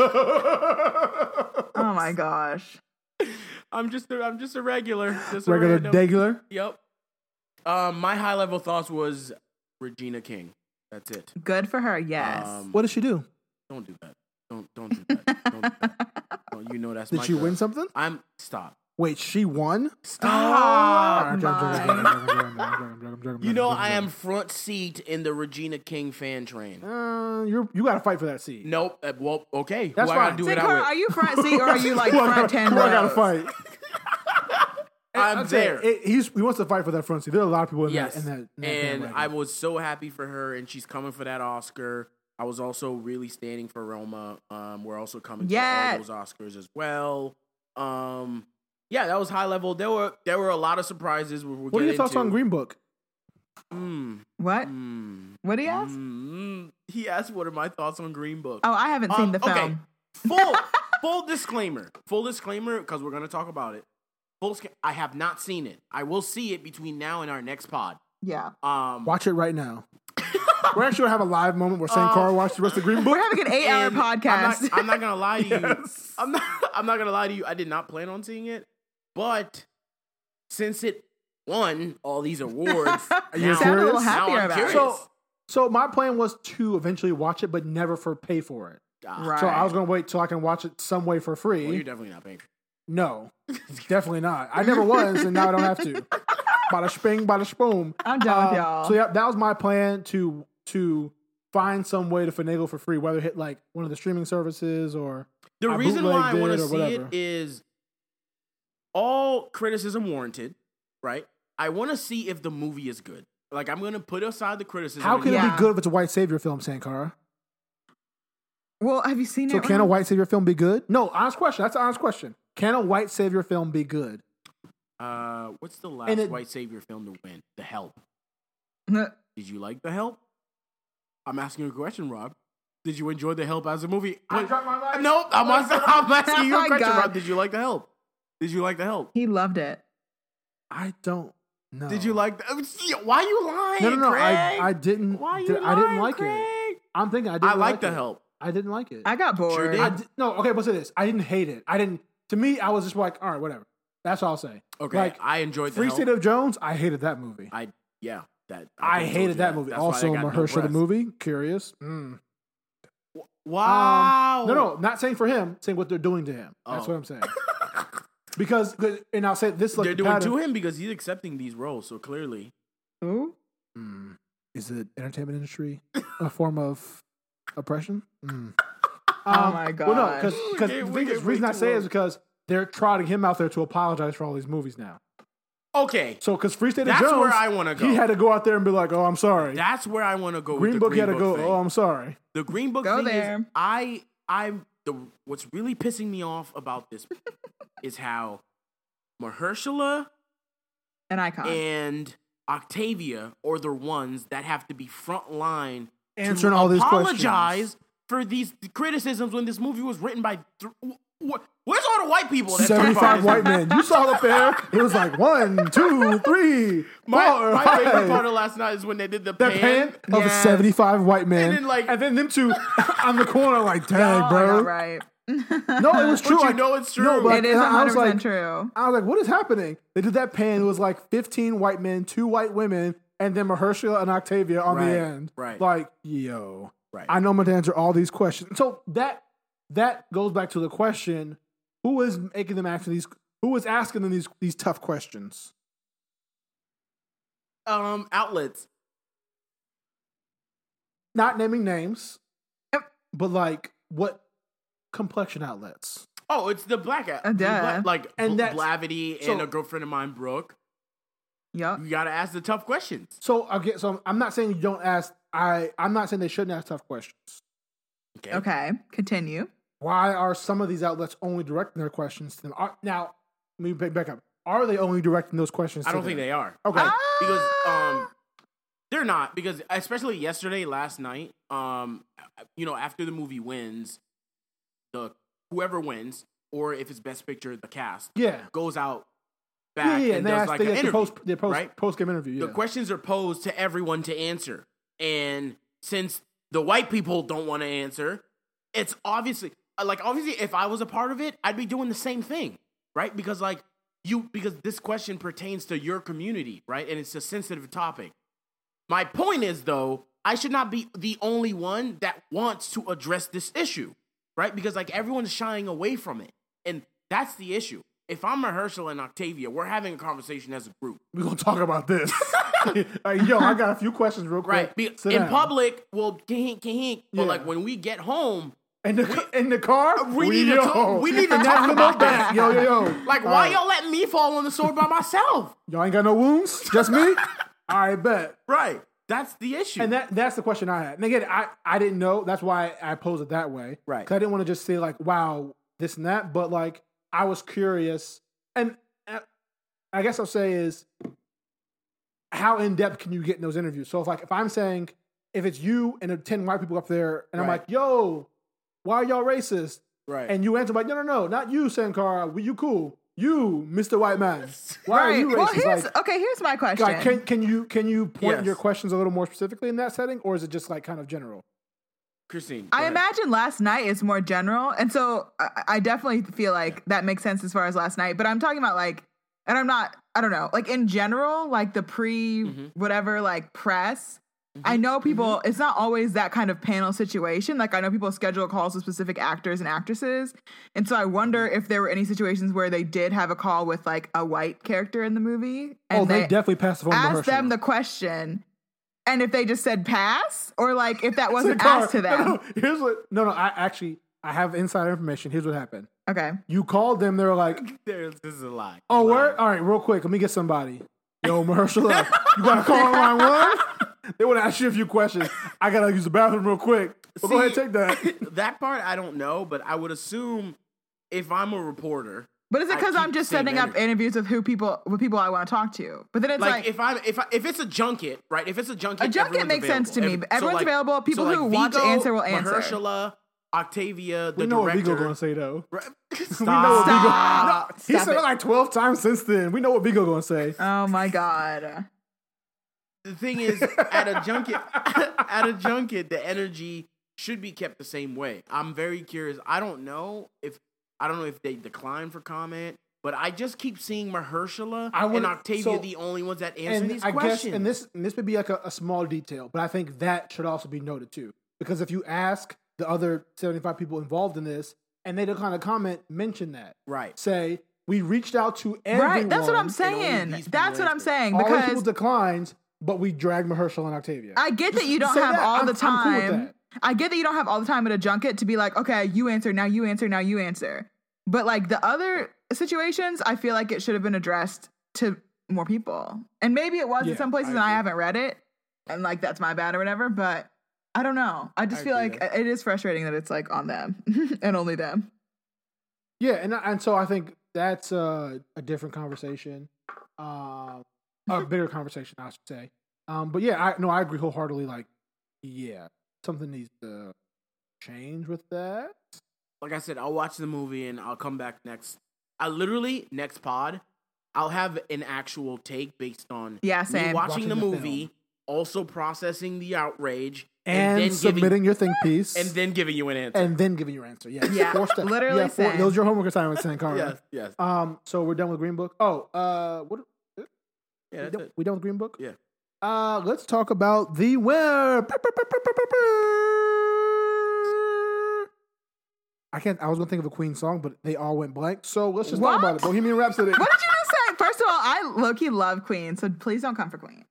[SPEAKER 4] the
[SPEAKER 3] oh my gosh.
[SPEAKER 2] I'm just a, I'm just a regular. Just a
[SPEAKER 4] regular
[SPEAKER 2] random-
[SPEAKER 4] regular?
[SPEAKER 2] Yep. Um, my high level thoughts was Regina King. That's it.
[SPEAKER 3] Good for her, yes.
[SPEAKER 2] Um,
[SPEAKER 4] What did she do?
[SPEAKER 2] Don't do that. Don't don't do that. Don't do that. Don't- you know that's
[SPEAKER 4] Did
[SPEAKER 2] my Oh,
[SPEAKER 4] she
[SPEAKER 2] girl.
[SPEAKER 4] win something?
[SPEAKER 2] I'm stop.
[SPEAKER 4] Wait, she won. Ah,
[SPEAKER 2] Stop.
[SPEAKER 4] I'm joking, I'm joking, I'm joking, I'm joking, I'm joking, I'm joking, I'm joking,
[SPEAKER 2] You know
[SPEAKER 4] I'm
[SPEAKER 2] I am
[SPEAKER 4] joking.
[SPEAKER 2] front seat in the Regina King fan train.
[SPEAKER 4] Uh, you're you got to fight for that seat.
[SPEAKER 2] Nope. Uh, well, okay.
[SPEAKER 4] That's
[SPEAKER 2] Who I gotta
[SPEAKER 4] fine.
[SPEAKER 2] do
[SPEAKER 3] Say,
[SPEAKER 2] it out
[SPEAKER 3] Cara,
[SPEAKER 2] with?
[SPEAKER 3] are you front seat or are you like
[SPEAKER 4] Who I
[SPEAKER 3] front
[SPEAKER 4] gotta-
[SPEAKER 3] ten
[SPEAKER 4] who I gotta
[SPEAKER 3] rows?
[SPEAKER 4] fight.
[SPEAKER 2] I'm
[SPEAKER 4] I'll tell you,
[SPEAKER 2] there.
[SPEAKER 4] it- he's, he wants to fight for that front seat. There are a lot of people in
[SPEAKER 2] Yes.
[SPEAKER 4] that. In that, in that
[SPEAKER 2] and
[SPEAKER 4] bandwagon.
[SPEAKER 2] I was so happy for her, and she's coming for that Oscar. I was also really standing for Roma. Um, we're also coming
[SPEAKER 3] Yes.
[SPEAKER 2] for all those Oscars as well. Um, yeah, that was high level. There were there were a lot of surprises. We'll, we'll
[SPEAKER 4] What are
[SPEAKER 2] get
[SPEAKER 4] your thoughts
[SPEAKER 2] into.
[SPEAKER 4] on Green Book?
[SPEAKER 2] Mm,
[SPEAKER 3] What?
[SPEAKER 4] Hmm.
[SPEAKER 2] mm,
[SPEAKER 3] What do you ask?
[SPEAKER 2] mm. He asked, "What are my thoughts on Green Book?"
[SPEAKER 4] Uh,
[SPEAKER 3] Oh, I haven't
[SPEAKER 2] Um,
[SPEAKER 3] seen the film.
[SPEAKER 2] okay. Full full disclaimer. Full disclaimer because we're gonna talk about it. Full. sca- I have not seen it. I will see it between now and our next pod.
[SPEAKER 3] Yeah.
[SPEAKER 2] Um,
[SPEAKER 4] Watch it right now. We're actually gonna have a live moment where Saint
[SPEAKER 2] Um,
[SPEAKER 3] Oh.
[SPEAKER 4] Cara watched the rest of Green Book.
[SPEAKER 3] We're having an eight hour
[SPEAKER 2] And I'm not-
[SPEAKER 3] podcast.
[SPEAKER 2] I'm not, gonna lie to you.
[SPEAKER 4] Yes.
[SPEAKER 2] I'm not. I'm not gonna lie to you. I did not plan on seeing it, but since it won all these awards,
[SPEAKER 4] You
[SPEAKER 2] now,
[SPEAKER 4] sound a
[SPEAKER 2] now
[SPEAKER 4] little
[SPEAKER 3] happier
[SPEAKER 2] I'm
[SPEAKER 3] about it.
[SPEAKER 2] curious.
[SPEAKER 4] So, so my plan was to eventually watch it, but never for pay for it.
[SPEAKER 2] Ah,
[SPEAKER 3] right.
[SPEAKER 4] So I was gonna wait till I can watch it some way for free.
[SPEAKER 2] well, you're definitely not paying.
[SPEAKER 4] no, definitely not. I never was, and now I don't have to. Bada sping, bada spoon.
[SPEAKER 3] I'm done with
[SPEAKER 4] Uh,
[SPEAKER 3] y'all.
[SPEAKER 4] So yeah, that was my plan to to find some way to finagle for free, whether hit like one of the streaming services or
[SPEAKER 2] The
[SPEAKER 4] I
[SPEAKER 2] reason why I
[SPEAKER 4] bootlegged
[SPEAKER 2] want
[SPEAKER 4] it
[SPEAKER 2] to
[SPEAKER 4] or
[SPEAKER 2] see it
[SPEAKER 4] whatever.
[SPEAKER 2] is all criticism warranted, right? I want to see if the movie is good. Like I'm gonna put aside the criticism.
[SPEAKER 4] how
[SPEAKER 2] and
[SPEAKER 4] can it
[SPEAKER 3] Yeah.
[SPEAKER 4] be good if it's a white savior film, Sankara?
[SPEAKER 3] Well, have you seen
[SPEAKER 4] So
[SPEAKER 3] it?
[SPEAKER 4] can a
[SPEAKER 3] Ryan?
[SPEAKER 4] white savior film be good? No, honest question. That's an honest question. Can a white savior film be good?
[SPEAKER 2] Uh, what's the last
[SPEAKER 4] it-
[SPEAKER 2] white savior film to win? The Help.
[SPEAKER 3] No.
[SPEAKER 2] Did you like The Help? I'm asking you a question, Rob. Did you enjoy The Help as a movie? Wait,
[SPEAKER 4] Oh my
[SPEAKER 2] no, I'm, ask- I'm asking you
[SPEAKER 3] Oh
[SPEAKER 2] a
[SPEAKER 3] my
[SPEAKER 2] question,
[SPEAKER 3] God.
[SPEAKER 2] Rob. Did you like The Help? Did you like The Help?
[SPEAKER 3] He loved it.
[SPEAKER 4] I don't know.
[SPEAKER 2] Did you like? The- Why you lying?
[SPEAKER 4] No, no, no.
[SPEAKER 2] Craig?
[SPEAKER 4] I, I didn't.
[SPEAKER 2] Why you
[SPEAKER 4] did-
[SPEAKER 2] lying,
[SPEAKER 4] I didn't like it.
[SPEAKER 2] Craig?
[SPEAKER 4] I'm thinking I didn't.
[SPEAKER 2] I like
[SPEAKER 4] like
[SPEAKER 2] The
[SPEAKER 4] it.
[SPEAKER 2] Help.
[SPEAKER 4] I didn't like it.
[SPEAKER 3] I got bored.
[SPEAKER 2] did.
[SPEAKER 4] I di- no, okay, but say this. I didn't hate it. I didn't. To me, I was just like, all right, whatever. That's all I'll say.
[SPEAKER 2] Okay,
[SPEAKER 4] Like,
[SPEAKER 2] I enjoyed The
[SPEAKER 4] Free
[SPEAKER 2] Help.
[SPEAKER 4] State of Jones. I hated that movie. I,
[SPEAKER 2] I yeah, that could've told you
[SPEAKER 4] hated that movie.
[SPEAKER 2] That's why
[SPEAKER 4] also,
[SPEAKER 2] I got no
[SPEAKER 4] Mahershala the
[SPEAKER 2] press.
[SPEAKER 4] movie. Curious. Mm.
[SPEAKER 2] Wow.
[SPEAKER 4] Um, no, no, not saying for him. Saying what they're doing to him. That's
[SPEAKER 2] Oh.
[SPEAKER 4] what I'm saying. because, 'cause- and I'll say this. Like,
[SPEAKER 2] they're
[SPEAKER 4] the
[SPEAKER 2] doing
[SPEAKER 4] pattern-
[SPEAKER 2] to him because he's accepting these roles. So clearly,
[SPEAKER 3] Ooh.
[SPEAKER 4] Mm. Is the entertainment industry a form of oppression? Mm. Um,
[SPEAKER 3] my
[SPEAKER 4] Well, no,
[SPEAKER 3] God.
[SPEAKER 4] because
[SPEAKER 2] We
[SPEAKER 4] because
[SPEAKER 2] get-
[SPEAKER 4] the
[SPEAKER 2] we
[SPEAKER 4] thing
[SPEAKER 2] get
[SPEAKER 4] is, reason
[SPEAKER 2] way
[SPEAKER 4] I
[SPEAKER 2] too
[SPEAKER 4] say it is
[SPEAKER 2] woke.
[SPEAKER 4] because they're trotting him out there to apologize for all these movies now.
[SPEAKER 2] okay,
[SPEAKER 4] So because Free State
[SPEAKER 2] That's
[SPEAKER 4] of Jones,
[SPEAKER 2] where I wanna go.
[SPEAKER 4] He had to go out there and be like, "Oh, I'm sorry."
[SPEAKER 2] that's where I want to go.
[SPEAKER 4] Green
[SPEAKER 2] with
[SPEAKER 4] Book
[SPEAKER 2] the Green
[SPEAKER 4] had to go.
[SPEAKER 2] Book thing.
[SPEAKER 4] Oh, I'm sorry.
[SPEAKER 2] The Green Book
[SPEAKER 3] Go
[SPEAKER 2] thing is,
[SPEAKER 3] there.
[SPEAKER 2] I, I'm the what's really pissing me off about this is how Mahershala
[SPEAKER 3] An icon.
[SPEAKER 2] and Octavia are the ones that have to be front line
[SPEAKER 4] Answering
[SPEAKER 2] to
[SPEAKER 4] all these questions.
[SPEAKER 2] apologize for these criticisms when this movie was written by. Th- wh- where's all the white people? That took part in
[SPEAKER 4] Seventy-five
[SPEAKER 2] this
[SPEAKER 4] white men. You saw the fair. It was like one, two, three,
[SPEAKER 2] My,
[SPEAKER 4] four,
[SPEAKER 2] my favorite
[SPEAKER 4] five.
[SPEAKER 2] part of last night is when they did the,
[SPEAKER 4] the
[SPEAKER 2] pan.
[SPEAKER 4] pan of
[SPEAKER 3] Yes.
[SPEAKER 4] seventy-five white men, and
[SPEAKER 2] then,
[SPEAKER 4] then,
[SPEAKER 2] like-
[SPEAKER 4] them two on the corner, like,
[SPEAKER 3] oh,
[SPEAKER 4] "Dang,
[SPEAKER 3] I
[SPEAKER 4] bro!"
[SPEAKER 3] got right.
[SPEAKER 4] No, it was true.
[SPEAKER 2] you
[SPEAKER 4] like-
[SPEAKER 2] know it's true.
[SPEAKER 4] No, but like,
[SPEAKER 3] it is
[SPEAKER 4] and I
[SPEAKER 3] 100
[SPEAKER 4] was like,
[SPEAKER 3] percent true.
[SPEAKER 4] I was like, what is happening? They did that pan. It was like 15 white men, two white women, and then Mahershala and Octavia on
[SPEAKER 2] Right,
[SPEAKER 4] the end.
[SPEAKER 2] right.
[SPEAKER 4] Like, yo,
[SPEAKER 2] Right.
[SPEAKER 4] I know I'm going to answer all these questions. So that that goes back to the question, who is making them answer these, who is asking them these, these tough questions?
[SPEAKER 2] um, outlets.
[SPEAKER 4] Not naming names,
[SPEAKER 3] Yep.
[SPEAKER 4] but like what complexion outlets?
[SPEAKER 2] Oh, it's the black app.
[SPEAKER 3] Uh, duh.
[SPEAKER 2] like
[SPEAKER 4] And
[SPEAKER 2] and
[SPEAKER 4] that's-
[SPEAKER 2] Blavity and
[SPEAKER 4] so-
[SPEAKER 2] a girlfriend of mine, Brooke.
[SPEAKER 3] Yup.
[SPEAKER 2] You gotta ask the tough questions.
[SPEAKER 4] So I get, so I'm not saying you don't ask, I, I'm not saying they shouldn't ask tough questions.
[SPEAKER 2] Okay.
[SPEAKER 3] Okay. Continue.
[SPEAKER 4] why are some of these outlets only directing their questions to them? Are, now, let me back- back up. Are they only directing those questions?
[SPEAKER 2] I
[SPEAKER 4] to
[SPEAKER 2] don't think
[SPEAKER 4] them?
[SPEAKER 2] they are.
[SPEAKER 4] Okay. Ah!
[SPEAKER 3] Ah!
[SPEAKER 2] Because um they're not because especially yesterday, last night, um you know, after the movie wins, the whoever wins, or if it's best picture, the cast,
[SPEAKER 4] yeah.
[SPEAKER 2] goes out back
[SPEAKER 4] Yeah, yeah.
[SPEAKER 2] and
[SPEAKER 4] they
[SPEAKER 2] does
[SPEAKER 4] ask,
[SPEAKER 2] like
[SPEAKER 4] they
[SPEAKER 2] an
[SPEAKER 4] get the
[SPEAKER 2] interview.
[SPEAKER 4] post, the post,
[SPEAKER 2] right?
[SPEAKER 4] post game interview.
[SPEAKER 2] The
[SPEAKER 4] yeah.
[SPEAKER 2] questions are posed to everyone to answer. And since the white people don't want to answer, it's obviously like obviously if I was a part of it, I'd be doing the same thing, right? Because like you because this question pertains to your community, right? And it's a sensitive topic. My point is though, I should not be the only one that wants to address this issue, right? Because like everyone's shying away from it. And that's the issue. If I'm Rehearsal and Octavia, we're having a conversation as a group.
[SPEAKER 4] We're going to talk about this. Like, yo, I got a few questions real quick.
[SPEAKER 2] Right. Be-
[SPEAKER 4] Sit
[SPEAKER 2] in
[SPEAKER 4] down.
[SPEAKER 2] public, well, kahink, kahink. But
[SPEAKER 4] Yeah.
[SPEAKER 2] like when we get home,
[SPEAKER 4] In the, in the car?
[SPEAKER 2] we need to
[SPEAKER 4] yo,
[SPEAKER 2] talk- we need to
[SPEAKER 4] and
[SPEAKER 2] talk
[SPEAKER 4] that's the
[SPEAKER 2] about
[SPEAKER 4] back.
[SPEAKER 2] that.
[SPEAKER 4] Yo, yo, yo.
[SPEAKER 2] like,
[SPEAKER 4] All
[SPEAKER 2] why
[SPEAKER 4] right.
[SPEAKER 2] y'all letting me fall on the sword by myself?
[SPEAKER 4] Y'all ain't got no wounds? Just me? All right, bet.
[SPEAKER 2] Right. That's the issue.
[SPEAKER 4] And that that's the question I had. And again, I, I didn't know. That's why I posed it that way.
[SPEAKER 2] Right.
[SPEAKER 4] 'Cause I didn't want to just say like, wow, this and that. But like, I was curious. And uh, I guess I'll say is how in depth can you get in those interviews? So if like if I'm saying if it's you and the ten white people up there, and I'm
[SPEAKER 2] Right.
[SPEAKER 4] like, yo, why are y'all racist?
[SPEAKER 2] right.
[SPEAKER 4] And you answer like, no, no, no, not you, Sankara. We you cool? You, Mr. White Man. Why are you racist?
[SPEAKER 3] Well, here's
[SPEAKER 4] Like-
[SPEAKER 3] okay. Here's my question.
[SPEAKER 4] like, can can you can you point
[SPEAKER 2] Yes.
[SPEAKER 4] your questions a little more specifically in that setting, or is it just like kind of general?
[SPEAKER 2] Christine. go
[SPEAKER 3] I
[SPEAKER 2] ahead.
[SPEAKER 3] imagine last night is more general, and so I, I definitely feel like that makes sense as far as last night. But I'm talking about like, and I'm not, I don't know, like in general, like the pre
[SPEAKER 4] Mm-hmm.
[SPEAKER 2] Mhm.
[SPEAKER 3] whatever like press. I know people. It's not always that kind of panel situation. Like I know people schedule calls with specific actors and actresses, and so I wonder
[SPEAKER 4] Mm-hmm.
[SPEAKER 3] if there were any situations where they did have a call with like a white character in the movie. And
[SPEAKER 4] oh, they, definitely passed the phone. to
[SPEAKER 3] ask them
[SPEAKER 4] Mahershala.
[SPEAKER 3] the question and if they just said pass or like if that
[SPEAKER 4] It's
[SPEAKER 3] wasn't
[SPEAKER 4] a car.
[SPEAKER 3] asked to
[SPEAKER 4] No,
[SPEAKER 3] them.
[SPEAKER 4] No, here's what. No, no. I actually I have insider information. Here's what happened.
[SPEAKER 3] Okay.
[SPEAKER 4] You called them. They were like,
[SPEAKER 2] There's, this is a lie.
[SPEAKER 4] "Oh,
[SPEAKER 2] Lie.
[SPEAKER 4] we're all right. Real quick, let me get somebody." Yo, Mahershala, you gotta call line one. They want to ask you a few questions. I gotta use the bathroom real quick. Well, go ahead,
[SPEAKER 2] See-
[SPEAKER 4] take that.
[SPEAKER 2] That part I don't know, but I would assume if I'm a reporter,
[SPEAKER 3] But is
[SPEAKER 2] I
[SPEAKER 3] it because
[SPEAKER 2] keep
[SPEAKER 3] I'm just
[SPEAKER 2] same
[SPEAKER 3] setting up
[SPEAKER 2] energy.
[SPEAKER 3] interviews with who people with people I want to talk to? But then it's
[SPEAKER 2] like,
[SPEAKER 3] like,
[SPEAKER 2] if I'm if I, if it's a junket, right? If it's a junket,
[SPEAKER 3] A junket
[SPEAKER 2] everyone's
[SPEAKER 3] makes sense to
[SPEAKER 2] available.
[SPEAKER 3] me. Everyone's available. People who want to answer will answer.
[SPEAKER 2] Mahershala, Octavia, the
[SPEAKER 4] We know what
[SPEAKER 2] director.
[SPEAKER 4] Vigo gonna say though.
[SPEAKER 2] Stop.
[SPEAKER 4] We know what Vigo.
[SPEAKER 3] Stop.
[SPEAKER 4] No, he
[SPEAKER 3] Stop
[SPEAKER 4] said
[SPEAKER 3] it.
[SPEAKER 4] it like twelve times since then. We know what Vigo gonna say.
[SPEAKER 3] oh my god,
[SPEAKER 2] The thing is, at a junket, at a junket, the energy should be kept the same way. I'm very curious. I don't know if I don't know if they decline for comment, but I just keep seeing Mahershala
[SPEAKER 4] I
[SPEAKER 2] and
[SPEAKER 4] wouldn't-
[SPEAKER 2] Octavia
[SPEAKER 4] so-
[SPEAKER 2] the only ones that answer
[SPEAKER 4] and
[SPEAKER 2] these
[SPEAKER 4] I
[SPEAKER 2] questions.
[SPEAKER 4] guess, and this and this would be like a, a small detail, but I think that should also be noted too, because if you ask the other seventy five people involved in this, and they don't kind of comment, mention that,
[SPEAKER 2] right.
[SPEAKER 4] say we reached out to everyone,
[SPEAKER 3] right? That's what I'm
[SPEAKER 2] only
[SPEAKER 3] saying.
[SPEAKER 2] these people
[SPEAKER 3] That's what I'm
[SPEAKER 2] answer.
[SPEAKER 3] saying
[SPEAKER 4] All these people
[SPEAKER 3] because
[SPEAKER 4] declined, but we dragged Mahershala and Octavia.
[SPEAKER 3] I get that you don't
[SPEAKER 4] say
[SPEAKER 3] have
[SPEAKER 4] that.
[SPEAKER 3] all
[SPEAKER 4] I'm-
[SPEAKER 3] the
[SPEAKER 4] I'm cool with
[SPEAKER 3] time.
[SPEAKER 4] that.
[SPEAKER 3] I get that you don't have all the time at a junket to be like, okay, you answer now, you answer now, you answer. But like the other situations, I feel like it should have been addressed to more people, and maybe it was
[SPEAKER 4] Yeah,
[SPEAKER 3] in some places,
[SPEAKER 4] I
[SPEAKER 3] and I
[SPEAKER 4] agree.
[SPEAKER 3] haven't read it, and like that's my bad or whatever. But I don't know. I just
[SPEAKER 4] I
[SPEAKER 3] feel
[SPEAKER 4] agree
[SPEAKER 3] like it is frustrating that it's like on them and only them.
[SPEAKER 4] yeah, and and so I think that's uh, a different conversation, um, a bigger conversation, I should say. Um, but yeah, I no, I agree wholeheartedly. Like, yeah, something needs to change with that.
[SPEAKER 2] like I said, I'll watch the movie and I'll come back next. I literally next pod, I'll have an actual take based on
[SPEAKER 3] Yeah,
[SPEAKER 2] me
[SPEAKER 3] same.
[SPEAKER 2] watching,
[SPEAKER 4] Watching
[SPEAKER 2] the,
[SPEAKER 4] the
[SPEAKER 2] movie, also processing the outrage,
[SPEAKER 4] and, submitting
[SPEAKER 2] giving
[SPEAKER 4] your think piece,
[SPEAKER 2] and then giving you an answer.
[SPEAKER 4] and then giving your answer. Yes.
[SPEAKER 3] Yeah,
[SPEAKER 4] Four steps.
[SPEAKER 3] literally
[SPEAKER 4] Yeah, four,
[SPEAKER 3] same.
[SPEAKER 4] those are your homework assignments, Sankara.
[SPEAKER 2] yes, yes,
[SPEAKER 4] Um. So we're done with Green Book. Oh. Uh. What?
[SPEAKER 2] yeah,
[SPEAKER 4] we,
[SPEAKER 2] that's
[SPEAKER 4] done,
[SPEAKER 2] it.
[SPEAKER 4] we done with Green Book.
[SPEAKER 2] Yeah.
[SPEAKER 4] Uh. Let's talk about the winner. I can't. I was gonna think of a Queen song, but they all went blank. So let's just talk about it.
[SPEAKER 3] What?
[SPEAKER 4] Bohemian Rhapsody.
[SPEAKER 3] What did you just say? First of all, I low key love Queen, so please don't come for Queen.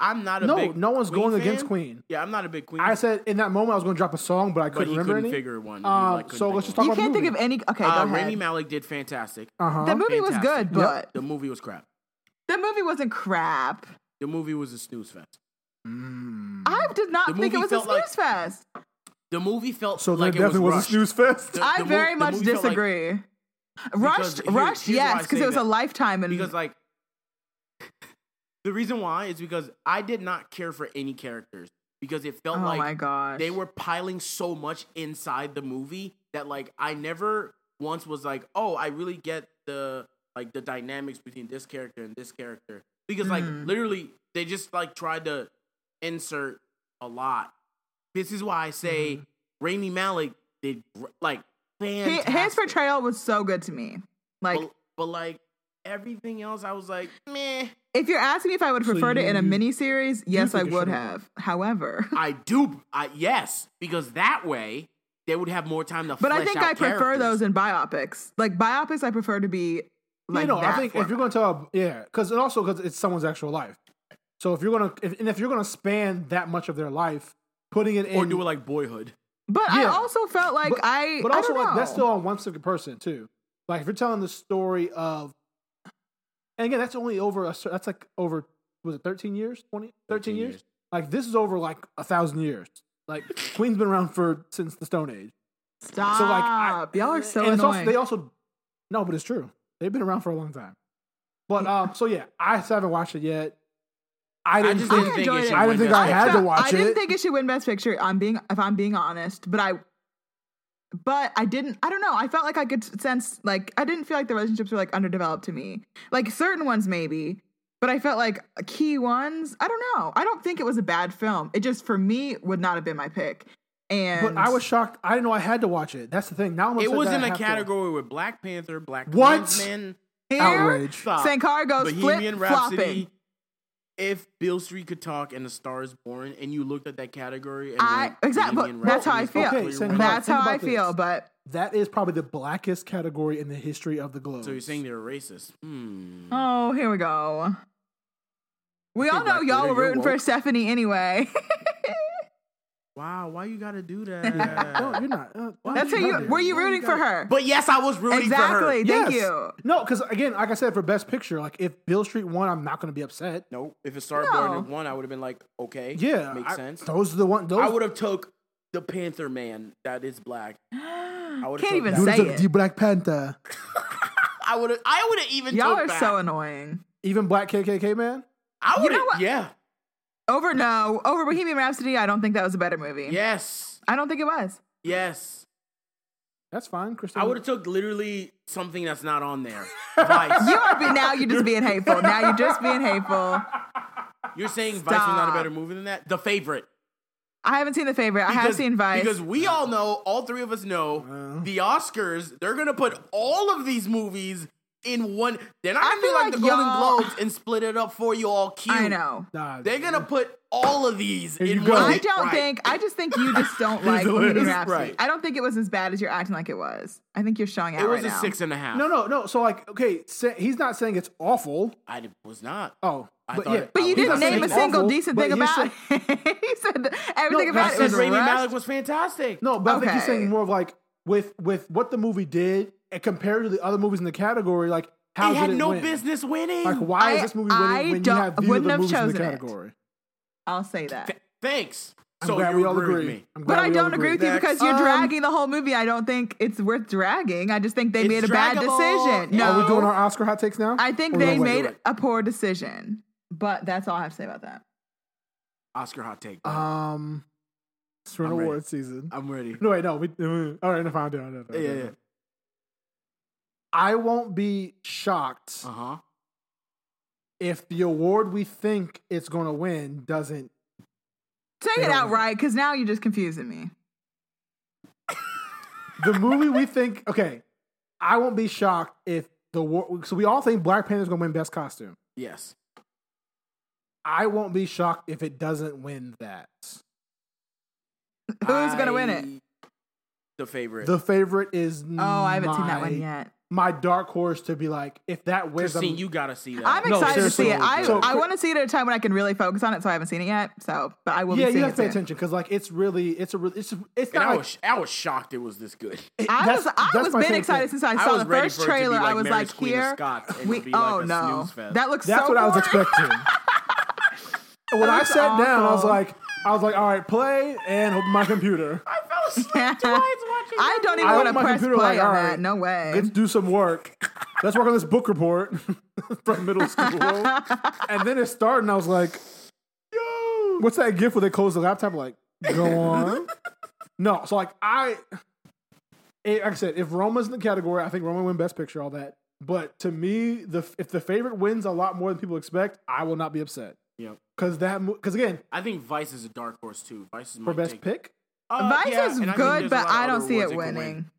[SPEAKER 2] I'm not a
[SPEAKER 4] no,
[SPEAKER 2] big
[SPEAKER 4] no one's
[SPEAKER 2] Queen
[SPEAKER 4] going
[SPEAKER 2] fan.
[SPEAKER 4] against Queen.
[SPEAKER 2] Yeah, I'm not a big Queen,
[SPEAKER 4] I said in that moment I was going to drop a song, but I
[SPEAKER 2] but
[SPEAKER 4] couldn't
[SPEAKER 2] he
[SPEAKER 4] remember
[SPEAKER 2] couldn't
[SPEAKER 4] any.
[SPEAKER 2] figure one. He,
[SPEAKER 4] Um,
[SPEAKER 2] like, couldn't
[SPEAKER 4] so
[SPEAKER 2] think
[SPEAKER 4] let's just
[SPEAKER 2] one.
[SPEAKER 4] talk
[SPEAKER 3] You
[SPEAKER 4] about the
[SPEAKER 3] can't think of
[SPEAKER 4] movie.
[SPEAKER 3] any. Okay,
[SPEAKER 2] Uh,
[SPEAKER 3] go
[SPEAKER 2] Rami
[SPEAKER 3] ahead.
[SPEAKER 2] Malik did fantastic.
[SPEAKER 4] Uh huh.
[SPEAKER 3] The movie was
[SPEAKER 2] Fantastic.
[SPEAKER 3] good, but
[SPEAKER 2] The movie was crap.
[SPEAKER 3] the movie wasn't crap.
[SPEAKER 2] The movie was a snooze fest.
[SPEAKER 3] I did not
[SPEAKER 2] The
[SPEAKER 3] think
[SPEAKER 2] movie
[SPEAKER 3] it was a
[SPEAKER 2] felt
[SPEAKER 3] snooze
[SPEAKER 2] like-
[SPEAKER 3] fest.
[SPEAKER 2] The movie felt
[SPEAKER 4] So
[SPEAKER 2] like
[SPEAKER 4] there definitely
[SPEAKER 2] it
[SPEAKER 4] was,
[SPEAKER 2] was,
[SPEAKER 4] a
[SPEAKER 2] rushed.
[SPEAKER 4] snooze fest.
[SPEAKER 2] The-
[SPEAKER 3] I
[SPEAKER 2] the mo-
[SPEAKER 3] very
[SPEAKER 2] the
[SPEAKER 3] much
[SPEAKER 2] movie felt like-
[SPEAKER 3] disagree. rushed,
[SPEAKER 2] here-
[SPEAKER 3] rushed,
[SPEAKER 2] here's why I
[SPEAKER 3] yes, because
[SPEAKER 2] say
[SPEAKER 3] it was
[SPEAKER 2] that.
[SPEAKER 3] a lifetime and
[SPEAKER 2] because like the reason why is because I did not care for any characters because it
[SPEAKER 3] oh
[SPEAKER 2] felt
[SPEAKER 3] my
[SPEAKER 2] like
[SPEAKER 3] gosh,
[SPEAKER 2] they were piling so much inside the movie that like I never once was like, "Oh, I really get the like the dynamics between this character and this character." Because like
[SPEAKER 3] Mhm.
[SPEAKER 2] literally they just like tried to insert a lot. This is why I say Rami Malik did gr- like
[SPEAKER 3] Mm-hmm. He-
[SPEAKER 2] fantastic.
[SPEAKER 3] his portrayal was so good to me. Like,
[SPEAKER 2] but, but like everything else I was like, "Meh."
[SPEAKER 3] if you're asking me if I would have
[SPEAKER 4] So
[SPEAKER 3] preferred it in a
[SPEAKER 4] you-
[SPEAKER 3] mini series, yes, I
[SPEAKER 4] think it
[SPEAKER 3] would
[SPEAKER 4] should've-
[SPEAKER 3] have. However,
[SPEAKER 2] I do. I yes, because that way they would have more time to.
[SPEAKER 3] but I
[SPEAKER 2] flesh
[SPEAKER 3] think
[SPEAKER 2] out
[SPEAKER 3] I prefer
[SPEAKER 2] characters.
[SPEAKER 3] those in biopics. Like biopics, I prefer to be like
[SPEAKER 4] you know, I
[SPEAKER 3] that
[SPEAKER 4] think if
[SPEAKER 3] format.
[SPEAKER 4] you're going to tell, yeah, because and also because it's someone's actual life. So if you're gonna, if, and if you're gonna span that much of their life, putting it in,
[SPEAKER 2] or do it like Boyhood.
[SPEAKER 3] But I
[SPEAKER 4] yeah.
[SPEAKER 3] also felt like
[SPEAKER 4] But-
[SPEAKER 3] I,
[SPEAKER 4] but
[SPEAKER 3] I
[SPEAKER 4] also
[SPEAKER 3] don't
[SPEAKER 4] like
[SPEAKER 3] know.
[SPEAKER 4] that's still on one single person too. Like if you're telling the story of, and again, that's only over a, cer- that's like over was it 13 years, 20, 13,
[SPEAKER 2] 13
[SPEAKER 4] years?
[SPEAKER 2] years.
[SPEAKER 4] Like this is over like a thousand years. Like Queen's been around for since the Stone Age.
[SPEAKER 3] Stop.
[SPEAKER 4] So like, I-
[SPEAKER 3] Y'all are so annoying.
[SPEAKER 4] and it's also, they also no, but it's true. They've been around for a long time. But um, so yeah, I still haven't watched it yet. I
[SPEAKER 2] I
[SPEAKER 4] didn't
[SPEAKER 2] just
[SPEAKER 4] think
[SPEAKER 2] didn't think
[SPEAKER 3] enjoyed
[SPEAKER 2] it
[SPEAKER 3] it.
[SPEAKER 2] should
[SPEAKER 4] I didn't
[SPEAKER 2] win
[SPEAKER 4] think
[SPEAKER 2] Best
[SPEAKER 4] I
[SPEAKER 2] Picture.
[SPEAKER 4] had to
[SPEAKER 3] felt-
[SPEAKER 4] watch
[SPEAKER 3] I didn't
[SPEAKER 4] it.
[SPEAKER 3] think it should win Best Picture. I'm being, if I'm being honest, but I, but I didn't. I don't know. I felt like I could sense, like I didn't feel like the relationships were like underdeveloped to me. Like certain ones maybe, but I felt like key ones. I don't know. I don't think it was a bad film. It just for me would not have been my pick. And
[SPEAKER 4] But I was shocked. I didn't know I had to watch it. That's the thing. Now I'm
[SPEAKER 2] It
[SPEAKER 4] upset
[SPEAKER 2] was
[SPEAKER 4] that
[SPEAKER 2] in
[SPEAKER 4] I
[SPEAKER 2] a
[SPEAKER 4] have to.
[SPEAKER 2] category with Black Panther, Black
[SPEAKER 4] What?
[SPEAKER 2] Klansman,
[SPEAKER 3] here.
[SPEAKER 4] outrage.
[SPEAKER 2] Stop.
[SPEAKER 3] Sankara goes flip
[SPEAKER 2] Bohemian
[SPEAKER 3] flopping.
[SPEAKER 2] Rhapsody. If Bill Street could talk and The Star is Born, and you looked at that category, and
[SPEAKER 3] I-
[SPEAKER 2] went,
[SPEAKER 3] exactly,
[SPEAKER 2] Bohemian
[SPEAKER 3] that's how I
[SPEAKER 2] Rhapsody is
[SPEAKER 4] feel.
[SPEAKER 2] clearly
[SPEAKER 4] Okay, Sankara.
[SPEAKER 2] winning.
[SPEAKER 3] That's
[SPEAKER 4] think
[SPEAKER 3] how I
[SPEAKER 4] about this.
[SPEAKER 3] feel. But
[SPEAKER 4] That is probably the blackest category in the history of the globe.
[SPEAKER 2] Hmm. so you're saying they're racist? Hmm.
[SPEAKER 3] oh, here we go. We all
[SPEAKER 2] Get
[SPEAKER 3] know
[SPEAKER 2] back
[SPEAKER 3] y'all
[SPEAKER 2] later,
[SPEAKER 3] were
[SPEAKER 2] you're
[SPEAKER 3] rooting for
[SPEAKER 2] woke.
[SPEAKER 3] Stephanie anyway.
[SPEAKER 2] Wow, why you gotta do
[SPEAKER 4] No,
[SPEAKER 2] that?
[SPEAKER 4] you're not. Uh, why
[SPEAKER 3] That's who
[SPEAKER 4] would
[SPEAKER 3] you
[SPEAKER 4] do
[SPEAKER 3] were.
[SPEAKER 4] that?
[SPEAKER 3] You
[SPEAKER 4] Why
[SPEAKER 3] rooting for
[SPEAKER 4] gotta-
[SPEAKER 3] her?
[SPEAKER 2] but yes, I was rooting
[SPEAKER 3] exactly.
[SPEAKER 2] for her.
[SPEAKER 3] Thank
[SPEAKER 4] Yes.
[SPEAKER 3] you.
[SPEAKER 4] No, because again, like I said, for Best Picture, like if Bill Street won, I'm not going to be upset.
[SPEAKER 2] Nope. If it started
[SPEAKER 3] No.
[SPEAKER 2] burning one, I would have been like, okay,
[SPEAKER 4] Yeah,
[SPEAKER 2] makes
[SPEAKER 4] I-
[SPEAKER 2] sense.
[SPEAKER 4] Those are the one. Those
[SPEAKER 2] I would have took the Panther Man that is black. I would've
[SPEAKER 3] Can't
[SPEAKER 2] took
[SPEAKER 3] even
[SPEAKER 2] that.
[SPEAKER 4] You would've
[SPEAKER 3] say
[SPEAKER 4] took
[SPEAKER 3] it.
[SPEAKER 4] the Black Panther.
[SPEAKER 2] I would have. I would have even.
[SPEAKER 3] Y'all
[SPEAKER 2] took
[SPEAKER 3] are
[SPEAKER 2] that.
[SPEAKER 3] so annoying.
[SPEAKER 4] Even Black KKK man.
[SPEAKER 2] I
[SPEAKER 3] You
[SPEAKER 2] would.
[SPEAKER 3] know what?
[SPEAKER 2] have Yeah.
[SPEAKER 3] Over no, over Bohemian Rhapsody. I don't think that was a better movie.
[SPEAKER 2] Yes.
[SPEAKER 3] I don't think it was.
[SPEAKER 2] Yes.
[SPEAKER 4] That's fine, Christian.
[SPEAKER 2] I would have took literally something that's not on there. Vice.
[SPEAKER 3] You are be, now. You're just being hateful. Now you're just being hateful.
[SPEAKER 2] You're saying Vice was not a
[SPEAKER 3] Stop.
[SPEAKER 2] better movie than that? The favorite.
[SPEAKER 3] I haven't seen The Favorite. I have seen Vice.
[SPEAKER 2] Because we all know, all three of us know, the Oscars, they're going to put all of these movies in one. They're not
[SPEAKER 3] I
[SPEAKER 2] going to be
[SPEAKER 3] feel
[SPEAKER 2] like,
[SPEAKER 3] like
[SPEAKER 2] the Golden
[SPEAKER 3] y'all-
[SPEAKER 2] Globes and split it up for you all cute.
[SPEAKER 3] I know.
[SPEAKER 4] Nah,
[SPEAKER 2] They're going to put all of these
[SPEAKER 4] Here
[SPEAKER 2] in
[SPEAKER 4] you go.
[SPEAKER 2] one.
[SPEAKER 4] Right.
[SPEAKER 3] I don't
[SPEAKER 2] Right.
[SPEAKER 3] think. I just think you just don't like Bohemian
[SPEAKER 2] Hilarious.
[SPEAKER 3] Rhapsody.
[SPEAKER 2] Right.
[SPEAKER 3] I don't think it was as bad as you're acting like it was. I think you're showing out
[SPEAKER 2] It was
[SPEAKER 3] right
[SPEAKER 2] a
[SPEAKER 3] now.
[SPEAKER 2] six and a half.
[SPEAKER 4] No, no, no. So like, okay, say, he's not saying it's awful.
[SPEAKER 2] I d- was not.
[SPEAKER 4] Oh,
[SPEAKER 2] I
[SPEAKER 4] but
[SPEAKER 2] thought
[SPEAKER 4] yeah,
[SPEAKER 2] it-
[SPEAKER 3] But
[SPEAKER 2] I
[SPEAKER 3] you
[SPEAKER 2] was
[SPEAKER 3] didn't
[SPEAKER 2] not
[SPEAKER 3] name a
[SPEAKER 2] saying
[SPEAKER 3] single
[SPEAKER 4] awful,
[SPEAKER 3] decent
[SPEAKER 4] but
[SPEAKER 3] thing
[SPEAKER 4] you're
[SPEAKER 3] about
[SPEAKER 4] saying-
[SPEAKER 3] it. he said that everything
[SPEAKER 4] No,
[SPEAKER 3] about
[SPEAKER 2] I
[SPEAKER 4] that's
[SPEAKER 3] it
[SPEAKER 2] said
[SPEAKER 3] was
[SPEAKER 4] the
[SPEAKER 2] Rami
[SPEAKER 3] rushed.
[SPEAKER 2] Malik was fantastic.
[SPEAKER 4] No, but I think he's
[SPEAKER 3] Okay.
[SPEAKER 4] saying more of like with with what the movie did and compared to the other movies in the category, like how
[SPEAKER 2] it
[SPEAKER 4] did
[SPEAKER 2] had
[SPEAKER 4] it
[SPEAKER 2] no
[SPEAKER 4] win?
[SPEAKER 2] business winning.
[SPEAKER 4] Like, why is
[SPEAKER 3] I-
[SPEAKER 4] this movie
[SPEAKER 3] I
[SPEAKER 4] winning when you
[SPEAKER 3] don't-
[SPEAKER 4] have these
[SPEAKER 3] wouldn't
[SPEAKER 4] other
[SPEAKER 3] have
[SPEAKER 4] movies in the
[SPEAKER 3] chosen it.
[SPEAKER 4] category?
[SPEAKER 3] I'll say that.
[SPEAKER 2] Th- Thanks.
[SPEAKER 4] I'm
[SPEAKER 2] so
[SPEAKER 4] glad
[SPEAKER 2] you
[SPEAKER 4] we all
[SPEAKER 2] agree with
[SPEAKER 4] agree.
[SPEAKER 2] me.
[SPEAKER 4] I'm glad
[SPEAKER 3] But I
[SPEAKER 4] we all
[SPEAKER 3] don't agree with you
[SPEAKER 2] Next.
[SPEAKER 3] because you're
[SPEAKER 2] Um,
[SPEAKER 3] dragging the whole movie. I don't think it's worth dragging. I just think they
[SPEAKER 2] It's
[SPEAKER 3] made a bad
[SPEAKER 2] draggable.
[SPEAKER 3] decision.
[SPEAKER 2] Are
[SPEAKER 3] No,
[SPEAKER 4] Are we doing our Oscar hot takes now?
[SPEAKER 3] I think
[SPEAKER 4] Or we
[SPEAKER 3] they
[SPEAKER 4] gonna wait?
[SPEAKER 3] made a poor decision. But that's all I have to say about that.
[SPEAKER 2] Oscar hot take. bro.
[SPEAKER 4] Um, it's
[SPEAKER 2] I'm
[SPEAKER 4] an
[SPEAKER 2] ready.
[SPEAKER 4] award season.
[SPEAKER 2] I'm ready.
[SPEAKER 4] No, wait, no. We, uh, all right, no, found out.
[SPEAKER 2] Yeah, yeah. yeah.
[SPEAKER 4] I won't be shocked
[SPEAKER 2] Uh huh.
[SPEAKER 4] if the award we think it's going to win doesn't.
[SPEAKER 3] Say it
[SPEAKER 4] don't-
[SPEAKER 3] outright because now you're just confusing me.
[SPEAKER 4] The movie we think, okay, I won't be shocked if the war. So we all think Black Panther's going to win Best Costume.
[SPEAKER 2] Yes.
[SPEAKER 4] I won't be shocked if it doesn't win that.
[SPEAKER 3] Who's gonna win it?
[SPEAKER 2] I- The favorite.
[SPEAKER 4] The favorite is
[SPEAKER 3] Oh, I haven't seen that
[SPEAKER 4] my-
[SPEAKER 3] one yet.
[SPEAKER 4] My dark horse to be like, if that wins, I'm-
[SPEAKER 2] Christine, you gotta see that.
[SPEAKER 3] I'm
[SPEAKER 4] No,
[SPEAKER 3] excited to
[SPEAKER 4] seriously.
[SPEAKER 3] see it. I,
[SPEAKER 4] So-
[SPEAKER 3] I want to see it at a time when I can really focus on it, so I haven't seen it yet. So, but I will.
[SPEAKER 4] yeah,
[SPEAKER 3] be
[SPEAKER 4] you
[SPEAKER 3] seeing
[SPEAKER 4] have
[SPEAKER 3] it
[SPEAKER 4] to pay
[SPEAKER 3] soon.
[SPEAKER 4] attention because like it's really, it's a, re- it's, it's
[SPEAKER 2] and
[SPEAKER 4] not.
[SPEAKER 2] I
[SPEAKER 4] like-
[SPEAKER 2] was I was shocked it was this good.
[SPEAKER 4] it-
[SPEAKER 3] I
[SPEAKER 4] that's-
[SPEAKER 3] was I
[SPEAKER 4] that's
[SPEAKER 3] was
[SPEAKER 4] my
[SPEAKER 3] been
[SPEAKER 4] favorite
[SPEAKER 3] excited
[SPEAKER 4] thing.
[SPEAKER 3] since I
[SPEAKER 2] I
[SPEAKER 3] saw
[SPEAKER 2] was
[SPEAKER 3] the
[SPEAKER 2] ready
[SPEAKER 3] first
[SPEAKER 2] for it to be
[SPEAKER 3] trailer.
[SPEAKER 2] like
[SPEAKER 3] I was
[SPEAKER 2] Mary's
[SPEAKER 3] like,
[SPEAKER 2] Queen of
[SPEAKER 3] here,
[SPEAKER 2] Scots and
[SPEAKER 3] we.
[SPEAKER 2] be like
[SPEAKER 3] Oh
[SPEAKER 2] a
[SPEAKER 3] no,
[SPEAKER 2] snooze fest.
[SPEAKER 3] that looks
[SPEAKER 4] That's
[SPEAKER 3] so
[SPEAKER 4] what I was
[SPEAKER 3] boring.
[SPEAKER 4] expecting. And when I
[SPEAKER 3] That's
[SPEAKER 4] sat down, I was
[SPEAKER 3] awful.
[SPEAKER 4] like, I was like, all right, play and open my computer.
[SPEAKER 2] I fell asleep twice watching.
[SPEAKER 3] I
[SPEAKER 2] that
[SPEAKER 3] don't
[SPEAKER 2] movie.
[SPEAKER 3] even
[SPEAKER 4] I
[SPEAKER 3] want
[SPEAKER 4] opened
[SPEAKER 3] to
[SPEAKER 4] my
[SPEAKER 3] press
[SPEAKER 4] computer,
[SPEAKER 3] play
[SPEAKER 4] like,
[SPEAKER 3] on
[SPEAKER 4] all right,
[SPEAKER 3] that. No way.
[SPEAKER 4] Let's do some work. Let's work on this book report from middle school. and then it started, and I was like, yo, what's that gift where they close the laptop? Like, go on. no, so like I, it, like I said, if Roma's in the category, I think Roma win Best Picture, all that. But to me, the if the favorite wins a lot more than people expect, I will not be upset.
[SPEAKER 2] Yep.
[SPEAKER 4] Because that, because again,
[SPEAKER 3] e-
[SPEAKER 2] I think Vice is a dark horse too. Vice is my
[SPEAKER 4] for best
[SPEAKER 2] take.
[SPEAKER 4] pick,
[SPEAKER 2] Uh,
[SPEAKER 3] Vice
[SPEAKER 2] yeah,
[SPEAKER 3] is
[SPEAKER 2] and I mean,
[SPEAKER 3] good,
[SPEAKER 2] there's a
[SPEAKER 3] but
[SPEAKER 2] lot of
[SPEAKER 3] I don't
[SPEAKER 2] other
[SPEAKER 3] see it
[SPEAKER 2] awards that could win.
[SPEAKER 3] winning.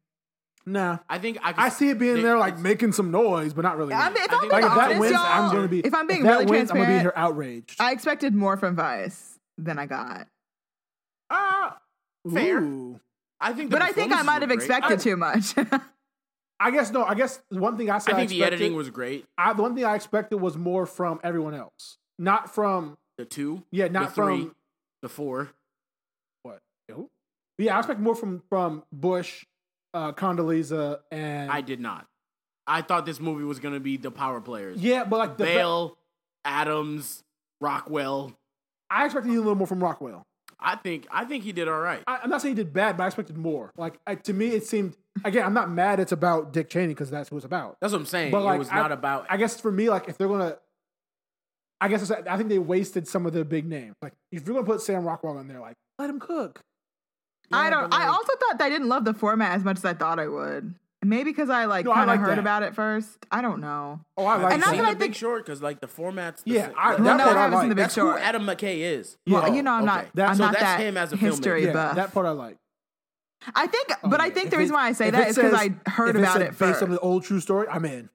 [SPEAKER 4] nah.
[SPEAKER 2] I think I, could
[SPEAKER 4] I see it being
[SPEAKER 2] they-
[SPEAKER 4] there, like making some noise, but not really.
[SPEAKER 3] I mean,
[SPEAKER 4] winning.
[SPEAKER 3] if
[SPEAKER 2] I
[SPEAKER 3] I'm
[SPEAKER 2] think-
[SPEAKER 4] like
[SPEAKER 3] being
[SPEAKER 4] if that
[SPEAKER 3] honest,
[SPEAKER 4] wins,
[SPEAKER 3] y'all,
[SPEAKER 4] I'm going to be.
[SPEAKER 3] if I'm being
[SPEAKER 4] if that
[SPEAKER 3] really
[SPEAKER 4] wins, I'm going to
[SPEAKER 3] transparent,
[SPEAKER 4] be here outraged.
[SPEAKER 3] I expected more from Vice than I got. uh,
[SPEAKER 2] Ah, fair.
[SPEAKER 4] Ooh.
[SPEAKER 2] I think, the
[SPEAKER 3] But I think I
[SPEAKER 2] performances
[SPEAKER 3] might have
[SPEAKER 2] were great.
[SPEAKER 3] expected
[SPEAKER 4] I-
[SPEAKER 3] too much.
[SPEAKER 4] I guess no. I guess the one thing I
[SPEAKER 2] I
[SPEAKER 4] said I,
[SPEAKER 2] think the
[SPEAKER 4] expected-
[SPEAKER 2] editing was great.
[SPEAKER 4] I, the one thing I expected was more from everyone else, not from
[SPEAKER 2] The two,
[SPEAKER 4] yeah,
[SPEAKER 2] the
[SPEAKER 4] not
[SPEAKER 2] three,
[SPEAKER 4] from
[SPEAKER 2] the four.
[SPEAKER 4] what. Who? Yeah, I expect more from from Bush, uh, Condoleezza, and
[SPEAKER 2] I did not. I thought this movie was gonna be the power players.
[SPEAKER 4] yeah, but like the
[SPEAKER 2] Bale, Adams, Rockwell.
[SPEAKER 4] I expected a little more from Rockwell.
[SPEAKER 2] I think I think he did all right.
[SPEAKER 4] I, I'm not saying he did bad, but I expected more. Like I, to me, it seemed again. I'm not mad. It's about Dick Cheney because that's who it's about.
[SPEAKER 2] That's what I'm saying.
[SPEAKER 4] But,
[SPEAKER 2] it
[SPEAKER 4] like,
[SPEAKER 2] was not about.
[SPEAKER 4] I guess for me, like if they're gonna, I guess it's, I think they wasted some of their big names. Like if you're gonna put Sam Rockwell in there, like let him cook.
[SPEAKER 3] I
[SPEAKER 4] Yeah,
[SPEAKER 3] don't.
[SPEAKER 4] but,
[SPEAKER 3] I
[SPEAKER 4] like-
[SPEAKER 3] also thought that I didn't love the format as much as I thought I would. Maybe because I like
[SPEAKER 4] No, I
[SPEAKER 3] kind of
[SPEAKER 4] like
[SPEAKER 3] heard
[SPEAKER 4] that.
[SPEAKER 3] about it first. I don't know.
[SPEAKER 4] Oh, I like
[SPEAKER 3] And
[SPEAKER 4] that.
[SPEAKER 3] that's what I
[SPEAKER 2] the Big
[SPEAKER 3] think-
[SPEAKER 2] Short because like the formats. The
[SPEAKER 4] Yeah,
[SPEAKER 2] same.
[SPEAKER 4] I-
[SPEAKER 2] Like,
[SPEAKER 4] that
[SPEAKER 3] Well, no,
[SPEAKER 4] part
[SPEAKER 3] I
[SPEAKER 4] I
[SPEAKER 3] haven't seen
[SPEAKER 4] like.
[SPEAKER 3] the Big
[SPEAKER 2] that's who
[SPEAKER 3] Short.
[SPEAKER 2] Adam McKay is.
[SPEAKER 4] Yeah.
[SPEAKER 3] Well, you know, I'm
[SPEAKER 2] okay.
[SPEAKER 3] not.
[SPEAKER 4] That-
[SPEAKER 3] I'm
[SPEAKER 4] so
[SPEAKER 3] not
[SPEAKER 2] that's
[SPEAKER 3] that
[SPEAKER 2] him as a
[SPEAKER 3] history
[SPEAKER 2] filmmaker.
[SPEAKER 4] yeah,
[SPEAKER 3] buff.
[SPEAKER 4] that part I like. Oh,
[SPEAKER 3] I think, but I
[SPEAKER 4] yeah.
[SPEAKER 3] think
[SPEAKER 4] If
[SPEAKER 3] the
[SPEAKER 4] it-
[SPEAKER 3] reason why I say
[SPEAKER 4] if
[SPEAKER 3] that
[SPEAKER 4] it
[SPEAKER 3] is because
[SPEAKER 4] says-
[SPEAKER 3] I heard
[SPEAKER 4] if
[SPEAKER 3] about
[SPEAKER 4] said
[SPEAKER 3] it
[SPEAKER 4] based
[SPEAKER 3] first.
[SPEAKER 4] on the old true story. I'm in.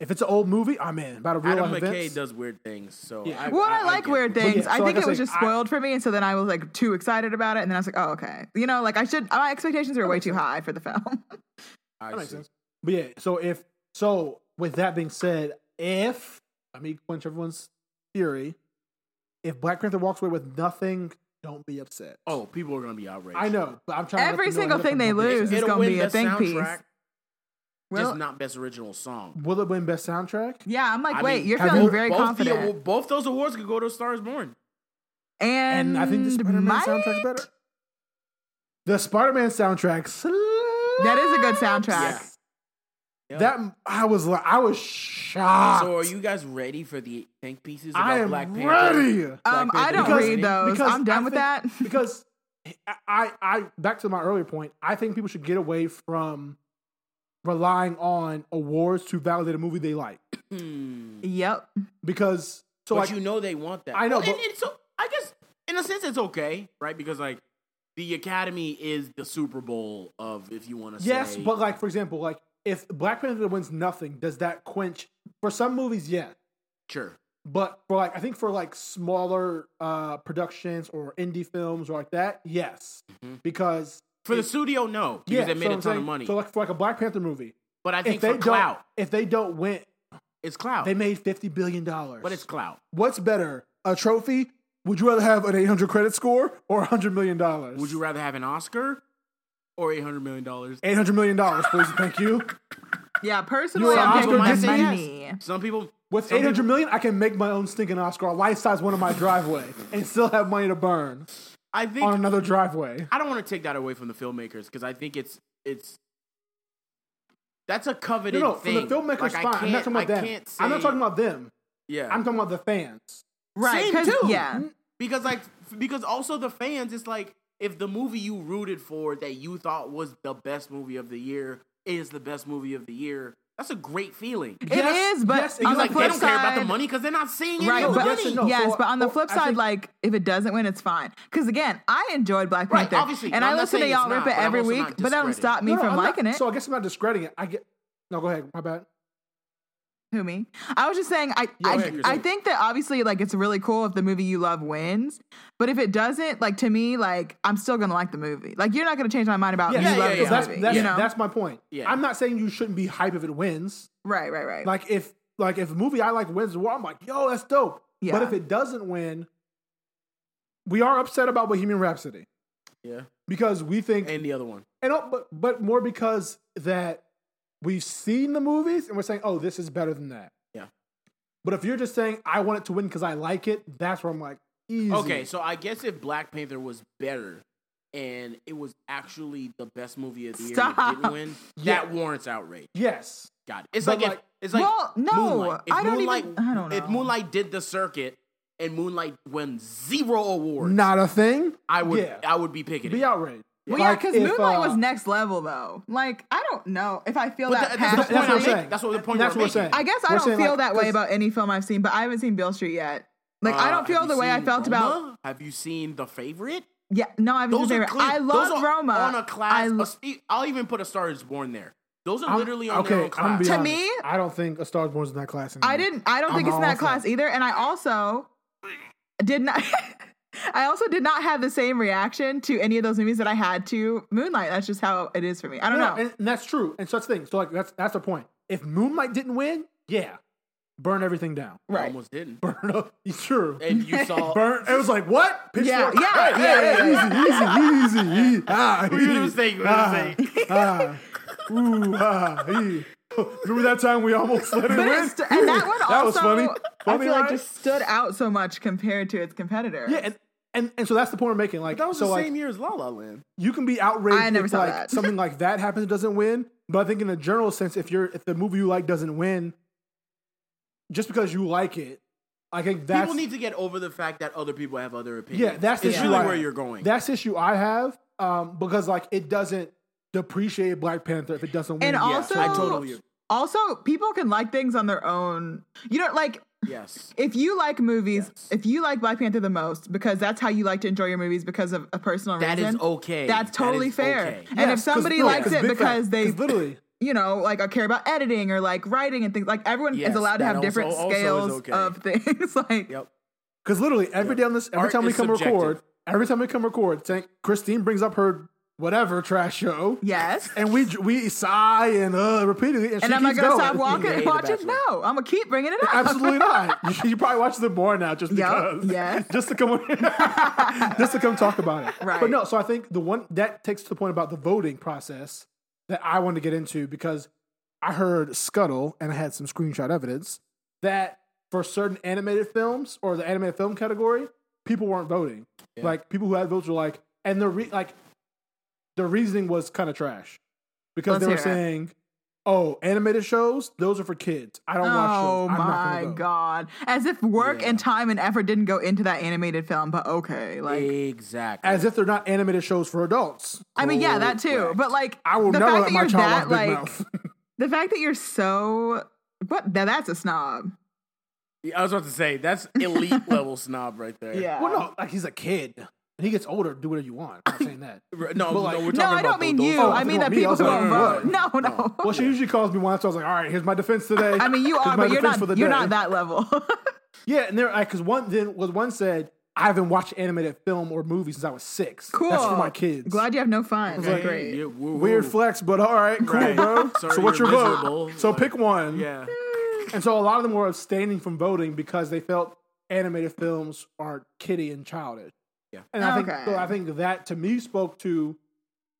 [SPEAKER 4] If it's an old movie, I'm in. About a real
[SPEAKER 2] Adam
[SPEAKER 4] life
[SPEAKER 2] McKay
[SPEAKER 4] events.
[SPEAKER 2] does weird things. So
[SPEAKER 4] Yeah.
[SPEAKER 2] I,
[SPEAKER 3] Well, I,
[SPEAKER 2] I
[SPEAKER 3] like
[SPEAKER 2] get
[SPEAKER 3] weird
[SPEAKER 2] it.
[SPEAKER 4] yeah,
[SPEAKER 3] things. I
[SPEAKER 4] so
[SPEAKER 3] think
[SPEAKER 4] like I
[SPEAKER 3] it was
[SPEAKER 4] said,
[SPEAKER 3] just
[SPEAKER 4] I-
[SPEAKER 3] spoiled for me, and so then I was like too excited about it, and then I was like, oh okay, you know, like I should. My expectations were way too high for the film.
[SPEAKER 2] I
[SPEAKER 4] That makes
[SPEAKER 2] see.
[SPEAKER 4] sense. But yeah, so if so, with that being said, if let me quench everyone's theory, If Black Panther walks away with nothing, don't be upset.
[SPEAKER 2] Oh, people are gonna be outraged.
[SPEAKER 4] I know, but I'm trying. to let
[SPEAKER 3] Every
[SPEAKER 4] them know
[SPEAKER 3] single
[SPEAKER 4] ahead of
[SPEAKER 3] thing they
[SPEAKER 4] time don't be
[SPEAKER 3] lose
[SPEAKER 4] upset.
[SPEAKER 3] is
[SPEAKER 2] It'll
[SPEAKER 3] gonna
[SPEAKER 2] win
[SPEAKER 3] be a
[SPEAKER 2] best
[SPEAKER 3] think piece.
[SPEAKER 2] soundtrack,
[SPEAKER 3] Well,
[SPEAKER 2] just not best original song.
[SPEAKER 4] Will it win best soundtrack?
[SPEAKER 3] yeah, I'm like,
[SPEAKER 2] I
[SPEAKER 3] wait,
[SPEAKER 2] mean,
[SPEAKER 3] you're
[SPEAKER 4] have
[SPEAKER 3] feeling
[SPEAKER 4] you-
[SPEAKER 3] very
[SPEAKER 2] both
[SPEAKER 3] confident.
[SPEAKER 2] The, both those awards could go to Stars Born.
[SPEAKER 3] and,
[SPEAKER 4] And I think the Spider-Man
[SPEAKER 3] might-
[SPEAKER 4] soundtrack's better. The Spider-Man soundtrack.
[SPEAKER 3] That is a good
[SPEAKER 4] slaps.
[SPEAKER 3] soundtrack.
[SPEAKER 2] Yeah.
[SPEAKER 4] That I was like, I was shocked.
[SPEAKER 2] So are you guys ready for the think pieces about
[SPEAKER 4] I am
[SPEAKER 2] Black Panther?
[SPEAKER 4] ready.
[SPEAKER 2] Black
[SPEAKER 3] Um, I
[SPEAKER 2] Panther
[SPEAKER 3] don't
[SPEAKER 2] because-
[SPEAKER 3] read those. I'm done with that.
[SPEAKER 4] that. Because I, I, I, back to my earlier point, I think people should get away from relying on awards to validate a movie they like.
[SPEAKER 2] Hmm.
[SPEAKER 3] Yep.
[SPEAKER 4] Because so
[SPEAKER 2] but
[SPEAKER 4] like,
[SPEAKER 2] you know they want that.
[SPEAKER 4] I know,
[SPEAKER 2] Well, and
[SPEAKER 4] but-
[SPEAKER 2] it's so I guess in a sense it's okay, right? Because like the Academy is the Super Bowl of if you want to
[SPEAKER 4] yes,
[SPEAKER 2] say
[SPEAKER 4] but like for example, like if Black Panther wins nothing, does that quench for some movies? Yeah,
[SPEAKER 2] sure.
[SPEAKER 4] but for like I think for like smaller uh productions or indie films or like that, yes,
[SPEAKER 2] Mhm.
[SPEAKER 4] because
[SPEAKER 2] For the studio, no, because
[SPEAKER 4] yeah,
[SPEAKER 2] they made
[SPEAKER 4] so
[SPEAKER 2] a
[SPEAKER 4] I'm
[SPEAKER 2] ton of
[SPEAKER 4] saying-
[SPEAKER 2] money.
[SPEAKER 4] So like for like a Black Panther movie,
[SPEAKER 2] but I
[SPEAKER 4] if
[SPEAKER 2] think
[SPEAKER 4] they
[SPEAKER 2] for
[SPEAKER 4] don't,
[SPEAKER 2] clout,
[SPEAKER 4] if they don't win,
[SPEAKER 2] it's clout.
[SPEAKER 4] they made fifty billion dollars.
[SPEAKER 2] but it's clout.
[SPEAKER 4] what's better, a trophy? Would you rather have an 800 credit score or 100 million dollars?
[SPEAKER 2] Would you rather have an Oscar or eight hundred million dollars?
[SPEAKER 4] 800 million dollars, please, and thank you.
[SPEAKER 3] Yeah, personally,
[SPEAKER 4] You're
[SPEAKER 3] I'm
[SPEAKER 4] Oscar
[SPEAKER 3] taking my
[SPEAKER 4] Disney?
[SPEAKER 3] money.
[SPEAKER 2] Some people
[SPEAKER 4] With
[SPEAKER 2] some
[SPEAKER 4] eight hundred
[SPEAKER 2] people-
[SPEAKER 4] million, I can make my own stinking Oscar, a life size one in my driveway, and still have money to burn
[SPEAKER 2] I think
[SPEAKER 4] on another driveway.
[SPEAKER 2] I don't want to take that away from the filmmakers because I think it's it's that's a coveted
[SPEAKER 4] No, no, for
[SPEAKER 2] thing.
[SPEAKER 4] the filmmakers,
[SPEAKER 2] Like, I
[SPEAKER 4] fine. I'm not
[SPEAKER 2] can't-
[SPEAKER 4] talking about
[SPEAKER 2] I
[SPEAKER 4] them.
[SPEAKER 2] can't
[SPEAKER 4] I'm not
[SPEAKER 2] say-
[SPEAKER 4] talking about them.
[SPEAKER 2] yeah.
[SPEAKER 4] I'm talking about the fans.
[SPEAKER 3] Right.
[SPEAKER 2] Same
[SPEAKER 3] 'cause-
[SPEAKER 2] too.
[SPEAKER 3] Yeah.
[SPEAKER 2] because like f- because also the fans it's like if the movie you rooted for that you thought was the best movie of the year is the best movie of the year that's a great feeling
[SPEAKER 3] It
[SPEAKER 4] Yes,
[SPEAKER 3] is, but
[SPEAKER 4] yes,
[SPEAKER 3] on
[SPEAKER 4] exactly.
[SPEAKER 3] the
[SPEAKER 2] like they
[SPEAKER 3] flip
[SPEAKER 2] don't care about the
[SPEAKER 3] side-
[SPEAKER 2] money because they're not seeing it
[SPEAKER 3] Right,
[SPEAKER 2] no oh,
[SPEAKER 3] but
[SPEAKER 4] yes
[SPEAKER 2] money.
[SPEAKER 4] and no.
[SPEAKER 3] yes,
[SPEAKER 4] For-
[SPEAKER 3] but on the
[SPEAKER 4] for-
[SPEAKER 3] flip
[SPEAKER 4] I
[SPEAKER 3] side,
[SPEAKER 4] think-
[SPEAKER 3] like if it doesn't win, it's fine. Because again, I enjoyed Black
[SPEAKER 2] Right,
[SPEAKER 3] Panther,
[SPEAKER 2] obviously.
[SPEAKER 3] and
[SPEAKER 2] No,
[SPEAKER 3] I
[SPEAKER 2] I'm not
[SPEAKER 3] listen to
[SPEAKER 2] saying
[SPEAKER 3] y'all
[SPEAKER 2] it's
[SPEAKER 3] rip
[SPEAKER 2] not,
[SPEAKER 3] it
[SPEAKER 2] but I'm
[SPEAKER 3] every
[SPEAKER 2] also
[SPEAKER 3] week,
[SPEAKER 2] not
[SPEAKER 3] but that don't
[SPEAKER 2] discrediting.
[SPEAKER 3] stop me
[SPEAKER 4] No, no,
[SPEAKER 3] from
[SPEAKER 4] I'm not-
[SPEAKER 3] liking it.
[SPEAKER 4] So I guess I'm not discrediting it. I get. No, go ahead. My bad.
[SPEAKER 3] Who me? I was just saying, I
[SPEAKER 4] Yeah,
[SPEAKER 2] go ahead,
[SPEAKER 3] I,
[SPEAKER 2] you're
[SPEAKER 3] I
[SPEAKER 2] saying.
[SPEAKER 3] think that obviously, like, it's really cool if the movie you love wins, but if it doesn't, like, to me, like, I'm still gonna like the movie. Like, you're not gonna change my mind about
[SPEAKER 4] Yeah,
[SPEAKER 3] you
[SPEAKER 2] yeah,
[SPEAKER 3] love
[SPEAKER 2] yeah,
[SPEAKER 3] this
[SPEAKER 2] yeah.
[SPEAKER 4] That's
[SPEAKER 3] movie.
[SPEAKER 4] that's,
[SPEAKER 3] you know,
[SPEAKER 4] that's my point.
[SPEAKER 2] Yeah.
[SPEAKER 4] I'm not saying you shouldn't be hype if it wins.
[SPEAKER 3] right, right, right.
[SPEAKER 4] Like if like if a movie I like wins the war, I'm like, yo, that's dope.
[SPEAKER 3] Yeah.
[SPEAKER 4] But if it doesn't win, we are upset about Bohemian Rhapsody
[SPEAKER 2] yeah
[SPEAKER 4] because we think
[SPEAKER 2] and the other one
[SPEAKER 4] and oh, but but more because that we've seen the movies and we're saying, oh, this is better than that.
[SPEAKER 2] Yeah.
[SPEAKER 4] But if you're just saying I want it to win because I like it, that's where I'm like, easy.
[SPEAKER 2] okay so i guess if black panther was better and it was actually the best movie of the year and it
[SPEAKER 3] Stop.
[SPEAKER 2] didn't win
[SPEAKER 4] Yeah.
[SPEAKER 2] that warrants outrage
[SPEAKER 4] yes,
[SPEAKER 2] got it it's
[SPEAKER 4] But
[SPEAKER 2] like,
[SPEAKER 4] like-
[SPEAKER 2] if, it's like
[SPEAKER 3] well, no,
[SPEAKER 2] Moonlight. If
[SPEAKER 3] I don't
[SPEAKER 2] Moonlight,
[SPEAKER 3] even. I don't know.
[SPEAKER 2] If Moonlight did the circuit and Moonlight won zero awards,
[SPEAKER 4] not a thing.
[SPEAKER 2] I would
[SPEAKER 4] yeah.
[SPEAKER 2] I would be picking
[SPEAKER 4] Be
[SPEAKER 2] it.
[SPEAKER 4] outraged.
[SPEAKER 3] Well, yeah,
[SPEAKER 4] Like,
[SPEAKER 3] because
[SPEAKER 4] if,
[SPEAKER 3] Moonlight was
[SPEAKER 4] uh,
[SPEAKER 3] next level though. Like, I don't know if I feel
[SPEAKER 2] But
[SPEAKER 3] that
[SPEAKER 2] that- that's the
[SPEAKER 3] passion.
[SPEAKER 2] point
[SPEAKER 4] That's
[SPEAKER 2] I'm
[SPEAKER 4] what I'm
[SPEAKER 2] making.
[SPEAKER 4] saying.
[SPEAKER 2] That's what the point
[SPEAKER 4] That's
[SPEAKER 2] we're
[SPEAKER 4] what we're saying.
[SPEAKER 2] making.
[SPEAKER 3] I guess I
[SPEAKER 4] We're
[SPEAKER 3] don't
[SPEAKER 4] saying,
[SPEAKER 3] feel
[SPEAKER 4] like,
[SPEAKER 3] that way
[SPEAKER 4] 'cause-
[SPEAKER 3] about any film I've seen, but I haven't seen Bill Street yet. Like, I
[SPEAKER 2] Uh,
[SPEAKER 3] don't feel
[SPEAKER 2] have
[SPEAKER 3] the
[SPEAKER 2] you
[SPEAKER 3] way I
[SPEAKER 2] seen
[SPEAKER 3] felt about.
[SPEAKER 2] Roma? Have you seen the favorite?
[SPEAKER 3] Yeah, no, I haven't seen
[SPEAKER 2] Those are
[SPEAKER 3] favorite.
[SPEAKER 2] clear.
[SPEAKER 3] I love
[SPEAKER 2] those are
[SPEAKER 3] Roma.
[SPEAKER 2] on a
[SPEAKER 3] I
[SPEAKER 2] class.
[SPEAKER 3] lo-
[SPEAKER 2] i I'll even put a Star Is Born there. Those are
[SPEAKER 4] I'm-
[SPEAKER 2] literally on
[SPEAKER 4] okay,
[SPEAKER 2] their own
[SPEAKER 4] I'm gonna
[SPEAKER 2] class.
[SPEAKER 4] be
[SPEAKER 3] To
[SPEAKER 4] honest.
[SPEAKER 3] me-
[SPEAKER 4] I don't think A Star Is Born is in that class. Anymore.
[SPEAKER 3] I didn't. I don't
[SPEAKER 4] I'm
[SPEAKER 3] think it's in that
[SPEAKER 4] also-
[SPEAKER 3] class either. And I also did not. I also did not have the same reaction to any of those movies that I had to Moonlight. That's just how it is for me. I don't know.
[SPEAKER 4] And, and that's true. And such things. So like that's that's the point. If Moonlight didn't win, yeah, burn everything down.
[SPEAKER 2] I
[SPEAKER 3] right.
[SPEAKER 2] almost didn't.
[SPEAKER 4] Burn up. It's true.
[SPEAKER 2] And you saw.
[SPEAKER 4] burn. It was like what?
[SPEAKER 3] Yeah,
[SPEAKER 4] Pitchfork?
[SPEAKER 3] yeah,
[SPEAKER 4] Hey,
[SPEAKER 3] yeah, yeah,
[SPEAKER 4] hey, Easy, easy, easy. Ah,
[SPEAKER 2] We made a
[SPEAKER 4] ee,
[SPEAKER 2] mistake, we made a
[SPEAKER 4] ah,
[SPEAKER 2] mistake.
[SPEAKER 4] ah, ooh, ah, ee. Remember that time we almost let it
[SPEAKER 3] But
[SPEAKER 4] win?
[SPEAKER 3] it's st- and that one also,
[SPEAKER 4] That was funny.
[SPEAKER 3] I
[SPEAKER 4] Funny,
[SPEAKER 3] feel like
[SPEAKER 4] right?
[SPEAKER 3] just stood out so much compared to its competitor.
[SPEAKER 4] yeah, and, and and so that's the point we're making. Like
[SPEAKER 2] That was
[SPEAKER 4] so,
[SPEAKER 2] the
[SPEAKER 4] like
[SPEAKER 2] same year as La La Land.
[SPEAKER 4] you can be outraged
[SPEAKER 3] I never
[SPEAKER 4] if
[SPEAKER 3] saw
[SPEAKER 4] like
[SPEAKER 3] that.
[SPEAKER 4] something like that happens and doesn't win. But I think in a general sense, if you're if the movie you like doesn't win, just because you like it, I think that's
[SPEAKER 2] people need to get over the fact that other people have other opinions.
[SPEAKER 4] yeah, that's the
[SPEAKER 2] it's
[SPEAKER 4] issue
[SPEAKER 2] really
[SPEAKER 4] I
[SPEAKER 2] where
[SPEAKER 4] have.
[SPEAKER 2] you're going.
[SPEAKER 4] That's the issue I have um, because like it doesn't depreciate Black Panther if it doesn't win.
[SPEAKER 3] And
[SPEAKER 4] Yeah,
[SPEAKER 3] also,
[SPEAKER 2] I totally agree.
[SPEAKER 3] also people can like things on their own. You know, like
[SPEAKER 2] yes.
[SPEAKER 3] if you like movies,
[SPEAKER 2] Yes.
[SPEAKER 3] if you like Black Panther the most because that's how you like to enjoy your movies because of a personal
[SPEAKER 2] That is
[SPEAKER 3] reason.
[SPEAKER 2] okay.
[SPEAKER 3] That's
[SPEAKER 2] That
[SPEAKER 3] totally
[SPEAKER 2] is
[SPEAKER 3] fair.
[SPEAKER 2] okay.
[SPEAKER 3] And if
[SPEAKER 4] Yes, 'cause-
[SPEAKER 3] somebody
[SPEAKER 4] no,
[SPEAKER 3] likes
[SPEAKER 4] 'cause
[SPEAKER 3] it
[SPEAKER 4] big
[SPEAKER 3] because
[SPEAKER 4] fact,
[SPEAKER 3] they
[SPEAKER 4] 'cause literally
[SPEAKER 3] you know, like I care about editing or like writing and things. Like everyone
[SPEAKER 2] Yes,
[SPEAKER 3] is allowed to
[SPEAKER 2] that
[SPEAKER 3] have
[SPEAKER 2] also-
[SPEAKER 3] different
[SPEAKER 2] also is
[SPEAKER 3] scales
[SPEAKER 2] okay.
[SPEAKER 3] of things. like
[SPEAKER 2] Yep.
[SPEAKER 4] because literally every day on this every
[SPEAKER 2] Art
[SPEAKER 4] time we
[SPEAKER 2] is
[SPEAKER 4] come
[SPEAKER 2] subjective.
[SPEAKER 4] record, every time we come record, thank Christine brings up her whatever trash show.
[SPEAKER 3] Yes.
[SPEAKER 4] And we we sigh and uh repeatedly, and, she
[SPEAKER 3] And am I
[SPEAKER 4] keeps
[SPEAKER 3] gonna
[SPEAKER 4] going.
[SPEAKER 3] stop walking
[SPEAKER 2] Yeah,
[SPEAKER 3] and
[SPEAKER 2] The
[SPEAKER 3] watching?
[SPEAKER 2] Bachelor.
[SPEAKER 3] No, I'm gonna keep bringing it up.
[SPEAKER 4] Absolutely not. You, you probably watch them more now just
[SPEAKER 3] Yup,
[SPEAKER 4] because.
[SPEAKER 3] yes.
[SPEAKER 4] Just to come just to come talk about it.
[SPEAKER 3] Right.
[SPEAKER 4] But no, so I think the one that takes to the point about the voting process that I wanted to get into because I heard Scuttle and I had some screenshot evidence that for certain animated films or the animated film category, people weren't voting. Like people who had votes were like, and the re- like the reasoning was kind of trash because
[SPEAKER 3] Let's
[SPEAKER 4] they were
[SPEAKER 3] hear it.
[SPEAKER 4] saying, "Oh, animated shows, those are for kids. I don't watch
[SPEAKER 3] Oh
[SPEAKER 4] those. I'm not
[SPEAKER 3] my
[SPEAKER 4] gonna vote."
[SPEAKER 3] god! As if work
[SPEAKER 2] Yeah.
[SPEAKER 3] and time and effort didn't go into that animated film, but okay, like
[SPEAKER 2] exactly.
[SPEAKER 4] As if they're not animated shows for adults.
[SPEAKER 3] I mean, yeah, that too. But like,
[SPEAKER 4] I will
[SPEAKER 3] the
[SPEAKER 4] never
[SPEAKER 3] fact
[SPEAKER 4] let
[SPEAKER 3] that
[SPEAKER 4] my
[SPEAKER 3] you're
[SPEAKER 4] child watch
[SPEAKER 3] that
[SPEAKER 4] Big
[SPEAKER 3] like
[SPEAKER 4] Mouth.
[SPEAKER 3] the fact that you're so what now that's a snob.
[SPEAKER 2] I was about to say that's elite level snob right there.
[SPEAKER 4] well, no, like he's a kid. And he gets older, do whatever you want. I'm not saying that.
[SPEAKER 2] R- No,
[SPEAKER 4] But,
[SPEAKER 2] no,
[SPEAKER 4] like-
[SPEAKER 2] we're talking
[SPEAKER 3] No, I
[SPEAKER 2] about
[SPEAKER 3] don't mean
[SPEAKER 2] those-
[SPEAKER 3] you.
[SPEAKER 4] Oh,
[SPEAKER 3] I
[SPEAKER 4] if
[SPEAKER 3] mean the
[SPEAKER 4] you want me,
[SPEAKER 3] people
[SPEAKER 4] I'll
[SPEAKER 3] who
[SPEAKER 4] say-
[SPEAKER 3] won't
[SPEAKER 4] No, no,
[SPEAKER 3] vote. No, no.
[SPEAKER 4] Well, she usually calls me once. I was like, all right, here's my defense today.
[SPEAKER 3] I mean, you
[SPEAKER 4] Here's
[SPEAKER 3] are,
[SPEAKER 4] my
[SPEAKER 3] but you're
[SPEAKER 4] defense for the
[SPEAKER 3] not. You're
[SPEAKER 4] day.
[SPEAKER 3] not that level.
[SPEAKER 4] Yeah, and there, because one then was one said, I haven't watched animated film or movie since I was six.
[SPEAKER 3] cool.
[SPEAKER 4] That's for my kids.
[SPEAKER 3] Glad you have no fun.
[SPEAKER 2] Okay,
[SPEAKER 3] Great.
[SPEAKER 2] yeah, woo,
[SPEAKER 4] Weird
[SPEAKER 2] woo.
[SPEAKER 4] flex, but all right, cool,
[SPEAKER 2] Right.
[SPEAKER 4] bro.
[SPEAKER 2] Sorry
[SPEAKER 4] so what's
[SPEAKER 2] you're
[SPEAKER 4] your vote?
[SPEAKER 2] miserable.
[SPEAKER 4] So
[SPEAKER 2] Like,
[SPEAKER 4] pick one.
[SPEAKER 2] Yeah.
[SPEAKER 4] And so a lot of them were abstaining from voting because they felt animated films are kiddie and childish.
[SPEAKER 2] Yeah.
[SPEAKER 4] And I think
[SPEAKER 3] Okay.
[SPEAKER 4] so I think that to me spoke to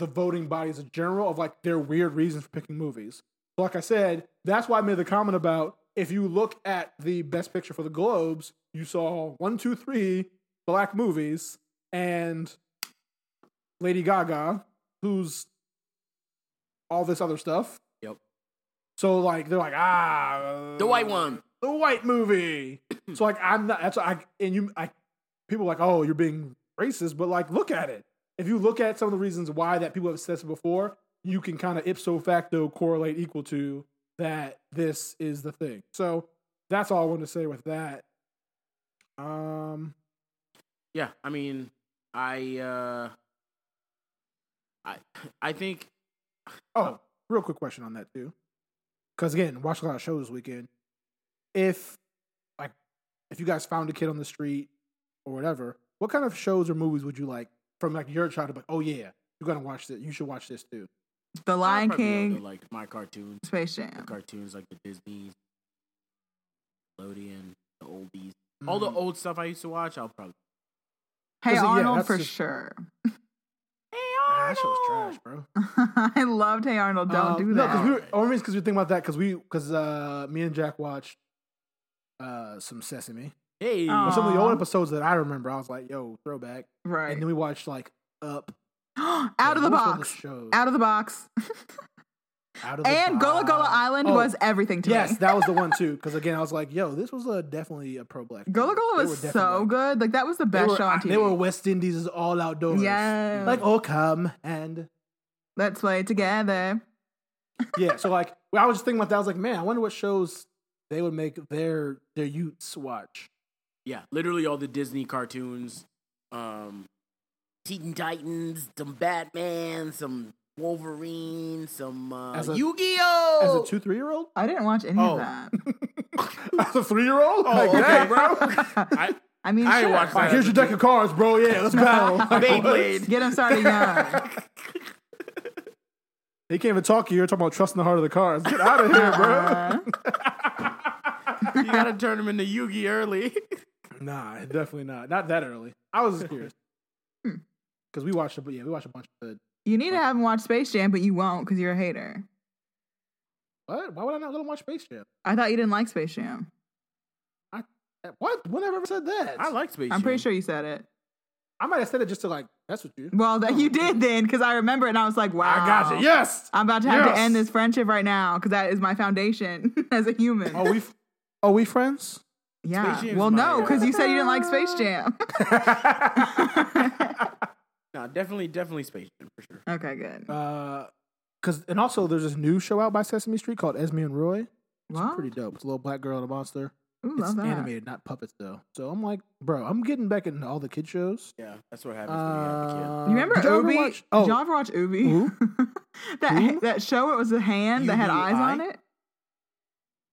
[SPEAKER 4] the voting bodies in general of like their weird reasons for picking movies. Like I said, that's why I made the comment about if you look at the best picture for the Globes, you saw one, two, three black movies and Lady Gaga, who's all this other stuff.
[SPEAKER 2] Yep.
[SPEAKER 4] So like they're like ah
[SPEAKER 2] The white one.
[SPEAKER 4] the white movie. so like I'm not that's I and you I people are like oh you're being racist but like look at it. If you look at some of the reasons why that people have said this before, you can kind of ipso facto correlate equal to that this is the thing. So that's all I wanted to say with that. Um
[SPEAKER 2] Yeah, I mean, I uh I I think
[SPEAKER 4] Oh, real quick question on that too. Because again, watched a lot of shows this weekend. If like if you guys found a kid on the street or whatever, what kind of shows or movies would you like from like your childhood? Like, oh yeah, you're gonna watch this. You should watch this too.
[SPEAKER 3] The
[SPEAKER 2] I'd
[SPEAKER 3] Lion
[SPEAKER 2] probably go to,
[SPEAKER 3] King,
[SPEAKER 2] like my cartoons,
[SPEAKER 3] Space
[SPEAKER 2] the
[SPEAKER 3] Jam.
[SPEAKER 2] cartoons like the Disney, Nickelodeon, the oldies, all
[SPEAKER 3] Mm-hmm.
[SPEAKER 4] Mm.
[SPEAKER 2] the old stuff I used to watch. I'll probably
[SPEAKER 3] Hey
[SPEAKER 4] Cause, yeah,
[SPEAKER 3] Arnold
[SPEAKER 4] that's
[SPEAKER 3] for
[SPEAKER 4] just-
[SPEAKER 3] sure.
[SPEAKER 4] Ah, that show was trash, bro.
[SPEAKER 3] I loved Hey Arnold. Don't
[SPEAKER 4] Um,
[SPEAKER 3] do
[SPEAKER 4] No,
[SPEAKER 3] that.
[SPEAKER 4] because we were only because we think about that because we because uh me and Jack watched uh some Sesame.
[SPEAKER 2] hey,
[SPEAKER 3] Oh.
[SPEAKER 4] Some of the
[SPEAKER 3] Aw.
[SPEAKER 4] old episodes that I remember, I was like, yo, throwback.
[SPEAKER 3] right.
[SPEAKER 4] And then we watched like Up.
[SPEAKER 3] out of the
[SPEAKER 4] Like, what was
[SPEAKER 3] box.
[SPEAKER 4] the shows?
[SPEAKER 3] Out of the box.
[SPEAKER 4] Out of the
[SPEAKER 3] And Gullah Gullah
[SPEAKER 4] box.
[SPEAKER 3] Island
[SPEAKER 4] Oh,
[SPEAKER 3] was everything to
[SPEAKER 4] Yes,
[SPEAKER 3] me.
[SPEAKER 4] that was the one too. Because again, I was like, "Yo, this was a definitely a pro black."
[SPEAKER 3] Gullah Gullah was so good. Like that was the best
[SPEAKER 4] they were,
[SPEAKER 3] show on TV.
[SPEAKER 4] They were West Indies all outdoors.
[SPEAKER 3] Yes.
[SPEAKER 4] like oh come and
[SPEAKER 3] Let's play together.
[SPEAKER 4] yeah. So like, well, I was just thinking about that. I was like, man, I wonder what shows they would make their their youths watch.
[SPEAKER 2] yeah, literally all the Disney cartoons, um, Teen Titans, some Batman, some Wolverine, some uh,
[SPEAKER 4] As a-
[SPEAKER 2] Yu-Gi-Oh.
[SPEAKER 4] As
[SPEAKER 3] Oh.
[SPEAKER 4] a two three year old,
[SPEAKER 3] I didn't watch any
[SPEAKER 4] Oh.
[SPEAKER 3] of that.
[SPEAKER 4] as a three year old,
[SPEAKER 2] Oh, okay, bro. I,
[SPEAKER 3] I mean,
[SPEAKER 2] I
[SPEAKER 3] sure.
[SPEAKER 2] watched that.
[SPEAKER 4] here's your deck of cards, bro. Yeah, let's battle.
[SPEAKER 2] Beyblade.
[SPEAKER 3] Get him started young.
[SPEAKER 4] He can't even talk to you. You're talking about trusting the heart of the cards. Get out of here, bro.
[SPEAKER 3] Uh,
[SPEAKER 2] you gotta turn him into Yugi early.
[SPEAKER 4] Nah, definitely not. Not that early. I was just curious because we watched a yeah we watched a bunch of
[SPEAKER 3] you need to have him watch Space Jam, but you won't because you're a hater.
[SPEAKER 4] what? Why would I not let him watch Space Jam?
[SPEAKER 3] I thought you didn't like Space Jam.
[SPEAKER 4] What? When have I ever said that?
[SPEAKER 2] I like Space.
[SPEAKER 3] I'm pretty
[SPEAKER 2] Jam.
[SPEAKER 3] sure you said it.
[SPEAKER 4] I might have said it just to like mess with you.
[SPEAKER 3] Well, that you did then because I remember it and I was like, wow.
[SPEAKER 4] I got you. Yes.
[SPEAKER 3] I'm about to have
[SPEAKER 4] Yes.
[SPEAKER 3] to end this friendship right now because that is my foundation as a human.
[SPEAKER 4] Are we? f- Are we friends?
[SPEAKER 3] yeah.
[SPEAKER 2] Space Jam's
[SPEAKER 3] Well, no,
[SPEAKER 2] my, uh,
[SPEAKER 3] because you said you didn't like Space Jam.
[SPEAKER 2] No, definitely, definitely Space Jam for sure.
[SPEAKER 3] okay, good.
[SPEAKER 4] Uh, cause and also there's this new show out by Sesame Street called Esme and Roy. It's
[SPEAKER 3] What?
[SPEAKER 4] pretty dope. It's a little black girl and a monster.
[SPEAKER 3] Ooh,
[SPEAKER 4] it's
[SPEAKER 3] Oh. love that.
[SPEAKER 4] animated, not puppets though. So I'm like, bro, I'm getting back into all the kid shows.
[SPEAKER 2] Yeah, that's what happens when you have a kid.
[SPEAKER 4] Uh,
[SPEAKER 3] You remember
[SPEAKER 4] did y'all ever
[SPEAKER 3] Ubi?
[SPEAKER 4] watch- oh,
[SPEAKER 3] Did y'all ever watch Ubi? that
[SPEAKER 4] Who?
[SPEAKER 3] that show it was a hand that had eyes on
[SPEAKER 4] UBI?
[SPEAKER 3] it.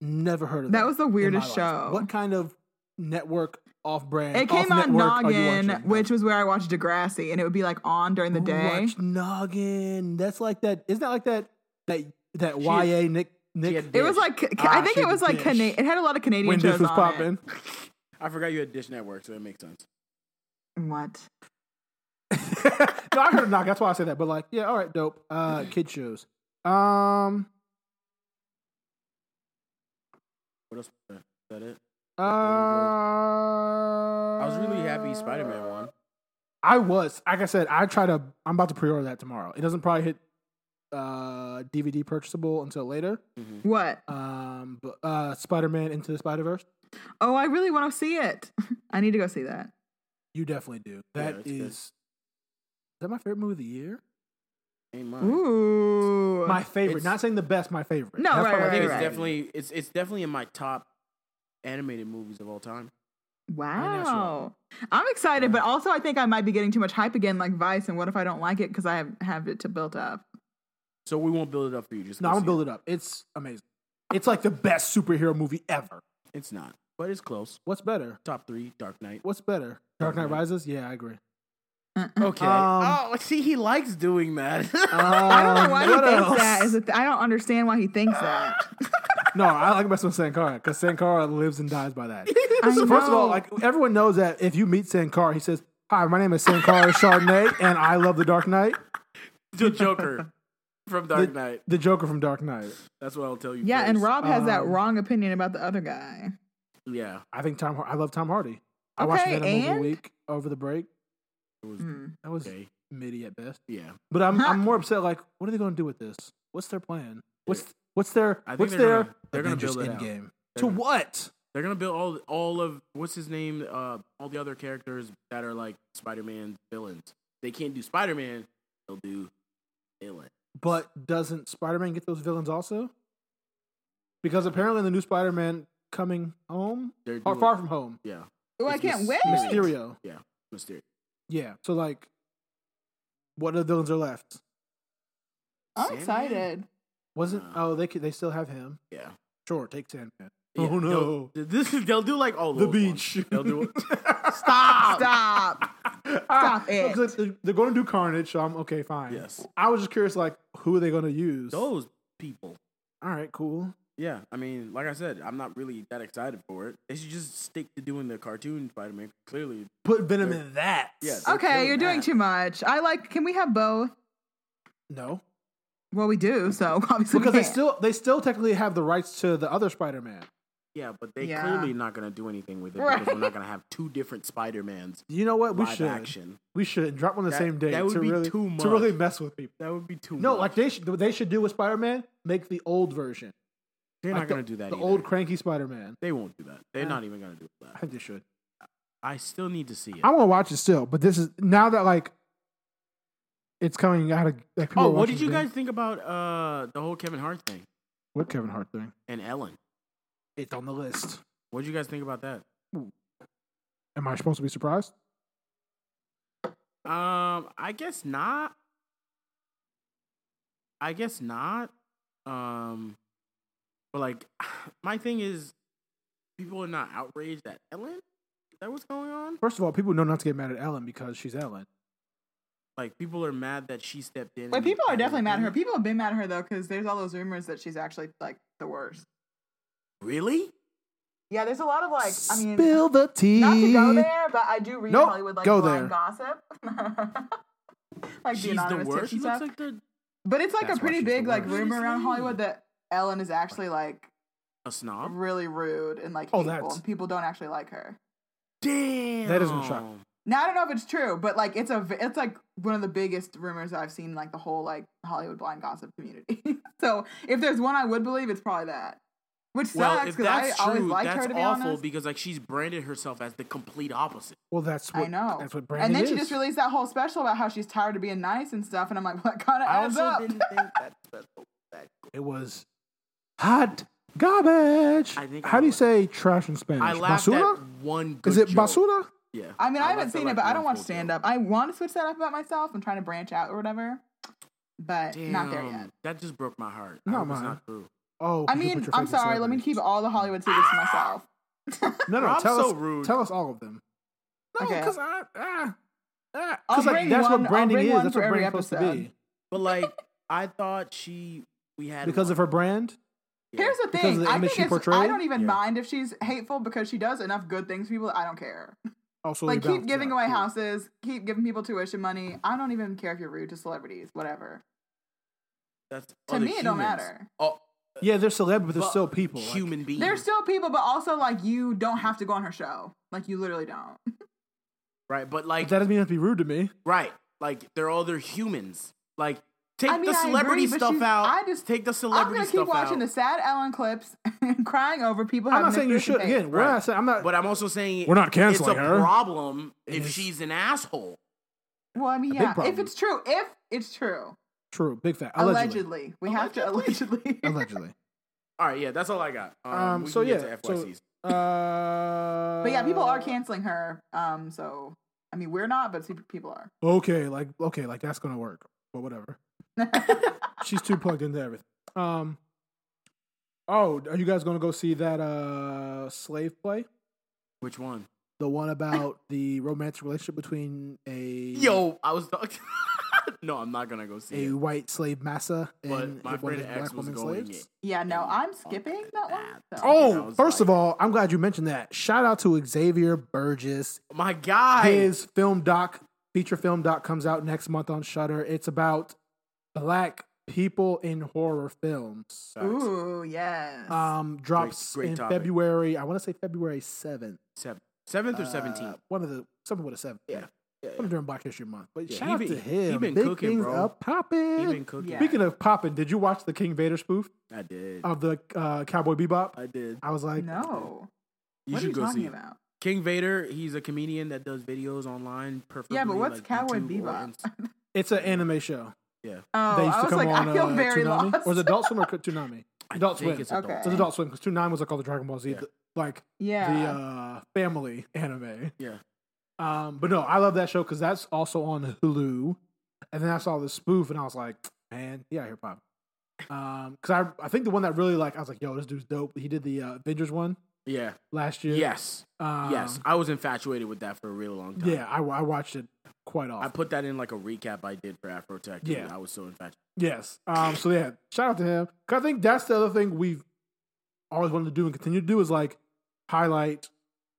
[SPEAKER 4] Never heard of that.
[SPEAKER 3] That was the
[SPEAKER 4] in my
[SPEAKER 3] weirdest
[SPEAKER 4] life.
[SPEAKER 3] show.
[SPEAKER 4] What kind of network off brand.
[SPEAKER 3] It came
[SPEAKER 4] off
[SPEAKER 3] on
[SPEAKER 4] network are you
[SPEAKER 3] Noggin,
[SPEAKER 4] watching?
[SPEAKER 3] which was where I watched Degrassi, and it would be like on during the
[SPEAKER 4] Ooh,
[SPEAKER 3] day.
[SPEAKER 4] Watch Noggin. That's like that. Isn't that like that? That that
[SPEAKER 2] She-
[SPEAKER 4] YA Nick Nick.
[SPEAKER 2] She had
[SPEAKER 3] It was
[SPEAKER 2] Dish.
[SPEAKER 3] like ca-
[SPEAKER 2] Ah,
[SPEAKER 3] I think
[SPEAKER 2] she
[SPEAKER 3] it was
[SPEAKER 2] had
[SPEAKER 3] like
[SPEAKER 2] Dish.
[SPEAKER 3] Cana- it had a lot of Canadian
[SPEAKER 4] when
[SPEAKER 3] shows
[SPEAKER 4] this was
[SPEAKER 3] on
[SPEAKER 4] popping.
[SPEAKER 2] I forgot you had Dish Network, so it makes sense.
[SPEAKER 3] It. What?
[SPEAKER 4] no, I heard a knock. That's why I said that. But like, yeah, all right, dope. Uh, kid shows. Um,
[SPEAKER 2] What else? Was there? Is that it?
[SPEAKER 4] uh,
[SPEAKER 2] I
[SPEAKER 4] I
[SPEAKER 2] was really happy Spider Man won.
[SPEAKER 4] uh, I was. Like I said, I try to. I'm about to pre-order that tomorrow. It doesn't probably hit uh DVD purchasable until later.
[SPEAKER 3] What?
[SPEAKER 4] Um, but uh, Spider-Man into the Spider-Verse.
[SPEAKER 3] Oh, I really want to see it. I need to go see that.
[SPEAKER 4] You definitely do.
[SPEAKER 2] Yeah,
[SPEAKER 4] That is.
[SPEAKER 2] it's good.
[SPEAKER 4] Is that my favorite movie of the year?
[SPEAKER 2] Ain't mine.
[SPEAKER 3] Ooh.
[SPEAKER 4] My favorite.
[SPEAKER 2] It's-
[SPEAKER 4] Not saying the best. My favorite.
[SPEAKER 3] No,
[SPEAKER 4] That's
[SPEAKER 3] right,
[SPEAKER 2] I
[SPEAKER 4] probably my
[SPEAKER 3] right,
[SPEAKER 2] think
[SPEAKER 4] favorite
[SPEAKER 2] it's
[SPEAKER 3] right.
[SPEAKER 4] movie.
[SPEAKER 2] definitely it's it's definitely in my top animated movies of all time. now she
[SPEAKER 3] wow. I'm excited, but also I think I might be getting too much hype again, like Vice. And what if I don't like it because I have, have it to build up?
[SPEAKER 2] So we won't build it up for you. Just
[SPEAKER 4] No, I'm gonna build it up. It's amazing. It's like the best superhero movie ever.
[SPEAKER 2] it. It's not, but it's close.
[SPEAKER 4] What's better?
[SPEAKER 2] Top three, Dark Knight.
[SPEAKER 4] What's better? Dark Knight
[SPEAKER 2] Knight.
[SPEAKER 4] Rises? Yeah, I agree.
[SPEAKER 2] Okay.
[SPEAKER 4] Um,
[SPEAKER 2] oh, see, he likes doing that.
[SPEAKER 3] I don't know why he
[SPEAKER 4] Uh, what
[SPEAKER 3] thinks
[SPEAKER 4] else?
[SPEAKER 3] that. Is a th- I don't understand why he thinks that.
[SPEAKER 4] no, I like messing with Sankara because Sankara lives and dies by that.
[SPEAKER 3] I
[SPEAKER 4] So first of all,
[SPEAKER 3] know.
[SPEAKER 4] like everyone knows that if you meet Sankara, he says, "Hi, my name is Sankara Chardonnay, and I love the Dark Knight,
[SPEAKER 2] the Joker from Dark Knight.
[SPEAKER 4] the Joker from Dark Knight."
[SPEAKER 2] That's what I'll tell you.
[SPEAKER 3] yeah,
[SPEAKER 2] first.
[SPEAKER 3] and Rob has that
[SPEAKER 4] Um,
[SPEAKER 3] wrong opinion about the other guy.
[SPEAKER 2] Yeah,
[SPEAKER 4] I think Tom. Har- I love Tom Hardy. I watched
[SPEAKER 3] Okay,
[SPEAKER 4] that movie
[SPEAKER 3] and?
[SPEAKER 4] week over the break.
[SPEAKER 2] it was
[SPEAKER 3] Hmm.
[SPEAKER 4] That was
[SPEAKER 2] okay.
[SPEAKER 4] midi at best.
[SPEAKER 2] Yeah,
[SPEAKER 4] But I'm
[SPEAKER 3] Huh.
[SPEAKER 4] I'm more upset. Like, what are they going to do with this? What's their plan? What's what's their
[SPEAKER 2] I think
[SPEAKER 4] what's
[SPEAKER 2] they're
[SPEAKER 4] their
[SPEAKER 2] gonna- they're gonna
[SPEAKER 4] Avengers
[SPEAKER 2] build it out.
[SPEAKER 4] Endgame?
[SPEAKER 2] They're
[SPEAKER 4] To
[SPEAKER 2] gonna-
[SPEAKER 4] what?
[SPEAKER 2] they're gonna build all all of what's his name, uh, all the other characters that are like Spider Man villains. They can't do Spider Man. They'll do villain.
[SPEAKER 4] But doesn't Spider-Man get those villains also? Because apparently in the new Spider-Man coming home
[SPEAKER 2] They're
[SPEAKER 4] or
[SPEAKER 2] doing-
[SPEAKER 4] far from home,
[SPEAKER 2] yeah,
[SPEAKER 3] Oh, I
[SPEAKER 2] It's
[SPEAKER 3] can't
[SPEAKER 2] Mys-
[SPEAKER 3] wait.
[SPEAKER 4] Mysterio.
[SPEAKER 2] mysterious.
[SPEAKER 4] Yeah. So like, what other villains are left?
[SPEAKER 3] I'm
[SPEAKER 2] Sandman?
[SPEAKER 3] excited.
[SPEAKER 4] Wasn't
[SPEAKER 2] Uh,
[SPEAKER 4] oh they could, they still have him?
[SPEAKER 2] Yeah.
[SPEAKER 4] Sure, take Sandman.
[SPEAKER 2] Yeah,
[SPEAKER 4] Oh no,
[SPEAKER 2] they'll- This is they'll do like all
[SPEAKER 4] the
[SPEAKER 2] those ones.
[SPEAKER 4] beach.
[SPEAKER 2] They'll do it.
[SPEAKER 4] Stop.
[SPEAKER 3] Stop.
[SPEAKER 4] Ah,
[SPEAKER 3] Stop it.
[SPEAKER 4] look, They're, they're going to do Carnage, so I'm okay, fine.
[SPEAKER 2] Yes.
[SPEAKER 4] I was just curious, like, who are they going to use?
[SPEAKER 2] those people.
[SPEAKER 4] All right, cool.
[SPEAKER 2] Yeah, I mean, like I said, I'm not really that excited for it. They should just stick to doing the cartoon Spider Man. Clearly,
[SPEAKER 4] Put Venom
[SPEAKER 2] They're-
[SPEAKER 4] in that.
[SPEAKER 2] yeah. they're
[SPEAKER 3] Okay, you're doing
[SPEAKER 2] that.
[SPEAKER 3] too much. I like. Can we have both?
[SPEAKER 4] No,
[SPEAKER 3] Well, we do. So obviously, we
[SPEAKER 4] because they
[SPEAKER 3] can't.
[SPEAKER 4] still they still technically have the rights to the other Spider-Man.
[SPEAKER 2] Yeah, but they
[SPEAKER 3] Yeah.
[SPEAKER 2] clearly not gonna do anything with it because
[SPEAKER 3] Right.
[SPEAKER 2] we're not gonna have two different Spider Mans
[SPEAKER 4] You know what? We
[SPEAKER 2] live
[SPEAKER 4] should
[SPEAKER 2] action.
[SPEAKER 4] we should drop on the
[SPEAKER 2] That-
[SPEAKER 4] same day
[SPEAKER 2] that would
[SPEAKER 4] to
[SPEAKER 2] be
[SPEAKER 4] really
[SPEAKER 2] too
[SPEAKER 4] to really
[SPEAKER 2] much.
[SPEAKER 4] mess with people.
[SPEAKER 2] That would be too.
[SPEAKER 4] No,
[SPEAKER 2] much.
[SPEAKER 4] like they should they should do with Spider-Man make the old version,
[SPEAKER 2] they're
[SPEAKER 4] like
[SPEAKER 2] not gonna do that.
[SPEAKER 4] the
[SPEAKER 2] either.
[SPEAKER 4] old cranky Spider-Man.
[SPEAKER 2] they won't do that. They're
[SPEAKER 4] Yeah.
[SPEAKER 2] not even gonna do
[SPEAKER 4] I
[SPEAKER 2] that.
[SPEAKER 4] think they should.
[SPEAKER 2] I still need to see it.
[SPEAKER 4] I want to watch it still, but this is now that like it's coming out of like people
[SPEAKER 2] oh,
[SPEAKER 4] are
[SPEAKER 2] what
[SPEAKER 4] watching
[SPEAKER 2] did you
[SPEAKER 4] it.
[SPEAKER 2] guys think about uh the whole Kevin Hart thing
[SPEAKER 4] What Kevin Hart thing?
[SPEAKER 2] and Ellen?
[SPEAKER 4] It's on the list.
[SPEAKER 2] What did you guys think about that?
[SPEAKER 4] Am I supposed to be surprised?
[SPEAKER 2] Um, I guess not. I guess not. Um, but like, my thing is, people are not outraged at Ellen. Is that what's going on?
[SPEAKER 4] First of all, people know not to get mad at Ellen because she's Ellen.
[SPEAKER 2] Like, people are mad that she stepped in.
[SPEAKER 3] Wait,
[SPEAKER 2] and
[SPEAKER 3] people are
[SPEAKER 2] had
[SPEAKER 3] definitely
[SPEAKER 2] an
[SPEAKER 3] mad at her.
[SPEAKER 2] opinion.
[SPEAKER 3] People have been mad at her though, because there's all those rumors that she's actually like the worst.
[SPEAKER 2] Really?
[SPEAKER 3] Yeah, there's a lot of like. I mean,
[SPEAKER 4] Spill the tea.
[SPEAKER 3] not to go there, but I do read
[SPEAKER 4] Nope,
[SPEAKER 3] Hollywood like
[SPEAKER 4] go
[SPEAKER 3] blind
[SPEAKER 4] there.
[SPEAKER 3] gossip. like the
[SPEAKER 2] She's the
[SPEAKER 3] anonymous tipsy
[SPEAKER 2] worst. She
[SPEAKER 3] stuff.
[SPEAKER 2] looks like the
[SPEAKER 3] but it's like
[SPEAKER 2] That's why
[SPEAKER 3] a pretty
[SPEAKER 2] she's the
[SPEAKER 3] big like
[SPEAKER 2] worst.
[SPEAKER 3] rumor around
[SPEAKER 2] Seriously?
[SPEAKER 3] Hollywood that Ellen is actually like
[SPEAKER 2] a snob.
[SPEAKER 3] really rude and like
[SPEAKER 4] Oh,
[SPEAKER 3] hateful,
[SPEAKER 4] that's-
[SPEAKER 3] and people don't actually like her.
[SPEAKER 2] Damn.
[SPEAKER 4] That doesn't shock
[SPEAKER 3] Now I don't know if it's true, but like it's a v- it's like one of the biggest rumors I've seen like the whole like Hollywood blind gossip community. so if there's one I would believe, it's probably that. Which
[SPEAKER 2] Well,
[SPEAKER 3] sucks
[SPEAKER 2] if
[SPEAKER 3] because I
[SPEAKER 2] that's
[SPEAKER 3] always
[SPEAKER 2] true,
[SPEAKER 3] liked
[SPEAKER 2] that's
[SPEAKER 3] her to be
[SPEAKER 2] awful
[SPEAKER 3] honest.
[SPEAKER 2] because like she's branded herself as the complete opposite.
[SPEAKER 4] Well, that's
[SPEAKER 3] I
[SPEAKER 4] what
[SPEAKER 3] know.
[SPEAKER 4] That's what
[SPEAKER 3] and
[SPEAKER 4] Brandon
[SPEAKER 3] then
[SPEAKER 4] is.
[SPEAKER 3] she just released that whole special about how she's tired of being nice and stuff, and I'm like, what kind of
[SPEAKER 2] I
[SPEAKER 3] adds
[SPEAKER 2] also
[SPEAKER 3] up?
[SPEAKER 2] didn't think that special. That
[SPEAKER 4] It was hot garbage.
[SPEAKER 2] I think I
[SPEAKER 4] How do you
[SPEAKER 2] would.
[SPEAKER 4] say trash in Spanish?
[SPEAKER 2] I laughed
[SPEAKER 4] basura.
[SPEAKER 2] at one. Good
[SPEAKER 4] Is it
[SPEAKER 2] joke.
[SPEAKER 4] basura?
[SPEAKER 2] Yeah.
[SPEAKER 3] I mean, I, haven't
[SPEAKER 2] laughed at,
[SPEAKER 3] seen
[SPEAKER 2] like,
[SPEAKER 3] it, but I
[SPEAKER 2] one
[SPEAKER 3] don't watch
[SPEAKER 2] full joke.
[SPEAKER 3] stand up. I want to switch that up about myself. I'm trying to branch out or whatever, but not there
[SPEAKER 2] Damn,
[SPEAKER 3] yet.
[SPEAKER 2] That just broke my heart.
[SPEAKER 4] Not
[SPEAKER 2] That was
[SPEAKER 4] mine.
[SPEAKER 2] not true.
[SPEAKER 4] Oh,
[SPEAKER 3] I
[SPEAKER 4] 'cause you
[SPEAKER 3] mean,
[SPEAKER 4] put your
[SPEAKER 3] I'm
[SPEAKER 4] faith in
[SPEAKER 3] sorry. Let me
[SPEAKER 4] celebrities.
[SPEAKER 3] keep all the Hollywood secrets to myself.
[SPEAKER 4] No, no,
[SPEAKER 2] Rob's
[SPEAKER 4] tell
[SPEAKER 2] so
[SPEAKER 4] us.
[SPEAKER 2] rude.
[SPEAKER 4] Tell us all of them. No,
[SPEAKER 3] Okay.
[SPEAKER 4] because I ah ah.
[SPEAKER 3] I'll
[SPEAKER 4] 'Cause, like,
[SPEAKER 3] bring
[SPEAKER 4] that's
[SPEAKER 3] one-
[SPEAKER 4] what
[SPEAKER 3] I'll
[SPEAKER 4] branding
[SPEAKER 3] bring
[SPEAKER 4] is.
[SPEAKER 3] one
[SPEAKER 4] That's
[SPEAKER 3] for
[SPEAKER 4] what
[SPEAKER 3] every
[SPEAKER 4] branding's supposed to
[SPEAKER 3] episode.
[SPEAKER 4] be.
[SPEAKER 2] But like, I thought she we had
[SPEAKER 4] Because
[SPEAKER 2] one.
[SPEAKER 4] of her brand,
[SPEAKER 2] Yeah.
[SPEAKER 3] Here's the
[SPEAKER 4] Because
[SPEAKER 3] thing.
[SPEAKER 4] of the
[SPEAKER 3] I
[SPEAKER 4] image
[SPEAKER 3] think
[SPEAKER 4] she
[SPEAKER 3] it's, I
[SPEAKER 4] portrayed?
[SPEAKER 3] don't even
[SPEAKER 2] Yeah.
[SPEAKER 3] mind if she's hateful because she does enough good things for people. that I don't care.
[SPEAKER 4] also
[SPEAKER 3] like keep giving away houses, keep giving people tuition money. I don't even care if you're rude to celebrities, whatever.
[SPEAKER 2] That's
[SPEAKER 3] To
[SPEAKER 2] other
[SPEAKER 3] me, it don't
[SPEAKER 2] humans.
[SPEAKER 3] matter.
[SPEAKER 2] Oh,
[SPEAKER 4] Yeah, they're celeb, but they're
[SPEAKER 2] but
[SPEAKER 4] still people. like-
[SPEAKER 2] Human beings.
[SPEAKER 3] There's still people, but also like you don't have to go on her show. Like you literally don't.
[SPEAKER 2] right, but like
[SPEAKER 4] but that doesn't mean you have to be rude to me.
[SPEAKER 2] right, like they're other humans. Like take
[SPEAKER 3] I mean,
[SPEAKER 2] the
[SPEAKER 3] I
[SPEAKER 2] celebrity
[SPEAKER 3] agree, but
[SPEAKER 2] stuff
[SPEAKER 3] she's-
[SPEAKER 2] out.
[SPEAKER 3] I just-
[SPEAKER 2] take the
[SPEAKER 3] I'm
[SPEAKER 2] celebrity
[SPEAKER 3] gonna keep
[SPEAKER 2] stuff
[SPEAKER 3] watching
[SPEAKER 2] out.
[SPEAKER 3] the sad Ellen clips and crying over people.
[SPEAKER 4] I'm
[SPEAKER 3] having
[SPEAKER 4] not saying you should.
[SPEAKER 3] nutrition
[SPEAKER 4] Again,
[SPEAKER 3] pain.
[SPEAKER 4] we're
[SPEAKER 2] Right.
[SPEAKER 4] not saying I'm not.
[SPEAKER 2] But I'm also saying
[SPEAKER 4] We're not
[SPEAKER 2] it's
[SPEAKER 4] canceling
[SPEAKER 2] a
[SPEAKER 4] her.
[SPEAKER 2] problem if
[SPEAKER 4] is.
[SPEAKER 2] she's an asshole.
[SPEAKER 3] Well, I mean,
[SPEAKER 4] A big
[SPEAKER 3] yeah. If
[SPEAKER 4] problem.
[SPEAKER 3] it's true, if it's true,
[SPEAKER 4] True, big fact.
[SPEAKER 3] allegedly,
[SPEAKER 4] Allegedly,
[SPEAKER 3] we have to allegedly.
[SPEAKER 4] allegedly.
[SPEAKER 2] All right, yeah, that's all I got. Um,
[SPEAKER 4] Um,
[SPEAKER 2] we
[SPEAKER 4] so
[SPEAKER 2] can get
[SPEAKER 4] yeah,
[SPEAKER 2] to
[SPEAKER 4] so-
[SPEAKER 2] FYCs.
[SPEAKER 4] Uh,
[SPEAKER 3] but yeah, people are canceling her. Um, so I mean, we're not, but pe- people are.
[SPEAKER 4] Okay, like okay, like that's gonna work. But whatever. She's too plugged into everything. Um. Oh, are you guys gonna go see that uh slave play?
[SPEAKER 2] Which one?
[SPEAKER 4] The one about the romantic relationship between a
[SPEAKER 2] Yo, I was. no, I'm not gonna go see
[SPEAKER 4] a
[SPEAKER 2] it.
[SPEAKER 4] white slave massa
[SPEAKER 2] But
[SPEAKER 4] and
[SPEAKER 2] my
[SPEAKER 4] one of
[SPEAKER 2] friend
[SPEAKER 4] his
[SPEAKER 2] X
[SPEAKER 4] black
[SPEAKER 2] was
[SPEAKER 4] woman
[SPEAKER 2] going.
[SPEAKER 4] slaves.
[SPEAKER 3] yeah, no, I'm skipping that one. so-
[SPEAKER 2] And I
[SPEAKER 4] Oh,
[SPEAKER 2] was
[SPEAKER 4] first of
[SPEAKER 2] like-
[SPEAKER 4] all, I'm glad you mentioned that. Shout out to Xavier Burgess.
[SPEAKER 2] My guy.
[SPEAKER 4] His film doc, feature film doc, comes out next month on Shutter. It's about black people in horror films.
[SPEAKER 3] Ooh, yes.
[SPEAKER 4] Um, drops
[SPEAKER 2] great
[SPEAKER 4] in
[SPEAKER 2] topic.
[SPEAKER 4] February. I want to say February seventh,
[SPEAKER 2] Seven- seventh or
[SPEAKER 4] Uh,
[SPEAKER 2] seventeenth.
[SPEAKER 4] one of the something with a seventh.
[SPEAKER 2] Yeah. Yeah,
[SPEAKER 4] something during Black History Month. But
[SPEAKER 2] Yeah,
[SPEAKER 4] shout
[SPEAKER 2] he
[SPEAKER 4] out
[SPEAKER 2] been-
[SPEAKER 4] to
[SPEAKER 2] he
[SPEAKER 4] him.
[SPEAKER 2] been
[SPEAKER 4] Big
[SPEAKER 2] cooking,
[SPEAKER 4] things
[SPEAKER 2] bro.
[SPEAKER 4] up
[SPEAKER 3] Uh,
[SPEAKER 4] popping.
[SPEAKER 2] He been cooking.
[SPEAKER 3] Yeah.
[SPEAKER 4] Speaking of popping, did you watch the King Vader spoof
[SPEAKER 2] I did.
[SPEAKER 3] Oh.
[SPEAKER 4] of the uh, Cowboy Bebop?
[SPEAKER 2] I did.
[SPEAKER 4] I was like,
[SPEAKER 3] no.
[SPEAKER 2] You
[SPEAKER 3] what are
[SPEAKER 2] should
[SPEAKER 3] you
[SPEAKER 2] go
[SPEAKER 3] talking
[SPEAKER 2] see it.
[SPEAKER 3] about?
[SPEAKER 2] King Vader. He's a comedian that does videos online. Preferably,
[SPEAKER 3] Yeah, but what's
[SPEAKER 2] like,
[SPEAKER 3] Cowboy
[SPEAKER 2] YouTube or
[SPEAKER 3] Bebop?
[SPEAKER 2] Inst-
[SPEAKER 4] it's an anime show.
[SPEAKER 3] Oh,
[SPEAKER 4] they used
[SPEAKER 3] I
[SPEAKER 4] to
[SPEAKER 3] was
[SPEAKER 4] come
[SPEAKER 3] like,
[SPEAKER 4] on
[SPEAKER 3] I feel
[SPEAKER 4] uh,
[SPEAKER 3] very
[SPEAKER 4] Toonami.
[SPEAKER 3] lost.
[SPEAKER 4] Or was it Adult Swim or Toonami?
[SPEAKER 2] I
[SPEAKER 4] Adult
[SPEAKER 2] think
[SPEAKER 4] Swim.
[SPEAKER 2] it's Adult
[SPEAKER 3] Okay.
[SPEAKER 4] It's Adult Swim because Toonami was like all the Dragon Ball Z,
[SPEAKER 2] Yeah.
[SPEAKER 4] th- like
[SPEAKER 3] yeah.
[SPEAKER 4] the uh, family anime.
[SPEAKER 2] Yeah.
[SPEAKER 4] Um, but no, I love that show because that's also on Hulu. And then I saw the spoof and I was like, man, yeah, here pop. Um, because I I think the one that really like I was like, yo, this dude's dope. He did the uh, Avengers one
[SPEAKER 2] Yeah.
[SPEAKER 4] last year.
[SPEAKER 2] Yes.
[SPEAKER 3] Uh.
[SPEAKER 4] Um,
[SPEAKER 2] yes. I was infatuated with that for a really long time.
[SPEAKER 4] Yeah, I, I watched it quite often.
[SPEAKER 2] I put that in like a recap I did for Afrotech. and
[SPEAKER 4] Yeah.
[SPEAKER 2] I was so infatuated.
[SPEAKER 4] Yes. Um. So yeah, shout out to him. 'Cause I think that's the other thing we've always wanted to do and continue to do is like highlight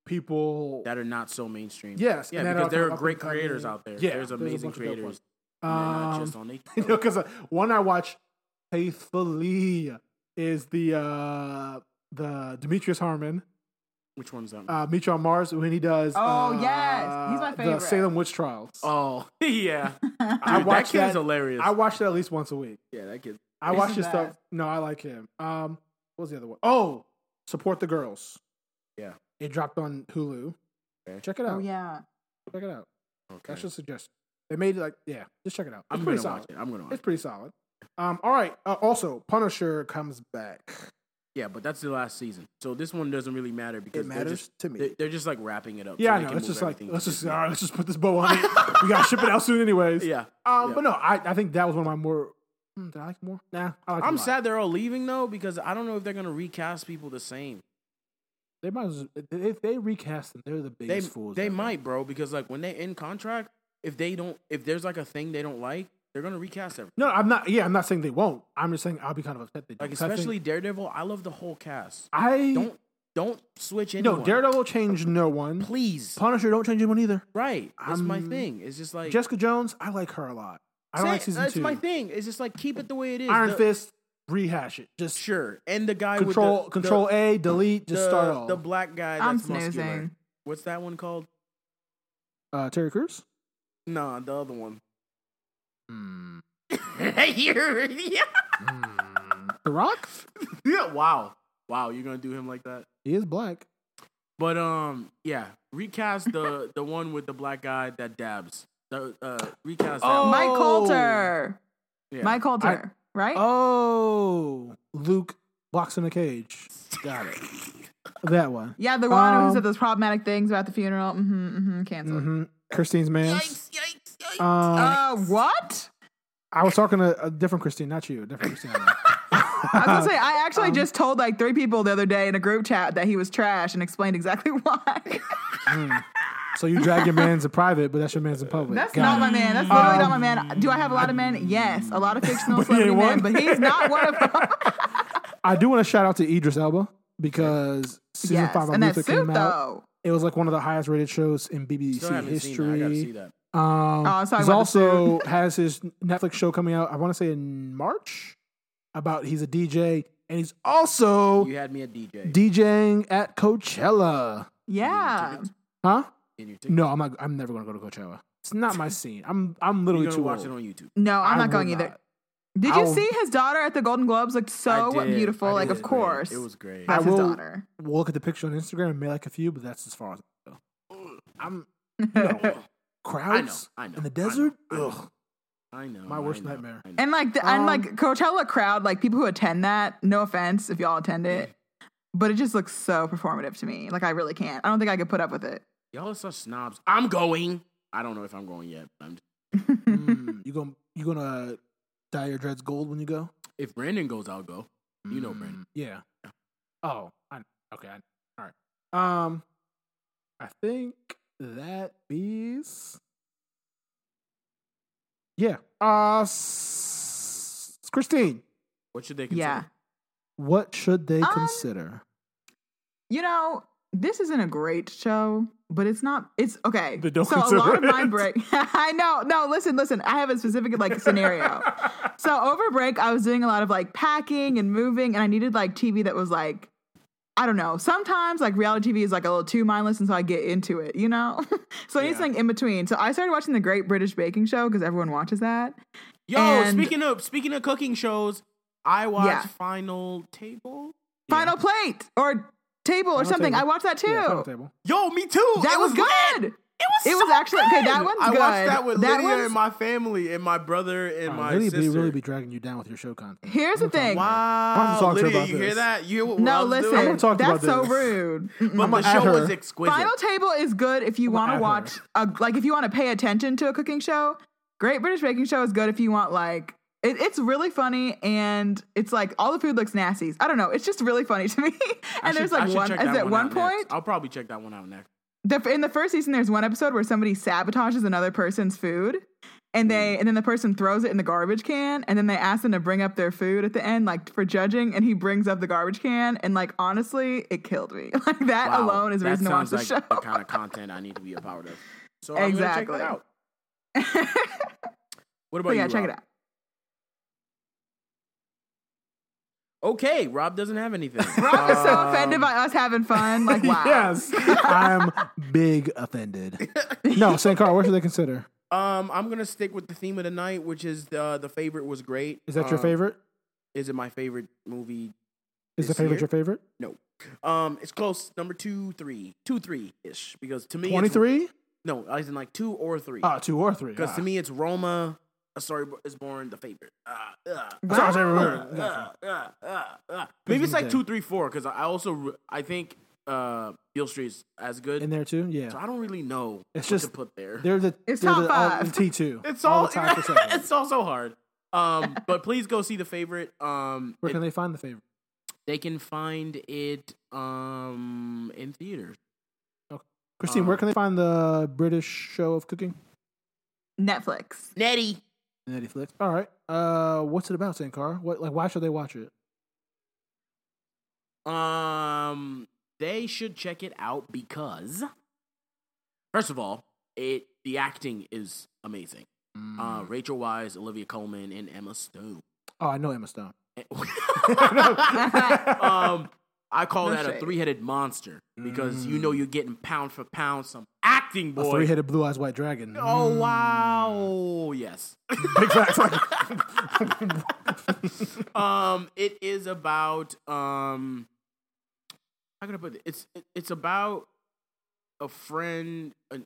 [SPEAKER 4] people.
[SPEAKER 2] That are not so mainstream.
[SPEAKER 4] yes.
[SPEAKER 2] Yeah,
[SPEAKER 4] and that
[SPEAKER 2] because
[SPEAKER 4] are
[SPEAKER 2] there
[SPEAKER 4] kind
[SPEAKER 2] are
[SPEAKER 4] of
[SPEAKER 2] great
[SPEAKER 4] up and
[SPEAKER 2] creators
[SPEAKER 4] coming.
[SPEAKER 2] out there.
[SPEAKER 4] Yeah,
[SPEAKER 2] there's
[SPEAKER 4] a
[SPEAKER 2] amazing
[SPEAKER 4] bunch of dope
[SPEAKER 2] creators.
[SPEAKER 4] ones.
[SPEAKER 2] and they're not
[SPEAKER 4] Um,
[SPEAKER 2] just on the-
[SPEAKER 4] you know, because one I watch faithfully is the uh the Demetrius Harmon,
[SPEAKER 2] Which one's that?
[SPEAKER 4] uh, Meet You on Mars when he does.
[SPEAKER 3] Oh, yes. He's my
[SPEAKER 4] uh, The
[SPEAKER 3] favorite.
[SPEAKER 4] Salem witch trials.
[SPEAKER 2] oh, yeah.
[SPEAKER 4] I
[SPEAKER 2] Dude,
[SPEAKER 4] watched
[SPEAKER 2] that kid's
[SPEAKER 4] that-
[SPEAKER 2] hilarious.
[SPEAKER 4] I watch that at least once a week.
[SPEAKER 2] yeah, that kid.
[SPEAKER 4] I
[SPEAKER 3] He's
[SPEAKER 4] watch
[SPEAKER 3] the
[SPEAKER 4] his stuff.
[SPEAKER 3] best.
[SPEAKER 4] No, I like him. Um, what was the other one? Oh, support the girls.
[SPEAKER 2] Yeah.
[SPEAKER 4] it dropped on Hulu.
[SPEAKER 2] Okay.
[SPEAKER 4] Check it out.
[SPEAKER 3] oh, yeah.
[SPEAKER 4] check it out.
[SPEAKER 2] Okay.
[SPEAKER 4] That's just a suggestion. They made it like yeah, just check it out. It's
[SPEAKER 2] I'm
[SPEAKER 4] pretty
[SPEAKER 2] gonna
[SPEAKER 4] solid.
[SPEAKER 2] watch it. I'm gonna watch it.
[SPEAKER 4] It's pretty solid. Um, all right. Uh, also, Punisher comes back.
[SPEAKER 2] Yeah, but that's the last season. So this one doesn't really matter because
[SPEAKER 4] It
[SPEAKER 2] they're
[SPEAKER 4] matters
[SPEAKER 2] just
[SPEAKER 4] to
[SPEAKER 2] they're,
[SPEAKER 4] me.
[SPEAKER 2] they're just like wrapping it up. so
[SPEAKER 4] Yeah,
[SPEAKER 2] they
[SPEAKER 4] I know.
[SPEAKER 2] can
[SPEAKER 4] It's
[SPEAKER 2] move
[SPEAKER 4] just like
[SPEAKER 2] everything to
[SPEAKER 4] let's just uh,
[SPEAKER 2] Disney.
[SPEAKER 4] all right, let's just put this bow on it. we gotta ship it out soon, anyways.
[SPEAKER 2] yeah.
[SPEAKER 4] Um,
[SPEAKER 2] yeah.
[SPEAKER 4] but no, I, I think that was one of my more. Hmm, did I like more? Nah, I like.
[SPEAKER 2] I'm sad they're all leaving though because I don't know if they're gonna recast people the same.
[SPEAKER 4] They might as if they recast them, they're the
[SPEAKER 2] They
[SPEAKER 4] biggest fools.
[SPEAKER 2] they
[SPEAKER 4] ever.
[SPEAKER 2] might, bro, because like when they end contract, if they don't, if there's like a thing they don't like, they're gonna recast everything.
[SPEAKER 4] No, I'm not. Yeah, I'm not saying they won't. I'm just saying I'll be kind of upset. They don't,
[SPEAKER 2] Like
[SPEAKER 4] 'cause I think-
[SPEAKER 2] especially Daredevil, I love the whole cast.
[SPEAKER 4] I
[SPEAKER 2] Don't don't switch anyone.
[SPEAKER 4] Mm. No, Daredevil changed no one.
[SPEAKER 2] please.
[SPEAKER 4] Punisher don't change anyone either.
[SPEAKER 2] Right, that's my
[SPEAKER 4] Um,
[SPEAKER 2] thing. It's just like
[SPEAKER 4] Jessica Jones, I like her a lot. I don't
[SPEAKER 2] Say-
[SPEAKER 4] like season
[SPEAKER 2] That's
[SPEAKER 4] two.
[SPEAKER 2] my thing. It's just like keep it the way it is.
[SPEAKER 4] Iron
[SPEAKER 2] The-
[SPEAKER 4] Fist, rehash it. Just
[SPEAKER 2] sure, and the guy
[SPEAKER 4] control
[SPEAKER 2] with the,
[SPEAKER 4] control
[SPEAKER 2] the,
[SPEAKER 4] A, delete, just
[SPEAKER 2] the,
[SPEAKER 4] start all.
[SPEAKER 2] the black guy. That's
[SPEAKER 3] I'm
[SPEAKER 2] Muscular.
[SPEAKER 3] snoozing.
[SPEAKER 2] What's that one called?
[SPEAKER 4] uh, Terry Crews.
[SPEAKER 2] Nah, the other one.
[SPEAKER 4] Mm.
[SPEAKER 2] You're- yeah.
[SPEAKER 4] the Rock.
[SPEAKER 2] yeah. Wow. Wow. You're gonna do him like that?
[SPEAKER 4] He is black.
[SPEAKER 2] But um, yeah. Recast the the one with the black guy that dabs. The, uh, recast that.
[SPEAKER 4] Oh,
[SPEAKER 2] one.
[SPEAKER 3] Mike Coulter.
[SPEAKER 2] Yeah.
[SPEAKER 3] Mike Coulter, right?
[SPEAKER 4] Oh, Luke blocks in a cage. Got it. that one.
[SPEAKER 3] yeah, the one who
[SPEAKER 4] Um,
[SPEAKER 3] said those problematic things about the funeral. Mm-hmm, mm-hmm, canceled.
[SPEAKER 4] hmm Christine's man.
[SPEAKER 2] Yikes! Yikes! Yikes!
[SPEAKER 4] Um,
[SPEAKER 3] Uh, what?
[SPEAKER 4] I was talking to a different Christine, not you. a Different Christine.
[SPEAKER 3] I was gonna say I actually
[SPEAKER 4] Um,
[SPEAKER 3] just told like three people the other day in a group chat that he was trash and explained exactly why.
[SPEAKER 4] So you drag your man's in private, but that's your man's in public.
[SPEAKER 3] That's
[SPEAKER 4] Got
[SPEAKER 3] not
[SPEAKER 4] it. Um,
[SPEAKER 3] my man. That's literally not my man. Do I have a lot of men? Yes, a lot of fictional
[SPEAKER 4] But he
[SPEAKER 3] celebrity
[SPEAKER 4] ain't
[SPEAKER 3] men,
[SPEAKER 4] one.
[SPEAKER 3] but he's not one of them.
[SPEAKER 4] I do want to shout out to Idris Elba because season
[SPEAKER 3] yes,
[SPEAKER 4] five of
[SPEAKER 3] and that
[SPEAKER 4] Luther
[SPEAKER 3] suit
[SPEAKER 4] came out.
[SPEAKER 3] though.
[SPEAKER 4] It was like one of the highest rated shows in BBC
[SPEAKER 2] Still haven't seen that. I gotta see
[SPEAKER 4] history.
[SPEAKER 2] that.
[SPEAKER 4] Um,
[SPEAKER 3] I was talking
[SPEAKER 4] he's
[SPEAKER 3] Oh, about the
[SPEAKER 4] also has his Netflix show coming out. I want to say in March. About he's a DJ and he's also
[SPEAKER 2] You had me at DJ.
[SPEAKER 4] DJing at Coachella.
[SPEAKER 3] Yeah,
[SPEAKER 4] Huh?
[SPEAKER 2] In your ticket.
[SPEAKER 4] No, I'm not. I'm never gonna go to Coachella. It's not my scene. I'm I'm literally
[SPEAKER 2] You're gonna
[SPEAKER 4] too
[SPEAKER 2] watch
[SPEAKER 4] old.
[SPEAKER 2] it on YouTube.
[SPEAKER 3] no, I'm
[SPEAKER 4] I
[SPEAKER 3] not going
[SPEAKER 4] will
[SPEAKER 3] either.
[SPEAKER 4] not.
[SPEAKER 3] Did
[SPEAKER 4] I'll-
[SPEAKER 3] you see his daughter at the Golden Globes? Looked so
[SPEAKER 2] I did.
[SPEAKER 3] beautiful.
[SPEAKER 2] I
[SPEAKER 3] like,
[SPEAKER 2] did.
[SPEAKER 3] of course,
[SPEAKER 2] It was great.
[SPEAKER 4] I
[SPEAKER 3] that's his
[SPEAKER 4] will-
[SPEAKER 3] daughter.
[SPEAKER 4] We'll look at the picture on Instagram and may like a few, but that's as far as I go. I'm no. crowds
[SPEAKER 2] I know,
[SPEAKER 4] in the
[SPEAKER 2] I know,
[SPEAKER 4] desert.
[SPEAKER 2] I know.
[SPEAKER 4] Ugh.
[SPEAKER 2] I know.
[SPEAKER 4] My worst
[SPEAKER 2] I know,
[SPEAKER 4] nightmare.
[SPEAKER 2] I know.
[SPEAKER 3] And like the and
[SPEAKER 4] Um,
[SPEAKER 3] like Coachella crowd, like people who attend that. No offense if y'all attend it, but it just looks so performative to me. Like I really can't. I don't think I could put up with it.
[SPEAKER 2] Y'all are such snobs. I'm going. I don't know if I'm going yet. but I'm
[SPEAKER 4] Mm, you gonna you gonna dye your dreads gold when you go?
[SPEAKER 2] if Brandon goes, I'll go. You know
[SPEAKER 4] Mm,
[SPEAKER 2] Brandon.
[SPEAKER 4] Yeah. Oh, I, okay. I, all right. Um, I think that is. Yeah. Uh, s- Christine,
[SPEAKER 2] What should they consider?
[SPEAKER 3] Yeah.
[SPEAKER 4] what should they
[SPEAKER 3] Um,
[SPEAKER 4] consider?
[SPEAKER 3] you know, this isn't a great show, but it's not. It's okay.
[SPEAKER 4] But don't
[SPEAKER 3] so a
[SPEAKER 4] consider
[SPEAKER 3] lot of
[SPEAKER 4] it.
[SPEAKER 3] my break. I know. No, listen, listen. I have a specific like scenario. so over break, I was doing a lot of like packing and moving, and I needed like TV that was like. I don't know. Sometimes like reality TV is like a little too mindless, and so I get into it, you know. so I need
[SPEAKER 4] Yeah.
[SPEAKER 3] something in between. So I started watching the Great British Baking Show because everyone watches that.
[SPEAKER 2] Yo,
[SPEAKER 3] And-
[SPEAKER 2] speaking of speaking of cooking shows, I watched
[SPEAKER 3] Yeah.
[SPEAKER 2] Final Table.
[SPEAKER 3] Final Plate or Table or
[SPEAKER 4] Final
[SPEAKER 3] something.
[SPEAKER 4] Table.
[SPEAKER 3] I watched that too.
[SPEAKER 4] Yeah, final table.
[SPEAKER 2] Yo, me too.
[SPEAKER 3] that
[SPEAKER 2] It
[SPEAKER 3] was,
[SPEAKER 2] lit.
[SPEAKER 3] good.
[SPEAKER 2] It was.
[SPEAKER 3] It was
[SPEAKER 2] so
[SPEAKER 3] actually- okay,
[SPEAKER 2] good.
[SPEAKER 3] that one's
[SPEAKER 2] I watched
[SPEAKER 3] good.
[SPEAKER 2] that with
[SPEAKER 3] That
[SPEAKER 2] Lydia
[SPEAKER 3] one's-
[SPEAKER 2] and my family and my brother and
[SPEAKER 4] Wow,
[SPEAKER 2] my
[SPEAKER 4] Lily
[SPEAKER 2] sister.
[SPEAKER 4] B really be dragging you down with your show content.
[SPEAKER 3] Here's the thing.
[SPEAKER 2] Wow,
[SPEAKER 4] I'm talking to her
[SPEAKER 2] Lydia,
[SPEAKER 4] about
[SPEAKER 2] you hear
[SPEAKER 4] this.
[SPEAKER 2] that? You hear what
[SPEAKER 3] No,
[SPEAKER 2] Rob's
[SPEAKER 3] listen.
[SPEAKER 2] doing?
[SPEAKER 4] I'm gonna talk
[SPEAKER 3] that's
[SPEAKER 4] about
[SPEAKER 3] so
[SPEAKER 4] this.
[SPEAKER 3] rude.
[SPEAKER 2] But
[SPEAKER 3] Mm-mm.
[SPEAKER 2] the
[SPEAKER 4] at
[SPEAKER 2] show was
[SPEAKER 4] her.
[SPEAKER 2] exquisite.
[SPEAKER 3] Final Table is good if you
[SPEAKER 4] I'm
[SPEAKER 3] want
[SPEAKER 4] gonna
[SPEAKER 3] to
[SPEAKER 4] add
[SPEAKER 3] watch, a, like, if you want to pay attention to a cooking show. Great British Baking Show is good if you want, like, it, it's really funny and it's like all the food looks nasty. I don't know. It's just really funny to me.
[SPEAKER 2] I
[SPEAKER 3] and
[SPEAKER 2] should-
[SPEAKER 3] there's
[SPEAKER 2] I
[SPEAKER 3] like
[SPEAKER 2] should
[SPEAKER 3] one,
[SPEAKER 2] check
[SPEAKER 3] is
[SPEAKER 2] that
[SPEAKER 3] at one
[SPEAKER 2] out next.
[SPEAKER 3] point,
[SPEAKER 2] I'll probably check that one out next.
[SPEAKER 3] the, in the first season, there's one episode where somebody sabotages another person's food, and
[SPEAKER 2] Mm.
[SPEAKER 3] they and then the person throws it in the garbage can, and then they ask them to bring up their food at the end, like for judging, and he brings up the garbage can, and like honestly, it killed me. Like that
[SPEAKER 2] Wow,
[SPEAKER 3] alone is a
[SPEAKER 2] that
[SPEAKER 3] reason to watch
[SPEAKER 2] sounds
[SPEAKER 3] the
[SPEAKER 2] like
[SPEAKER 3] show.
[SPEAKER 2] the kind of content I need to be a part of. So I'm gonna check
[SPEAKER 3] Exactly.
[SPEAKER 2] that out. What about
[SPEAKER 3] but yeah,
[SPEAKER 2] you?
[SPEAKER 3] check
[SPEAKER 2] Rob?
[SPEAKER 3] it out.
[SPEAKER 2] Okay, Rob doesn't have anything.
[SPEAKER 3] Rob is so
[SPEAKER 2] Um,
[SPEAKER 3] offended by us having fun. Like wow,
[SPEAKER 4] yes, I'm big offended. No, Saint Carl, what should they consider?
[SPEAKER 2] Um, I'm gonna stick with the theme of the night, which is the the favorite was great.
[SPEAKER 4] Is that your
[SPEAKER 2] Um,
[SPEAKER 4] favorite?
[SPEAKER 2] Is it my favorite movie?
[SPEAKER 4] Is the
[SPEAKER 2] this
[SPEAKER 4] favorite
[SPEAKER 2] year?
[SPEAKER 4] your favorite?
[SPEAKER 2] No. Um, it's close. Number two, three, two, three ish. Because to me, it's-
[SPEAKER 4] Twenty three?
[SPEAKER 2] No, I was in like two or three.
[SPEAKER 4] Ah, two or three.
[SPEAKER 2] Because
[SPEAKER 4] Ah.
[SPEAKER 2] to me, it's Roma. A story Bo- is born. The favorite. Ah, ah,
[SPEAKER 4] That's all I was ever
[SPEAKER 2] ah,
[SPEAKER 4] remembering. Gotcha.
[SPEAKER 2] ah, ah, ah, ah. Maybe it's
[SPEAKER 4] me
[SPEAKER 2] like
[SPEAKER 4] that.
[SPEAKER 2] two, three, four. Because I also re- I think uh Beale Street's as good.
[SPEAKER 4] in there too.
[SPEAKER 2] so
[SPEAKER 4] Yeah,
[SPEAKER 2] I don't really know
[SPEAKER 4] It's
[SPEAKER 2] what
[SPEAKER 4] just-
[SPEAKER 2] to put there.
[SPEAKER 4] they're the
[SPEAKER 3] It's
[SPEAKER 4] they're
[SPEAKER 3] top
[SPEAKER 4] the, all-
[SPEAKER 3] five.
[SPEAKER 4] in uh, T two.
[SPEAKER 2] It's all,
[SPEAKER 4] the time for second.
[SPEAKER 2] it's all so hard. Um, but please go see the favorite. Um,
[SPEAKER 4] Where
[SPEAKER 2] it-
[SPEAKER 4] can they find the favorite?
[SPEAKER 2] they can find it um in theaters.
[SPEAKER 4] Christine,
[SPEAKER 2] Um,
[SPEAKER 4] where can they find the British show of cooking?
[SPEAKER 3] Netflix.
[SPEAKER 2] Nettie.
[SPEAKER 4] Netflix. All right. Uh, what's it about, Sankar? What like why should they watch it?
[SPEAKER 2] Um, they should check it out because, first of all, it the acting is amazing.
[SPEAKER 4] Mm.
[SPEAKER 2] Uh, Rachel Wise, Olivia Coleman, and Emma Stone.
[SPEAKER 4] oh, I know Emma Stone.
[SPEAKER 2] um, I call
[SPEAKER 3] No
[SPEAKER 2] that a
[SPEAKER 3] shade.
[SPEAKER 2] three headed monster because you know you're getting pound for pound some acting,
[SPEAKER 4] Mm. A Mm.
[SPEAKER 2] boy.
[SPEAKER 4] three headed blue eyes white dragon. Hmm.
[SPEAKER 2] Oh wow! Yes.
[SPEAKER 4] Big facts. Like,
[SPEAKER 2] Um, it is about um. How can I put it? It's it- it's about a friend, a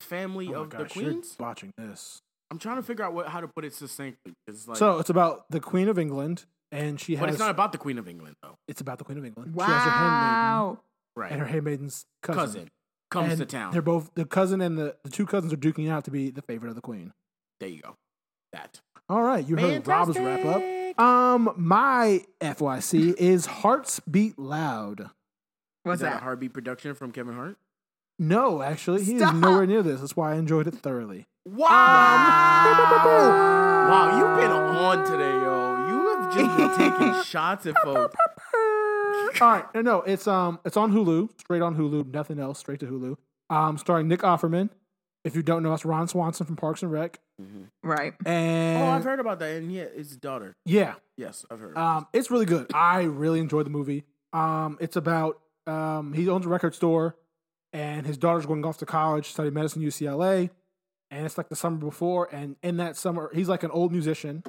[SPEAKER 2] family
[SPEAKER 4] oh
[SPEAKER 2] of
[SPEAKER 4] my
[SPEAKER 2] the
[SPEAKER 4] gosh, you're
[SPEAKER 2] queens.
[SPEAKER 4] watching this.
[SPEAKER 2] I'm trying to figure out what how to put it succinctly. It's like,
[SPEAKER 4] so it's about the Queen of England, and she has.
[SPEAKER 2] but it's not about the Queen of England though.
[SPEAKER 4] it's about the Queen of England. She has her handmaiden
[SPEAKER 3] Wow.
[SPEAKER 4] and her
[SPEAKER 2] Right,
[SPEAKER 4] handmaiden's cousin.
[SPEAKER 2] cousin, comes
[SPEAKER 4] And
[SPEAKER 2] to town.
[SPEAKER 4] They're both the cousin and the, the two cousins are duking out to be the favorite of the queen.
[SPEAKER 2] There you go. That
[SPEAKER 4] All right, you heard Rob's wrap up.
[SPEAKER 2] Fantastic.
[SPEAKER 4] Um, my FYC is Hearts Beat Loud.
[SPEAKER 3] What's
[SPEAKER 2] Is that, a
[SPEAKER 3] that?
[SPEAKER 2] Heartbeat production from Kevin Hart?
[SPEAKER 4] No, actually, he
[SPEAKER 3] Stop.
[SPEAKER 4] is nowhere near this. That's why I enjoyed it thoroughly.
[SPEAKER 2] Wow! wow, you've been on today, yo. You have just been taking shots at folks.
[SPEAKER 4] All right, no, no, it's um, it's on Hulu, straight on Hulu, nothing else, straight to Hulu. Um, starring Nick Offerman. If you don't know, that's Ron Swanson from Parks and Rec.
[SPEAKER 3] Right.
[SPEAKER 4] And
[SPEAKER 2] Oh, I've heard about that. And yeah, it's daughter.
[SPEAKER 4] yeah,
[SPEAKER 2] Yes, I've heard.
[SPEAKER 4] Um, it's really good. I really enjoyed the movie. Um, it's about um, he owns a record store, and his daughter's going off to college, study medicine, UCLA, and it's like the summer before. And in that summer, he's like an old musician.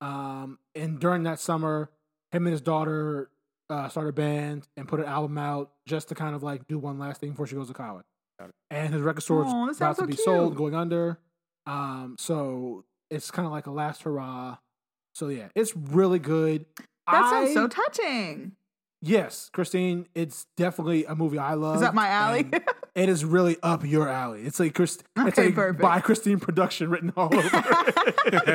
[SPEAKER 4] Um, and during that summer, him and his daughter uh, start a band and put an album out just to kind of like do one last thing before she goes to college.
[SPEAKER 2] Got it.
[SPEAKER 4] And his record store is
[SPEAKER 3] Aw, that
[SPEAKER 4] about
[SPEAKER 3] sounds
[SPEAKER 4] to
[SPEAKER 3] so
[SPEAKER 4] be sold,
[SPEAKER 3] cute.
[SPEAKER 4] going under. Um, so it's kind of like a last hurrah. So yeah, it's really good.
[SPEAKER 3] That sounds
[SPEAKER 4] I-
[SPEAKER 3] so touching.
[SPEAKER 4] Yes, Christine, it's definitely a movie I love.
[SPEAKER 3] Is that my alley?
[SPEAKER 4] and It is really up your alley. It's like Christ- it's
[SPEAKER 3] Okay,
[SPEAKER 4] like
[SPEAKER 3] perfect.
[SPEAKER 4] by Christine production written all over.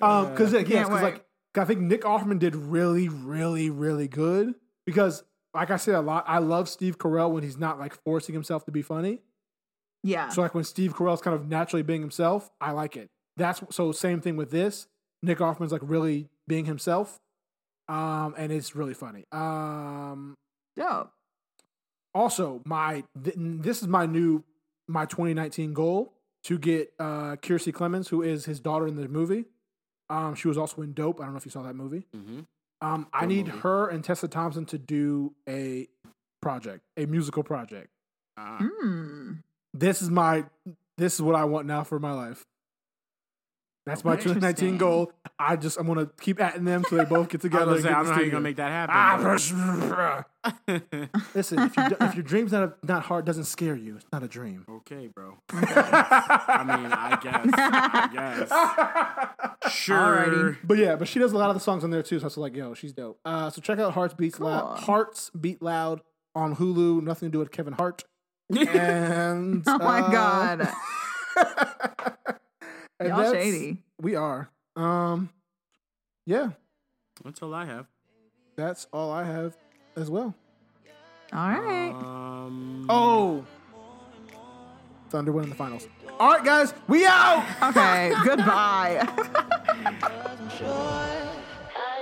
[SPEAKER 4] um, because like, yes,
[SPEAKER 3] Can't
[SPEAKER 4] 'cause,
[SPEAKER 3] wait.
[SPEAKER 4] like I think Nick Offerman did really, really, really good. Because like I say a lot, I love Steve Carell when he's not like forcing himself to be funny.
[SPEAKER 3] yeah.
[SPEAKER 4] So like when Steve Carell's kind of naturally being himself, I like it. That's so same thing with this. Nick Offerman's like really being himself. Um, and it's really funny. Um,
[SPEAKER 3] Dope.
[SPEAKER 4] also my th- this is my new my 2019 goal to get uh Kiersey Clemens, who is his daughter in the movie. Um, she was also in Dope. I don't know if you saw that movie.
[SPEAKER 2] hmm
[SPEAKER 4] Um, I
[SPEAKER 2] Good
[SPEAKER 4] need
[SPEAKER 2] movie.
[SPEAKER 4] her and Tessa Thompson to do a project, a musical project.
[SPEAKER 2] Ah,
[SPEAKER 3] Mm.
[SPEAKER 4] This is my this is what I want now for my life. That's my
[SPEAKER 2] Okay.
[SPEAKER 4] 2019 goal. I just I'm gonna keep atting them so they both get
[SPEAKER 2] I
[SPEAKER 4] together.
[SPEAKER 2] was gonna
[SPEAKER 4] and
[SPEAKER 2] say,
[SPEAKER 4] get
[SPEAKER 2] I don't
[SPEAKER 4] in the
[SPEAKER 2] know how you're
[SPEAKER 4] studio.
[SPEAKER 2] gonna make that
[SPEAKER 4] Ah,
[SPEAKER 2] happen. but-
[SPEAKER 4] Listen, if, you, do- if your dream's not not hard, doesn't scare you. It's not a dream.
[SPEAKER 2] okay, bro. I mean, I guess. I guess. Sure.
[SPEAKER 4] But yeah, but she does a lot of the songs on there too. So I was like, yo, she's dope. Uh, so check out Hearts Beats Loud.
[SPEAKER 3] Cool.
[SPEAKER 4] Hearts Beat Loud on Hulu. Nothing to do with Kevin Hart. And
[SPEAKER 3] Oh my
[SPEAKER 4] uh,
[SPEAKER 3] god.
[SPEAKER 4] and
[SPEAKER 3] Y'all
[SPEAKER 4] that's-
[SPEAKER 3] shady.
[SPEAKER 4] We are. Um, yeah,
[SPEAKER 2] That's all I have.
[SPEAKER 4] that's all I have as well.
[SPEAKER 3] All right.
[SPEAKER 2] Um,
[SPEAKER 4] Oh, Thunder win in the finals. All right, guys, we out.
[SPEAKER 3] Okay. Goodbye.
[SPEAKER 1] I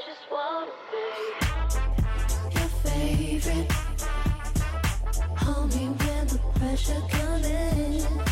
[SPEAKER 1] just wanna be your favorite. Homie, when the pressure comes in, Uh-huh.